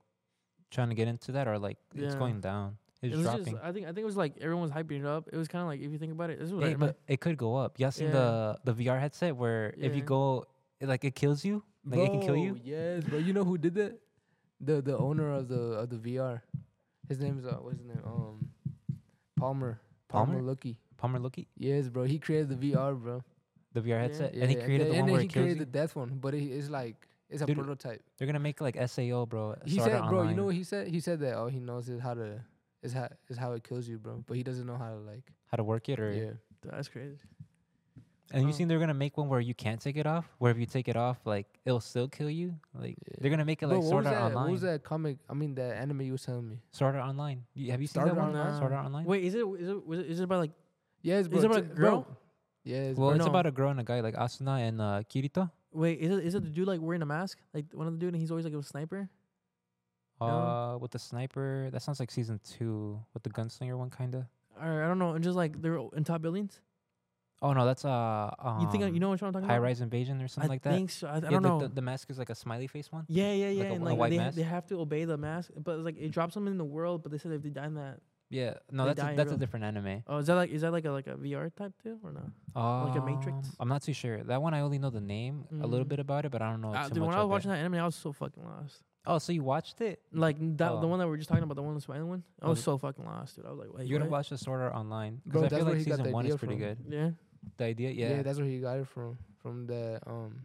S1: trying to get into that or like it's
S3: Yeah.
S1: going down. It's
S3: It was
S1: dropping.
S3: just, I think I think it was like everyone was hyping it up. It was kind of like if you think about it, this is what I
S1: Hey,
S3: remember.
S1: but it could go up. Y'all seen
S3: Yeah.
S1: the the VR headset where if you
S3: Yeah.
S1: go, it, like it kills you, like it can kill you.
S2: Bro, Yes, but you know who did that? The the owner of the of the VR. His name is uh, what's his name? Um, Palmer.
S1: Palmer?
S2: Lucky.
S1: Palmer Lucky,
S2: Yes, bro. He created the VR, bro.
S1: the VR headset, and he
S2: Yeah,
S1: created
S2: and
S1: the one
S2: then
S1: where
S2: he
S1: it kills
S2: created
S1: you.
S2: the death one, but it, it's like it's a
S1: Dude,
S2: prototype.
S1: They're gonna make like Sao, bro.
S2: He
S1: start it
S2: said, bro. You
S1: online.
S2: know what he said? He said that all he knows is how to is how is how it kills you, bro. But he doesn't know how to like.
S1: how to work it, or
S2: Yeah.
S3: That's crazy.
S1: and
S3: Oh.
S1: you seen they're gonna make one where you can't take it off. Where if you take it off, like it'll still kill you. Like
S2: Yeah.
S1: they're gonna make it
S2: Bro,
S1: like
S2: what
S1: Sword
S2: was
S1: Art
S2: that? What was
S1: Online.
S2: that comic? I mean, that anime you was telling me.
S1: Sword Art Online. You, have you seen
S2: Sword
S1: that
S2: Art
S1: one?
S3: Online?
S1: Sword Art Online.
S3: Wait, is it is it was it, is it about like
S2: Yes,
S3: Is
S2: bro.
S3: it about
S2: t-
S3: a girl?
S2: bro. Yes.
S1: Well,
S2: bro.
S1: it's
S3: no.
S1: about a girl and a guy, like Asuna and uh, Kirito.
S3: wait is it is it the dude like wearing a mask like one of the dude and he's always like a sniper? No.
S1: Uh, with the sniper. That sounds like season two with the gunslinger one, kinda.
S3: Or I don't know, and just like they're in top buildings.
S1: Oh no, that's uh. Um,
S3: you think I- you know what I'm talking
S1: High
S3: about?
S1: Rise Invasion or something
S3: I
S1: like that.
S3: think so. I, I
S1: Yeah,
S3: don't
S1: the,
S3: know.
S1: The, the mask is like a smiley face one.
S3: yeah, yeah,
S1: like
S3: yeah.
S1: a-
S3: and
S1: a
S3: like
S1: white
S3: they,
S1: mask?
S3: they have to obey the mask, but it's like it drops them in the world. But they said if they die in that,
S1: Yeah, no,
S3: They
S1: that's
S3: die
S1: a,
S3: in
S1: that's a
S3: real-
S1: different anime.
S3: oh, is that like is that like a like a VR type too or no?
S1: Um,
S3: a Matrix?
S1: I'm not too sure. That one I only know the name a little
S3: Mm.
S1: bit about it, but I don't know
S3: Uh,
S1: Oh, too
S3: dude,
S1: much.
S3: when I was
S1: of
S3: watching
S1: it.
S3: that anime, I was so fucking lost.
S1: Oh, so you watched it?
S3: Like that,
S1: Oh.
S3: the one that we were just talking about, the one with Spider one. I
S1: Oh,
S3: was
S1: the-
S3: so fucking lost, dude. I was like, wait,
S1: You're gonna
S3: what?
S1: watch the Sword Art Online
S2: Bro,
S1: because I
S2: that's
S1: feel
S2: where
S1: like
S2: he got
S1: season
S2: the
S1: one is
S2: idea
S1: pretty
S2: from.
S1: good.
S3: Yeah,
S1: The idea, yeah.
S2: yeah. that's where he got it from. From the um.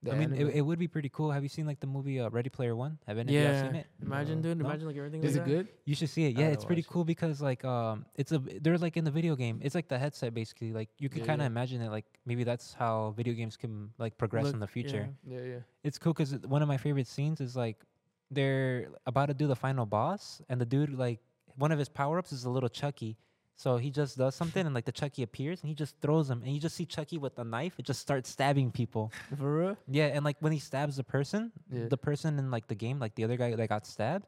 S2: The
S1: I mean,
S2: anime.
S1: it, it would be pretty cool. Have you seen like the movie uh, Ready Player One? Have any of y'all seen
S3: Yeah.
S1: it?
S3: imagine,
S2: No.
S3: dude.
S1: No?
S3: Imagine like everything.
S2: is
S3: like
S2: it
S3: that.
S2: good?
S1: You should see it.
S2: I
S1: Yeah,
S2: gotta
S1: it's pretty
S2: watch it.
S1: cool because like um, it's a they're like in the video game. It's like the headset basically. Like you can
S2: Yeah,
S1: kind of
S2: yeah.
S1: imagine it. Like maybe that's how video games can like progress
S3: Look,
S1: in the future.
S3: yeah.
S2: Yeah, yeah.
S1: it's cool because one of my favorite scenes is like they're about to do the final boss, and the dude like one of his power ups is a little Chucky. So he just does something, and like the Chucky appears, and he just throws him, and you just see Chucky with a knife. It just starts stabbing people.
S2: For real?
S1: Yeah, and like when he stabs the person,
S2: Yeah.
S1: the person in like the game, like the other guy that got stabbed,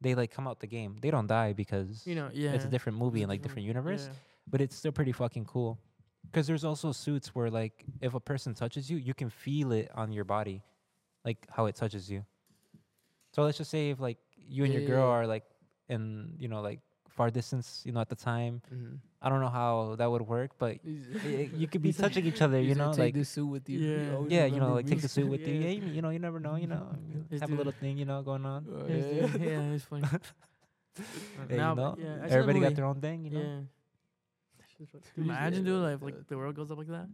S1: they like come out the game. They don't die because
S3: You know, yeah.
S1: it's a different movie
S3: It's a
S1: and like different
S3: different-
S1: universe,
S3: yeah.
S1: but it's still pretty fucking cool. Because there's also suits where like if a person touches you, you can feel it on your body, like how it touches you. So let's just say if like you and your
S2: Yeah,
S1: girl
S2: yeah, yeah.
S1: are like in you know like far distance, you know at the time,
S2: Mm-hmm.
S1: I don't know how that would work, but i- i- you could be
S2: He's like-
S1: touching each other, you know,
S2: take
S1: like
S2: this suit with you.
S3: Yeah.
S2: You always
S1: yeah, you know,
S2: remember
S1: like
S2: me.
S1: take the suit with you.
S3: Yeah.
S1: Yeah, you, you know, you never know, you know,
S3: Just
S1: have
S3: do
S1: a
S3: it.
S1: little thing, you know, going on.
S2: Oh,
S3: Yeah,
S2: yeah.
S3: it's- yeah, it's funny.
S1: Yeah, you know, everybody got their own thing, you know.
S3: Yeah.
S2: Who's
S3: Imagine,
S2: there?
S3: dude, like, if, like the world goes up like that.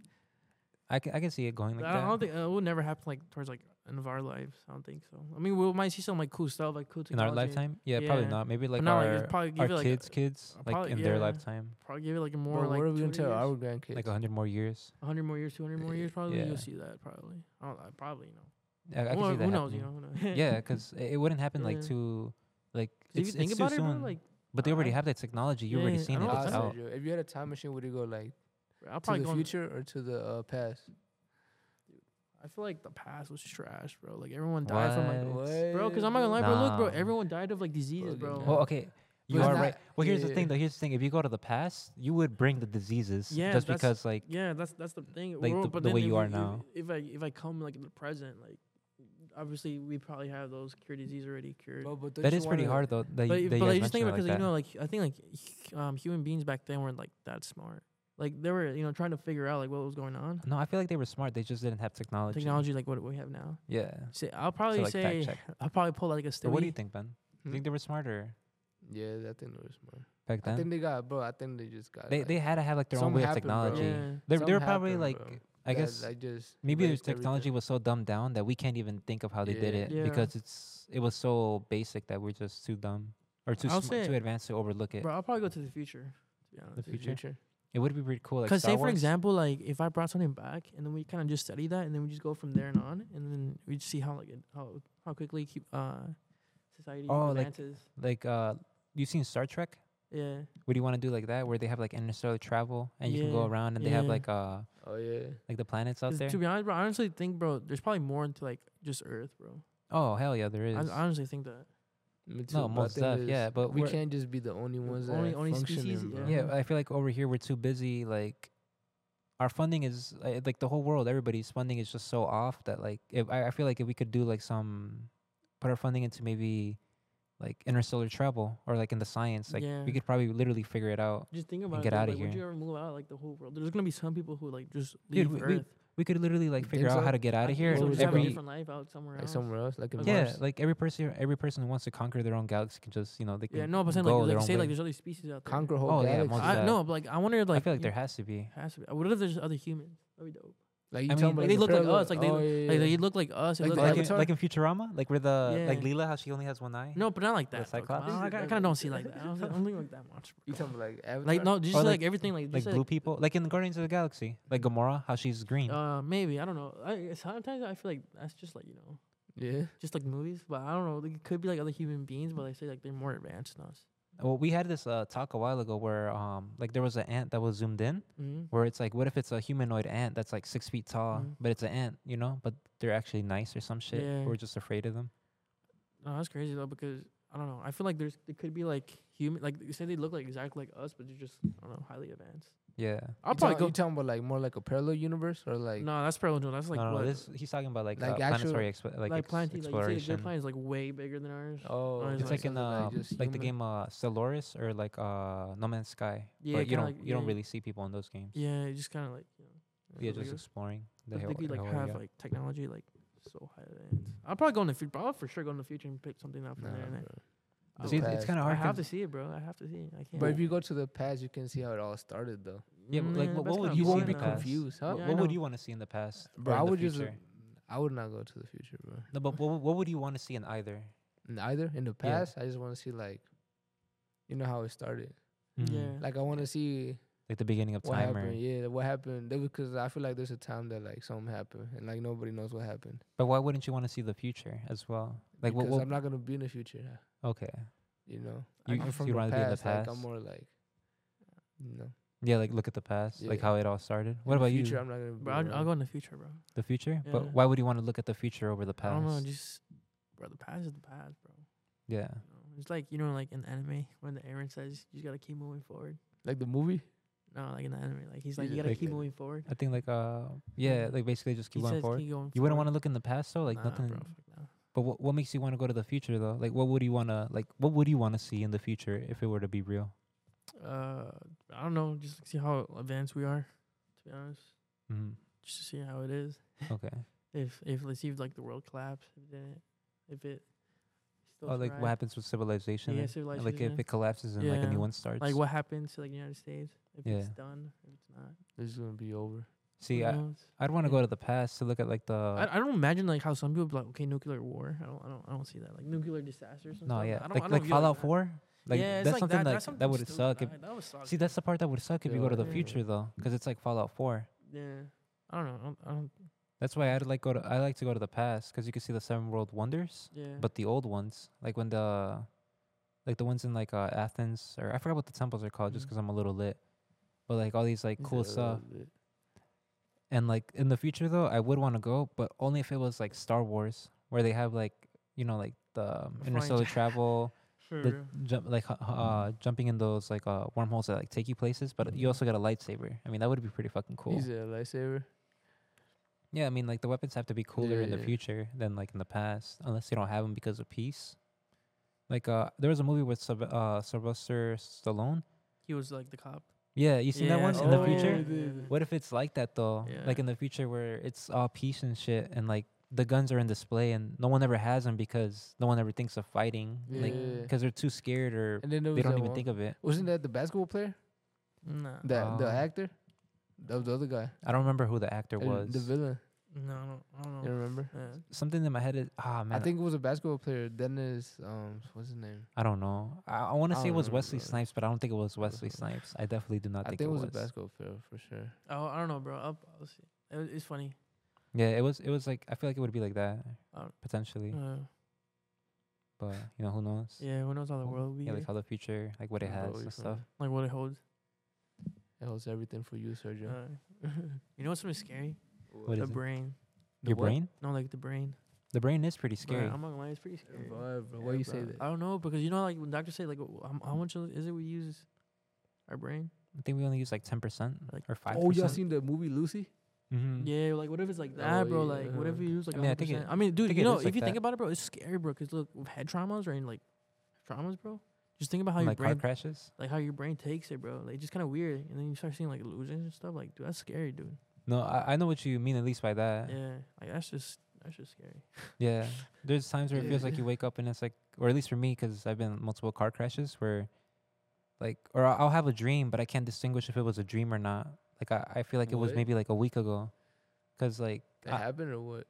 S1: I can I can see it going like
S3: I, don't, I
S1: that.
S3: don't think uh, it will never happen, like towards like end of our lives. I don't think so. I mean, we might see some like cool stuff, like cool
S1: in our
S3: technology.
S1: lifetime? Yeah, probably
S3: Yeah.
S1: not. Maybe like
S3: not, like,
S1: our,
S3: it's probably give
S1: our
S3: it, like,
S1: kids' kids,
S3: uh,
S1: like
S3: probably-
S1: in their
S3: yeah.
S1: lifetime,
S3: Probably give it like a
S2: Bro,
S3: more like
S2: what are we gonna
S3: 200
S2: tell our
S3: years?
S2: grandkids?
S1: like a hundred more years.
S3: 100 more years, 200 more years. Probably
S1: Yeah.
S3: you'll see that. Probably. I don't, I probably you know.
S1: I, I can
S3: Who-
S1: see that
S3: who knows? You
S1: happening.
S3: know. Who knows?
S1: Yeah, because it, it wouldn't happen like
S3: Yeah.
S1: too, like
S3: 'Cause if
S1: it's,
S3: you think
S1: it's too
S3: about it,
S1: soon.
S3: bro, like
S1: but they
S3: I-
S1: already have that technology. You've already
S3: yeah, I
S1: seen it.
S3: don't
S1: It's
S2: Honestly,
S3: know.
S1: out.
S2: Joe, if you had a time machine, would you go like
S3: I'll
S2: to
S3: probably
S2: the
S3: go. Future.
S2: future or to the uh, past?
S3: I feel like the past was trash, bro. Like everyone died from like.
S1: What?
S3: Bro, because I'm not gonna lie, bro. Look, bro,
S1: Nah.
S3: everyone died of like diseases,
S2: Probably
S3: bro.
S2: not.
S1: Well, okay, you
S2: But
S1: are
S2: not-
S1: right. Well, here's the
S2: yeah.
S1: thing, though. Here's the thing. If you go to the past, you would bring the diseases.
S3: Yeah,
S1: just
S3: that's-
S1: because like
S3: Yeah, that's that's the thing.
S1: Like,
S3: Well,
S1: the-
S3: but
S1: the
S3: then
S1: way
S3: if
S1: you are
S3: if-
S1: now.
S3: If I if I come like in the present, like obviously we probably have those cure disease already cured.
S2: But, but don't
S1: That
S2: you
S1: is pretty
S2: wanna-
S1: hard though. That
S3: but
S1: you, that
S3: if- but
S1: you
S3: like,
S1: guys
S3: just think
S1: mentioned
S3: about because
S1: like
S3: you
S1: that.
S3: know, like I think like h- um, human beings back then weren't like that smart. Like they were, you know, trying to figure out like what was going on.
S1: no, I feel like they were smart. They just didn't have technology.
S3: Technology like what we have now.
S1: Yeah.
S3: Say I'll probably
S1: so like fact
S3: say
S1: check.
S3: I'll probably pull like a
S1: So
S3: Stewie.
S1: what do you think, Ben? You
S2: Hmm?
S1: think they were smarter
S2: Yeah, I think they were smart.
S1: back
S2: I think
S1: then?
S2: they got, bro. I think they just got.
S1: They
S2: like,
S1: they had to have like their own
S2: Something
S1: way of
S2: happened, bro.
S1: technology.
S3: Yeah.
S1: They they
S2: something
S1: were probably
S2: happened,
S1: like
S2: bro,
S1: I
S2: that,
S1: guess
S2: like just
S1: maybe their
S2: erased everything.
S1: technology was so dumbed down that we can't even think of how they did
S2: Yeah.
S1: it
S3: Yeah.
S1: because it's it was so basic that we're just too dumb or too
S3: I'll
S1: sm-
S3: say-
S1: too advanced to overlook it.
S3: Bro, I'll probably go to the future. To be honest.
S1: The
S2: The
S1: future. It would be pretty cool. Like
S3: Because
S1: Star
S3: say for
S1: Wars.
S3: example, like if I brought something back and then we kind of just study that and then we just go from there and on and then we just see how like it, how how quickly keep uh society
S1: Oh, like-
S3: advances.
S1: like uh, you seen Star Trek?
S3: yeah.
S1: Would you want to do like that where they have like interstellar travel and you can go
S3: Yeah.
S1: around and they have
S3: Yeah.
S1: like uh
S2: Oh yeah.
S1: like the planets out
S3: 'Cause
S1: there?
S3: To be honest, bro, I honestly think, bro, there's probably more into like just Earth, bro.
S1: Oh hell yeah, there
S3: I,
S1: is.
S3: I honestly think that.
S2: Me too.
S1: no,
S2: but I
S1: most
S2: think
S1: stuff.
S2: there's-
S1: Yeah, but
S2: we
S1: we're-
S2: can't just be the only ones that
S3: only-
S2: are
S3: only species,
S2: functioning, bro.
S3: Mm-hmm.
S1: Yeah, I feel like over here we're too busy. Like, our funding is uh, like the whole world. Everybody's funding is just so off that like if I, I feel like if we could do like some, put our funding into maybe, like interstellar travel or like in the science, like
S3: Yeah.
S1: we could probably literally figure it out.
S3: Just think about
S1: get
S3: it. though,
S1: outta
S3: like, Would
S1: here.
S3: you ever move out like the whole world? There's gonna be some people who like just
S1: Dude,
S3: leave
S1: we- we-
S3: Earth.
S1: We could literally like
S2: You
S1: figure
S2: think
S1: out how
S2: so?
S1: to get out
S3: I
S1: of
S3: think
S1: here.
S3: so,
S2: What
S3: just
S2: would
S3: have a
S2: you-
S3: different life out somewhere
S2: Like
S3: else.
S2: somewhere else, like in
S3: Like
S1: yeah,
S2: Mars.
S1: like every person, every person who wants to conquer their own galaxy can just you know they can
S3: yeah, no, but I'm saying
S1: go
S3: like,
S1: their
S3: like
S1: own
S3: say
S1: way.
S3: like there's other species out there.
S2: Conquer whole
S1: Oh, yeah,
S2: galaxy.
S1: most
S3: I,
S1: that.
S3: no, but like I wonder like
S1: I feel like
S3: you-
S1: there has to be.
S3: has to be. What if there's other humans? That'd be dope.
S2: like you
S1: I
S2: tell
S1: mean,
S2: me
S1: like,
S3: they
S2: a
S3: look like
S2: parallel-
S3: us, like they
S2: oh,
S3: look-
S2: yeah,
S3: Like
S2: yeah,
S3: they
S2: yeah.
S3: look like us. They
S2: Like
S3: look
S2: the
S1: Like,
S3: like
S1: in,
S2: Avatar?
S1: like in Futurama, like where the like
S3: Yeah.
S1: Leela, how she only has one eye.
S3: no, but not like
S1: The
S3: that. though, come
S1: Cyclops?
S3: on, I kind of don't see like that. I don't, I don't think like that much.
S2: You tell me like Avatar.
S3: Like no, just
S1: Or,
S3: like,
S1: like-
S3: everything like
S1: like
S3: just,
S1: blue people, like in Guardians of the Galaxy, like Gamora, how she's green.
S3: Uh, maybe I don't know. I, sometimes I feel like that's just like you know,
S2: Yeah.
S3: just like movies. But I don't know. Like, it could be like other human beings, but they say like they're more advanced than us.
S1: well, we had this uh, talk a while ago where um, like there was an ant that was zoomed in,
S3: Mm-hmm.
S1: where it's like, what if it's a humanoid ant that's like six feet tall,
S3: Mhm.
S1: but it's an ant, you know, but they're actually nice or some shit.
S3: Yeah.
S1: We're just afraid of them.
S3: No, that's crazy though because I don't know. I feel like there's it could be like human. Like you say they look like exactly like us, but they're just I don't know, highly advanced.
S1: Yeah.
S3: I'll
S2: You
S3: probably
S2: tell-
S3: go.
S2: You talking about like more like a parallel universe or like?
S3: no, that's probably no. That's like
S1: no, no, no,
S3: what?
S1: this he's talking about like,
S2: Like
S1: uh,
S2: actual-
S1: planetary expo- like,
S3: like,
S1: ex-
S3: planet, like you say
S1: exploration.
S3: the planet is like way bigger than ours.
S2: Oh,
S3: Or is
S1: it's
S3: like
S1: like, in uh,
S2: just
S1: like the
S2: human-
S1: game uh, Stellaris or like uh, No Man's Sky.
S3: Yeah,
S1: but you
S3: kinda
S1: don't
S3: like-
S1: you don't
S3: yeah.
S1: really see people in those games.
S3: Yeah, it's just kind of like you know.
S1: Yeah,
S3: that's what
S1: just
S3: we-
S1: exploring. The
S3: But
S1: hell,
S3: they could like
S1: hell
S3: have
S1: yeah.
S3: like technology like so high advanced. I'll probably go in the future. I'll for sure go in the future and pick something up from
S2: Nah,
S3: there. And I-
S2: bro.
S3: I'll
S1: See,
S2: the
S1: it's-
S3: pass.
S1: it's
S2: past.
S1: kind of
S3: I
S1: hard.
S3: have
S1: to-
S3: to see it, bro. I have to see it. I can't.
S2: But if you go to the past, you can see how it all started, though.
S1: Yeah, but, like,
S3: Mm,
S1: what-
S3: that's
S1: what would
S3: kinda
S1: you
S2: You
S1: see
S3: weird.
S2: won't be
S1: in the past?
S2: confused, huh?
S1: What,
S3: Yeah, I
S1: what would
S3: know.
S1: you want to see in the past?
S2: Bro,
S1: or
S2: I
S1: in the
S2: would
S3: uh,
S2: just.
S1: future?
S2: I would not go to the future, bro.
S1: No, but what, what would you want to see in either?
S2: In either in the
S1: Yeah.
S2: past, I just want to see like, you know how it started.
S3: Yeah.
S2: Like I want to see
S1: Like the beginning of
S2: what
S1: time or
S2: happened. Yeah, what happened? Because I feel like there's a time that like something happened and like nobody knows what happened.
S1: But why wouldn't you want to see the future as well? Like what,
S2: because
S1: what
S2: I'm not gonna be in the future.
S1: Okay.
S2: You know,
S1: You-
S2: I'm
S1: you
S2: from the
S1: wanna
S2: past,
S1: be in the
S2: Like,
S1: past?
S2: I'm more like, you know,
S1: Yeah, like look at the past, like
S2: Yeah.
S1: how it all started. What
S2: in the
S1: about
S2: future,
S1: you?
S2: I'm not gonna. Be
S3: Bro, I'll, I'll
S2: around.
S3: go in the future, bro.
S1: The future?
S3: Yeah.
S1: But why would you want to look at the future over the
S3: I
S1: past?
S3: don't know. Just bro, the past is the past, bro.
S1: yeah.
S3: You know, It's like you know, like in anime when the Aaron says you just gotta keep moving forward.
S2: like the movie.
S3: No, like in the anime, like he's
S2: You
S3: like
S2: just
S3: you gotta
S1: like-
S3: keep moving forward.
S1: I think like uh yeah, like basically just keep
S3: Mm. he
S1: going
S3: says
S1: forward.
S3: keep going.
S1: You wouldn't
S3: forward.
S1: want to look in the past though, like
S3: Nah,
S1: nothing.
S3: Bro, fuck no.
S1: But what what makes you want to go to the future though? Like what would you want to like what would you want to see in the future if it were to be real?
S3: Uh, I don't know. Just see how advanced we are. To be honest,
S1: hmm
S3: just to see how it is.
S1: Okay.
S3: If if let's see if like the world collapsed, if it didn't, if it still
S1: Oh, like what
S3: thrived,
S1: happens with civilization?
S3: Yeah,
S1: and- and, Like if
S3: civilization.
S1: it collapses and like a
S3: Yeah.
S1: new one starts.
S3: like what happened to like the United States, if it's
S1: Yeah.
S3: done, if it's not.
S2: This is gonna be over.
S1: See,
S3: Who
S1: I,
S3: knows?
S1: I'd want to
S3: Yeah.
S1: go to the past to look at like the.
S3: I, I don't imagine like how some people be like okay nuclear war. I don't I don't I don't see that like nuclear disasters. And
S1: no,
S3: stuff.
S1: yeah,
S3: I don't,
S1: like
S3: I don't
S1: like
S3: view it
S1: Fallout
S3: that.
S1: Four. Like
S3: yeah, it's
S1: that's
S3: like
S1: something
S3: that,
S1: like
S3: that's something
S1: that would
S3: stupid.
S1: suck. If,
S3: I- that would suck.
S1: see, that's the part that would suck if you go to the
S2: Yeah.
S1: future though, because it's like Fallout Four.
S3: yeah. I don't know. I don't, I don't
S1: That's why I'd like go to. I like to go to the past because you can see the seven world wonders,
S3: yeah.
S1: but the old ones, like when the, like the ones in like uh, Athens or I forgot what the temples are called, just
S3: Mhm.
S1: because I'm a little lit. But like all these like cool
S2: Uh,
S1: stuff,
S2: the-
S1: and like in the future though, I would want to go, but only if it was like Star Wars, where they have like you know like the um,
S3: flying
S1: interstellar
S3: j-
S1: travel.
S3: for
S1: the
S3: real.
S1: jump like h- h- uh jumping in those like uh wormholes that like
S3: Mm-hmm.
S1: take you places but you also got a lightsaber i mean that would be pretty fucking cool
S2: He's a lightsaber.
S1: Yeah, I mean, like the weapons have to be cooler in the
S2: Yeah.
S1: future than like in the past, unless you don't have them because of peace. Like, uh, there was a movie with Sylv- uh, Sylvester Stallone.
S3: He was like the cop.
S1: Yeah, you seen that
S3: Yeah,
S1: one
S3: I
S1: in the
S3: seen that
S1: future?
S3: one. Yeah.
S1: What if it's like that though? Like
S3: Yeah.
S1: in the future where it's all peace and shit, and like the guns are in display, and no one ever has them because no one ever thinks of fighting, Like like
S2: Yeah.
S1: because they're too scared or
S2: And then there was
S1: they don't
S2: that
S1: even
S2: one-
S1: think of it.
S2: Wasn't that the basketball player?
S3: Nah.
S2: That the
S1: Um,
S2: actor? That was the other guy.
S1: I don't remember who the actor
S2: And
S1: was.
S2: The villain.
S3: No, I don't, I don't
S2: You
S3: know.
S2: remember?
S3: Oh, Yeah.
S1: Something in my head is ah man,
S2: I think it was a basketball player. Dennis. Um, what's his name?
S1: I don't know. I, I want to
S2: I
S1: say it
S2: don't
S1: was
S2: remember
S1: Wesley
S2: the-
S1: Snipes, but I don't think it was Wesley Snipes. I definitely do
S2: I,
S1: not
S2: think,
S1: think,
S2: it was, a basketball player for sure.
S3: Oh, I don't know, bro. I'll, I'll see. It was- it's funny.
S1: Yeah, it was. It was like I feel like it would be like that
S3: Uh,
S1: potentially,
S3: Uh,
S1: but you know who knows? Oh, Yeah,
S3: yeah, who knows how the
S1: Well,
S3: world will be?
S1: like
S3: like,
S1: how the future, like what it
S2: Remember
S1: has
S2: what
S1: and
S2: you're
S1: stuff.
S2: saying.
S3: like what it holds.
S2: That was everything for you, Sergio.
S3: Uh, you know what's something scary?
S1: What
S3: the
S1: is it?
S3: brain.
S2: The
S1: Your
S2: what?
S1: brain?
S3: No, like the brain.
S1: The brain is pretty
S3: Bro,
S1: scary.
S3: I'm not gonna lie, it's pretty
S2: Yeah,
S3: scary.
S2: bro, bro, why
S3: Yeah,
S2: you say
S3: bro.
S2: that?
S3: I don't know because you know, like when doctors say, like, w- how, how much of- is it we use our brain?
S1: I think we only use like ten percent
S3: Like-
S1: or five.
S2: oh, y'all seen the movie Lucy?
S1: Mm-hmm.
S3: Yeah, like what if it's like that,
S2: Oh,
S3: bro?
S2: yeah,
S3: Like what if
S2: uh-huh.
S3: you use like
S1: I mean, I think
S3: 100%?
S1: it-
S3: I mean, dude,
S1: think
S3: you
S1: it
S3: know,
S1: is
S3: if
S1: like
S3: you think
S1: that.
S3: about it, bro, it's scary, bro. Cause look, with head traumas or in like traumas, bro. Just think about how your
S1: like car
S3: brain,
S1: crashes.
S3: like how your brain takes it, bro. Like it's just kind of weird, and then you start seeing like illusions and stuff. Like, dude, that's scary, dude.
S1: No, I, I know what you mean at least by that.
S3: Yeah, like that's just that's just scary.
S1: Yeah. There's times where it feels like
S2: Yeah.
S1: you wake up and it's like, or at least for me, 'cause I've been in multiple car crashes where, like, or I- I'll have a dream, but I can't distinguish if it was a dream or not. Like, I, I feel like it was
S2: What?
S1: maybe like a week ago. 'Cause like,
S2: That
S1: I,
S2: happened or what?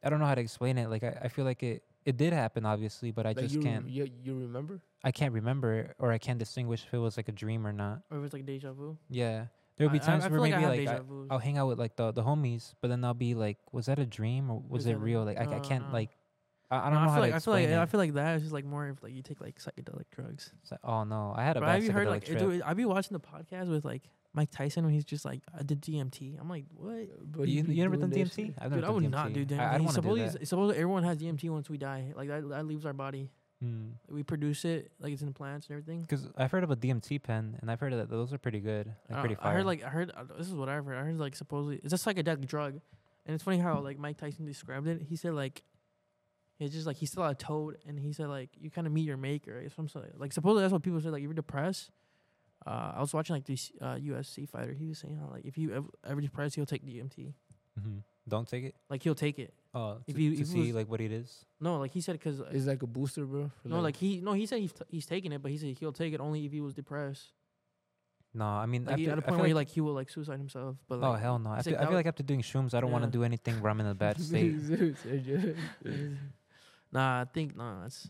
S1: I don't know how to explain it. Like, I, I feel like it, it did happen, obviously, but I
S2: like
S1: just
S2: you, rem-
S1: can't,
S2: You, you remember?
S1: I can't remember it or I can't distinguish if it was like a dream or not.
S3: Or if it's like deja vu.
S1: Yeah. There'll be
S3: I- I-
S1: times
S3: I
S1: where
S3: feel
S1: maybe
S3: I have
S1: like, I,
S3: deja vus.
S1: I'll hang out with like the, the homies, but then I'll be like, was that a dream or was
S3: Is
S1: it
S3: that a-
S1: real? Like, I, I
S3: uh,
S1: can't,
S3: uh.
S1: like, I, I
S3: No,
S1: don't know
S3: I
S1: how
S3: feel like
S1: to
S3: I feel like
S1: explain it.
S3: I feel like that is just like more if like you take like psychedelic drugs.
S1: It's like, oh no, I had a
S3: Bro,
S1: bad
S3: have you heard
S1: psychedelic
S3: like
S1: trip.
S3: dude, I be watching the podcast with like Mike Tyson when he's just like I did DMT. I'm like, what?
S2: But
S1: you,
S2: he be
S1: you never done
S2: doing that
S1: DMT?
S2: shit.
S1: I've never
S3: Dude, I would
S1: done
S3: not do DMT.
S1: I, I don't want to do
S3: supposedly,
S1: that.
S3: supposedly everyone has DMT once we die. Like that, that leaves our body. We produce it, like it's in plants and everything.
S1: Because I've heard of a DMT pen, and I've heard that those are pretty good, like
S3: I,
S1: pretty
S3: Oh, I
S1: fire.
S3: heard like I heard uh, this is what I heard. I heard like supposedly it's a psychedelic drug, and it's funny how like Mike Tyson described it. He said like it's just like he still a toad, and he said like you kind of meet your maker. It's some sort of- like supposedly that's what people say. Like if you're depressed, uh, I was watching like this uh, UFC fighter. He was saying how like if you ever, ever depressed, he'll take DMT.
S1: Mhm. don't take it.
S3: Like he'll take it.
S1: Oh,
S3: If
S1: to,
S3: you-
S1: to
S3: if it
S1: see
S3: was-
S1: like what it is.
S3: No, like he said because
S2: It's like a booster, bro. for
S3: no, like he no he said he's t- he's taking it, but he said he'll take it only if he was depressed.
S1: No, I mean
S3: Like, he-
S1: after,
S3: at a
S1: I
S3: point
S1: feel
S3: where he
S1: like,
S3: like he will like suicide himself. But
S1: oh
S3: like,
S1: hell no.
S3: he's
S1: I feel,
S3: like,
S1: I
S3: that
S1: feel like after doing shrooms, I don't want
S3: Yeah.
S1: to do anything where I'm in a bad state.
S2: Sergio.
S3: Nah, I think nah. It's,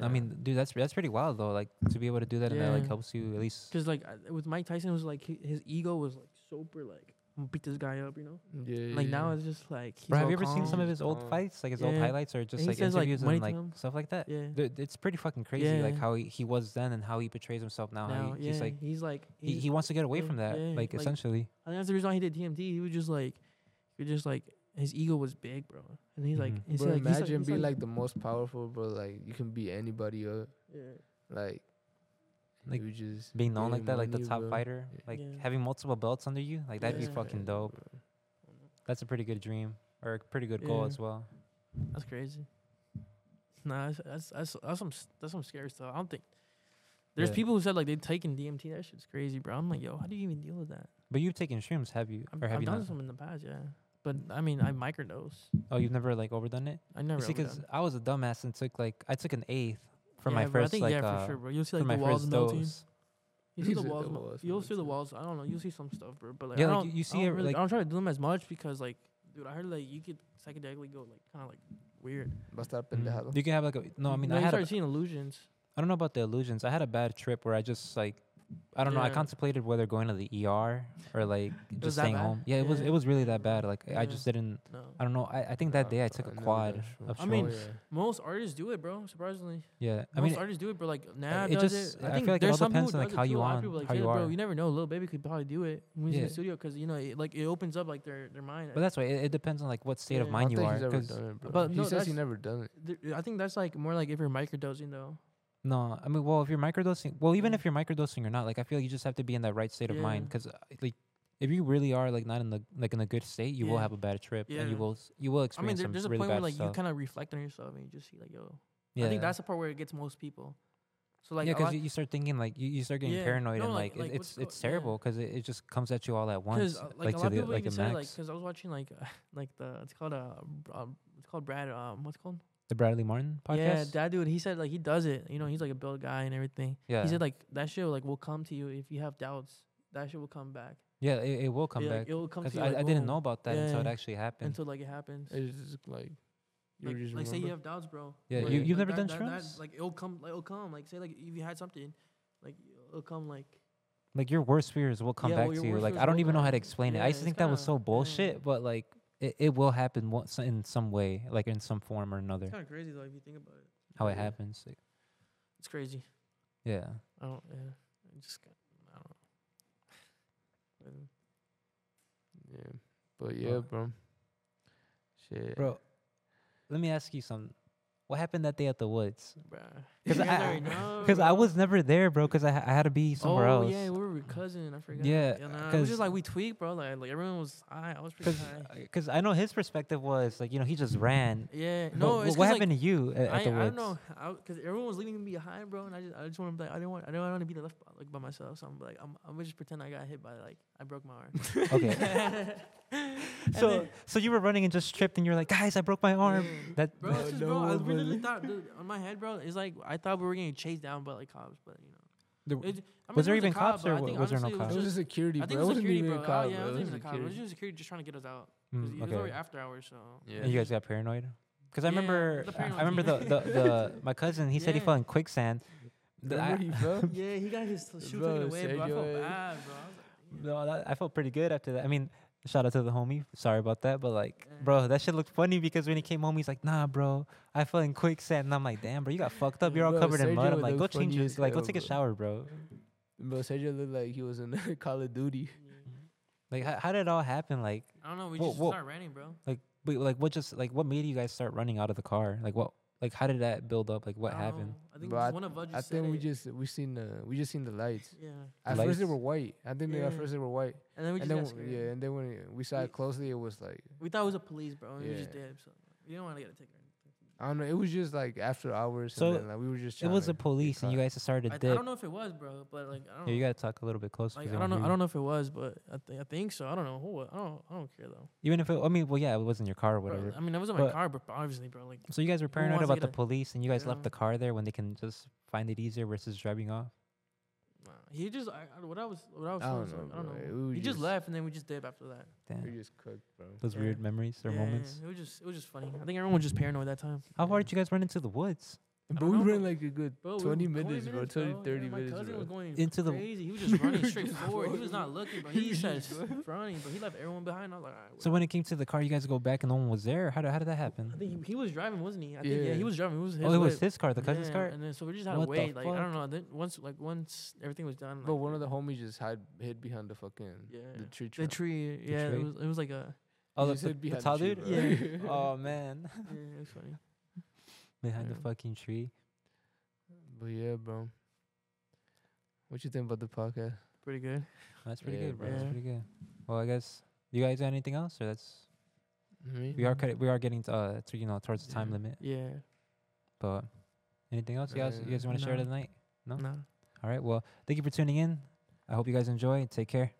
S1: I mean, dude, that's that's pretty wild though. Like to be able to do that, and that like
S3: Yeah.
S1: helps you at least.
S3: because like I- with Mike Tyson it was like hi- his ego was like super like I'm gonna beat this guy up, you know.
S2: yeah,
S3: Like now
S2: yeah.
S3: it's just like he's
S1: Bro, have
S3: all
S1: you ever seen some of
S3: calm.
S1: his old
S2: calm.
S1: fights, like his old
S3: Yeah.
S1: highlights, or just
S3: he
S1: like
S3: says, like,
S1: interviews
S3: money
S1: and
S3: to
S1: like
S3: him.
S1: stuff like that?
S3: Yeah.
S1: Dude, it's pretty fucking crazy, like
S3: Yeah.
S1: how he, he was then and how he portrays himself now. how
S3: Now,
S1: he-
S3: yeah,
S1: he's like
S3: he's like
S1: he,
S3: he's-
S1: he wants to get away
S3: yeah,
S1: from that,
S3: yeah,
S1: like,
S3: like-
S1: essentially.
S3: I think that's the reason why he did DMT. He was just like he was just like his ego was big, bro. And he's like,
S1: Mhm.
S3: he's
S2: bro,
S3: like he's like-
S2: imagine
S3: he's
S2: be like, the most powerful, bro. Like you can beat anybody up.
S3: yeah.
S2: Like,
S1: Like,
S2: you just
S1: Being known
S2: get
S1: like that, like the
S2: money,
S1: top
S2: bro.
S1: fighter,
S2: Yeah.
S1: like
S3: Yeah.
S1: having multiple belts under you, like that'd be
S3: Yeah.
S1: fucking dope.
S2: bro.
S1: That's a pretty good dream or a pretty good goal
S3: Yeah.
S1: as well.
S3: That's crazy. Nah, that's that's that's, that's some s- that's some scary stuff. I don't think there's
S1: Yeah.
S3: people who said like they've taken DMT. That shit's crazy, bro. I'm like, yo, how do you even deal with that?
S1: But you've taken shrooms, have you,
S3: I've,
S1: or have
S3: I've
S1: you
S3: done
S1: not?
S3: some in the past, yeah. But I mean, I microdose.
S1: Oh, you've never like overdone it.
S3: I never.
S1: You see,
S3: overdone.
S1: because I was a dumbass and took like I took an eighth for my
S3: Yeah, bro, I
S1: first
S3: think,
S1: like
S3: yeah,
S1: uh,
S3: for sure, bro. You'll see
S1: for
S3: like
S1: my
S3: the walls
S1: first
S3: melting.
S1: dose.
S3: You see
S2: You
S3: the
S2: see the
S3: walls. mel-
S2: walls
S3: you'll see the
S2: melting.
S3: walls. I don't know. You'll see some stuff, bro. But like,
S1: Yeah,
S3: I
S1: like,
S3: don't,
S1: you- you see
S3: I don't,
S1: it,
S3: really,
S1: like-
S3: I don't try to do them as much because like, dude, I heard like you could psychedelically go like kind of like weird.
S2: Va a estar
S3: Mm-hmm.
S1: Mhm.
S2: pendejado.
S1: You can have like a no. I mean,
S3: you
S1: I had a,
S3: start seeing illusions.
S1: I don't know about the illusions. I had a bad trip where I just like I don't know. I
S3: Yeah.
S1: contemplated whether going to the ER or like just
S3: that
S1: staying
S3: bad?
S1: home. Yeah, it was
S3: Yeah.
S1: it was really that bad. Like I
S3: Yeah.
S1: just didn't.
S3: No,
S1: I don't know. I, I think that
S2: Nah,
S1: day I
S2: bro,
S1: took a
S2: never done
S1: quad
S2: shrooms.
S1: of shrooms.
S3: I mean,
S2: Oh, yeah.
S3: most artists do it, bro. Surprisingly.
S1: yeah. I
S3: Most
S1: mean,
S3: artists do it, but like now
S1: it
S3: does
S1: just-
S3: it.
S1: I
S3: I,
S1: feel
S3: think
S1: like it
S3: there's
S1: all
S3: some
S1: depends
S3: people
S1: on, like,
S3: who does
S1: how
S3: it
S1: you
S3: too. A lot of
S1: on,
S3: people, like,
S1: how
S3: say
S1: you
S3: that, bro,
S1: are.
S3: you never know. Lil Baby could probably do it when he's in
S1: Yeah.
S3: the studio because you know, it, like it opens up like their their mind.
S1: but that's why it, it depends on like what state of
S3: Yeah. I
S1: mind
S2: I
S1: you
S2: don't
S1: are.
S2: think he's
S1: 'cause-
S2: ever done it, bro.
S3: But
S2: he
S3: no,
S2: says he
S3: that's-
S2: never done it.
S3: Th- I think that's like more like if you're microdosing though.
S1: no, I mean, well, if you're microdosing, well, even
S3: Yeah.
S1: if you're microdosing or not, like I feel like you just have to be in that right state of mind
S3: Yeah.
S1: because like if you really are like not in the like in a good state, you will
S3: Yeah.
S1: have a bad trip, and
S3: Yeah.
S1: you will s- you will
S3: I mean,
S1: experience
S3: there,
S1: some
S3: there's a
S1: really
S3: point where
S1: bad
S3: like you
S1: stuff.
S3: kind of reflect on yourself and you just see like, yo,
S1: yeah,
S3: I think that's the part where it gets most people. So like,
S1: yeah,
S3: a
S1: because
S3: lot-
S1: you, you start thinking like you, you start getting
S3: Yeah.
S1: paranoid
S3: No,
S1: and
S3: like-
S1: like,
S3: like,
S1: it,
S3: what's
S1: it's
S3: go-
S1: it's terrible because it, it just comes at you all at once,
S3: Because uh,
S1: like,
S3: like,
S1: to
S3: a lot of
S1: the
S3: people
S1: like
S3: even
S1: the
S3: say
S1: max.
S3: like because I was watching like like the it's called uh, b- uh it's called Brad um what's it called
S1: the Bradley Martin podcast.
S3: yeah that dude he said like he does it you know he's like a built guy and everything
S1: yeah,
S3: he said like that shit like will come to you if you have doubts that shit will come back
S1: yeah, it, it will come
S3: Yeah, like,
S1: back.
S3: it will come to
S1: 'Cause
S3: you
S1: I,
S3: like,
S1: I didn't
S3: boom,
S1: know about that until it
S3: Yeah.
S1: actually happened.
S3: until like it happens
S2: It's just like you
S3: like,
S2: just
S3: like say you
S2: remember.
S3: have doubts bro
S1: Yeah,
S3: Like-
S1: you- you've
S3: like,
S1: never
S3: that-
S1: done
S3: that- that-
S1: shrooms?
S3: like it'll come like it'll come like say like if you had something like it'll come like
S1: like your worst fears will come
S3: Yeah,
S1: back
S3: well, your
S1: to you.
S3: worst
S1: Like
S3: fears
S1: I don't
S3: will
S1: even know how
S3: come.
S1: to explain it.
S3: Yeah,
S1: I just
S3: it's
S1: think that was
S3: kinda-
S1: so
S3: yeah.
S1: bullshit, but like it, it will happen once in some way, like in some form or another.
S3: kind of crazy though if you think about it
S1: How it
S3: Yeah.
S1: happens. Like,
S3: it's crazy
S1: yeah.
S3: I don't yeah I just got- I don't know. Um,
S2: yeah, but yeah, bro. Shit,
S1: Bro, let me ask you something. What happened that day at the woods?
S3: Bruh. You
S1: Because
S3: guys
S1: I,
S3: already know,
S1: because I
S3: bro.
S1: was never there, bro. Because I, ha- I had to be somewhere
S3: oh,
S1: else.
S3: yeah, we were with cousin. I forgot.
S1: Yeah,
S3: nah, it was
S1: because-
S3: just like we tweaked, bro. Like, like everyone was high. I was pretty
S1: Because
S3: high.
S1: because uh, I know his perspective was like you know he just ran.
S3: Yeah.
S1: But
S3: No,
S1: wh-
S3: it's
S1: what
S3: 'cause, like,
S1: happened to you at, at
S3: I,
S1: the woods?
S3: I don't know, because everyone was leaving me behind, bro, and I just I just want to be like I don't want I don't want to be left by- like by myself, so I'm like I'm I'm gonna just pretend I got hit by like I broke my arm.
S1: Okay, so
S3: then-
S1: so you were running and just tripped, and you're like, guys, I broke my arm.
S3: Yeah.
S1: That
S3: bro, it's just, bro, I really thought dude, on my head, bro. It's like I thought we were getting chased down by like cops, but you know,
S1: There
S3: It- I mean,
S1: Was there
S3: a
S1: even
S3: cop,
S1: cops
S3: but
S1: or
S3: I
S1: wa-
S3: think
S1: was there no
S3: honestly
S1: cops?
S2: it was
S3: just-
S2: a security,
S3: uh, I
S2: bro.
S3: think
S2: It
S3: it was
S2: wasn't
S3: security,
S2: even
S3: bro.
S2: a
S3: Oh,
S2: cop, bro.
S3: yeah, it
S2: It
S3: wasn't
S2: was
S3: even a cop. It was
S2: security.
S3: just Hmm, security just trying to get us out. 'Cause
S1: Mm,
S3: It was
S1: okay.
S3: already after hours, so.
S2: Yeah.
S1: And you guys got paranoid? Because I
S3: Yeah,
S1: remember,
S3: the
S1: I- I
S3: paranoid
S1: remember the,
S3: thing.
S1: the, the my cousin. He said he
S3: Yeah.
S1: fell in quicksand. The- I,
S2: Remember he fell?
S3: Yeah, he got his shoe
S2: Bro,
S3: taken away, bro. I felt
S2: Sergio, eh?
S3: bad, bro. I was like,
S1: no, that, I felt pretty good after that. I mean, shout out to the homie. Sorry about that, but like,
S3: Yeah.
S1: bro, that shit looked funny because when he came home, he's like, "Nah, bro, I fell in quicksand." And I'm like, "Damn, bro, you got fucked up. You're all
S2: Bro,
S1: covered in mud."
S2: Sergio
S1: I'm like, "Go
S2: looked
S1: change
S2: funny
S1: your
S2: as
S1: like, go
S2: hell,
S1: take a
S2: bro.
S1: shower, bro."
S2: Bro, Sergio looked like he was in Call of Duty.
S1: Like, how, how did it all happen? Like,
S3: I don't know. We
S1: Whoa,
S3: just
S1: whoa.
S3: started running, bro.
S1: like, wait, like, what just like what made you guys start running out of the car? Like, what, like, how did that build up? Like, what
S3: I don't
S1: happened?
S3: know. I think
S2: Bro,
S3: just
S2: I-
S3: one of us just
S2: I
S3: said
S2: think we
S3: it.
S2: just we seen the we just seen the lights.
S3: yeah.
S2: At
S1: Lights?
S2: first they were white. I think they, at
S3: Yeah.
S2: first they were white.
S3: And then we
S2: and
S3: just
S2: then
S3: got
S2: w-
S3: scared.
S2: yeah, and then when we saw
S3: We-
S2: it closely, it was like
S3: We thought it was a police, bro. And we just
S2: Yeah.
S3: did. So we didn't want to get a ticket.
S2: I don't know. It was just like after hours.
S1: So
S2: and then, like, we were just.
S3: Oh,
S1: It
S2: tryna
S1: was the
S2: get
S1: police, and you
S2: caught.
S1: guys started
S3: I,
S1: to
S3: th- I
S1: dip.
S3: don't know if it was, bro. But like, I don't.
S1: Yeah, you
S3: know.
S1: gotta talk a little bit closer.
S3: Like, I don't know. I don't know if it was, but I, th- I think so. I don't know. Who wa- I don't. I don't care though.
S1: Even if it, I mean, well, yeah, it was in your car or
S3: Bro,
S1: whatever.
S3: I mean, that was in my
S1: But-
S3: car, but obviously, bro. Like,
S1: So you guys were paranoid
S3: wants to
S1: about
S3: get
S1: the
S3: a-
S1: police, and you guys
S3: Yeah.
S1: left the car there when they can just find it easier versus driving off.
S3: nah. he just. I, I- what I was. What I was.
S2: I
S3: telling
S2: don't
S3: you,
S2: know,
S3: I don't
S2: bro.
S3: know.
S2: We
S3: He just
S2: just-
S3: left, and then we just did after that.
S2: We
S1: Damn,
S2: just cooked, bro.
S1: those
S3: Yeah.
S1: weird memories or
S3: Yeah,
S1: moments.
S3: It was just. It was just funny. I think everyone was just paranoid that time.
S1: How far did you guys run into the woods?
S2: But
S3: don't
S2: we
S3: know,
S2: ran
S3: bro.
S2: like a good
S3: Bro, we
S2: 20
S3: were going
S2: minutes, bro. 20, 30
S3: yeah, my
S2: minutes,
S3: cousin
S2: bro.
S3: was going
S1: Into
S3: into
S1: the-
S3: crazy. He was just running straight
S2: Just
S3: forward. He
S2: running.
S3: was not looking, but he just
S2: He
S3: said
S2: was just
S3: running, but he left everyone behind. I was like, all right.
S1: So
S3: whatever.
S1: when it came to the car, you guys go back and no one was there. How did, how did that happen?
S3: I think he, he was driving, wasn't he? I think yeah,
S2: Yeah.
S3: he was driving. It was his.
S1: oh, it was
S3: way.
S1: his car, the cousin's
S3: Yeah,
S1: car.
S3: And then so we just had
S1: What
S3: to
S1: the
S3: wait. Like I
S1: fuck?
S3: don't know. Then once like once everything was done.
S2: But
S3: like,
S2: one of the homies just hide hid behind the fucking
S3: yeah,
S2: the tree
S3: the
S2: trunk.
S3: tree. Yeah,
S1: tree?
S3: it was it was like a
S1: oh,
S2: He
S1: the,
S2: just
S1: the,
S2: hid
S1: the
S2: behind
S1: tall
S2: the
S1: dude.
S2: tree, bro.
S1: oh man,
S3: yeah, it was funny.
S1: behind the
S3: Yeah.
S1: fucking tree.
S2: But yeah, bro. What you think about the podcast?
S3: Pretty good.
S1: That's pretty
S2: Yeah,
S1: good, bro. That's
S3: bro.
S1: pretty good. Well, I guess you guys got anything else, or that's
S2: Me?
S1: we are cut- we are getting to, uh to, you know towards the time
S2: Yeah.
S1: limit.
S3: Yeah.
S1: But anything else, you guys? You
S2: Uh,
S1: guys want to share
S3: no.
S1: tonight? No?
S3: No.
S1: All right. Well, thank you for tuning in. I hope you guys enjoy. Take care.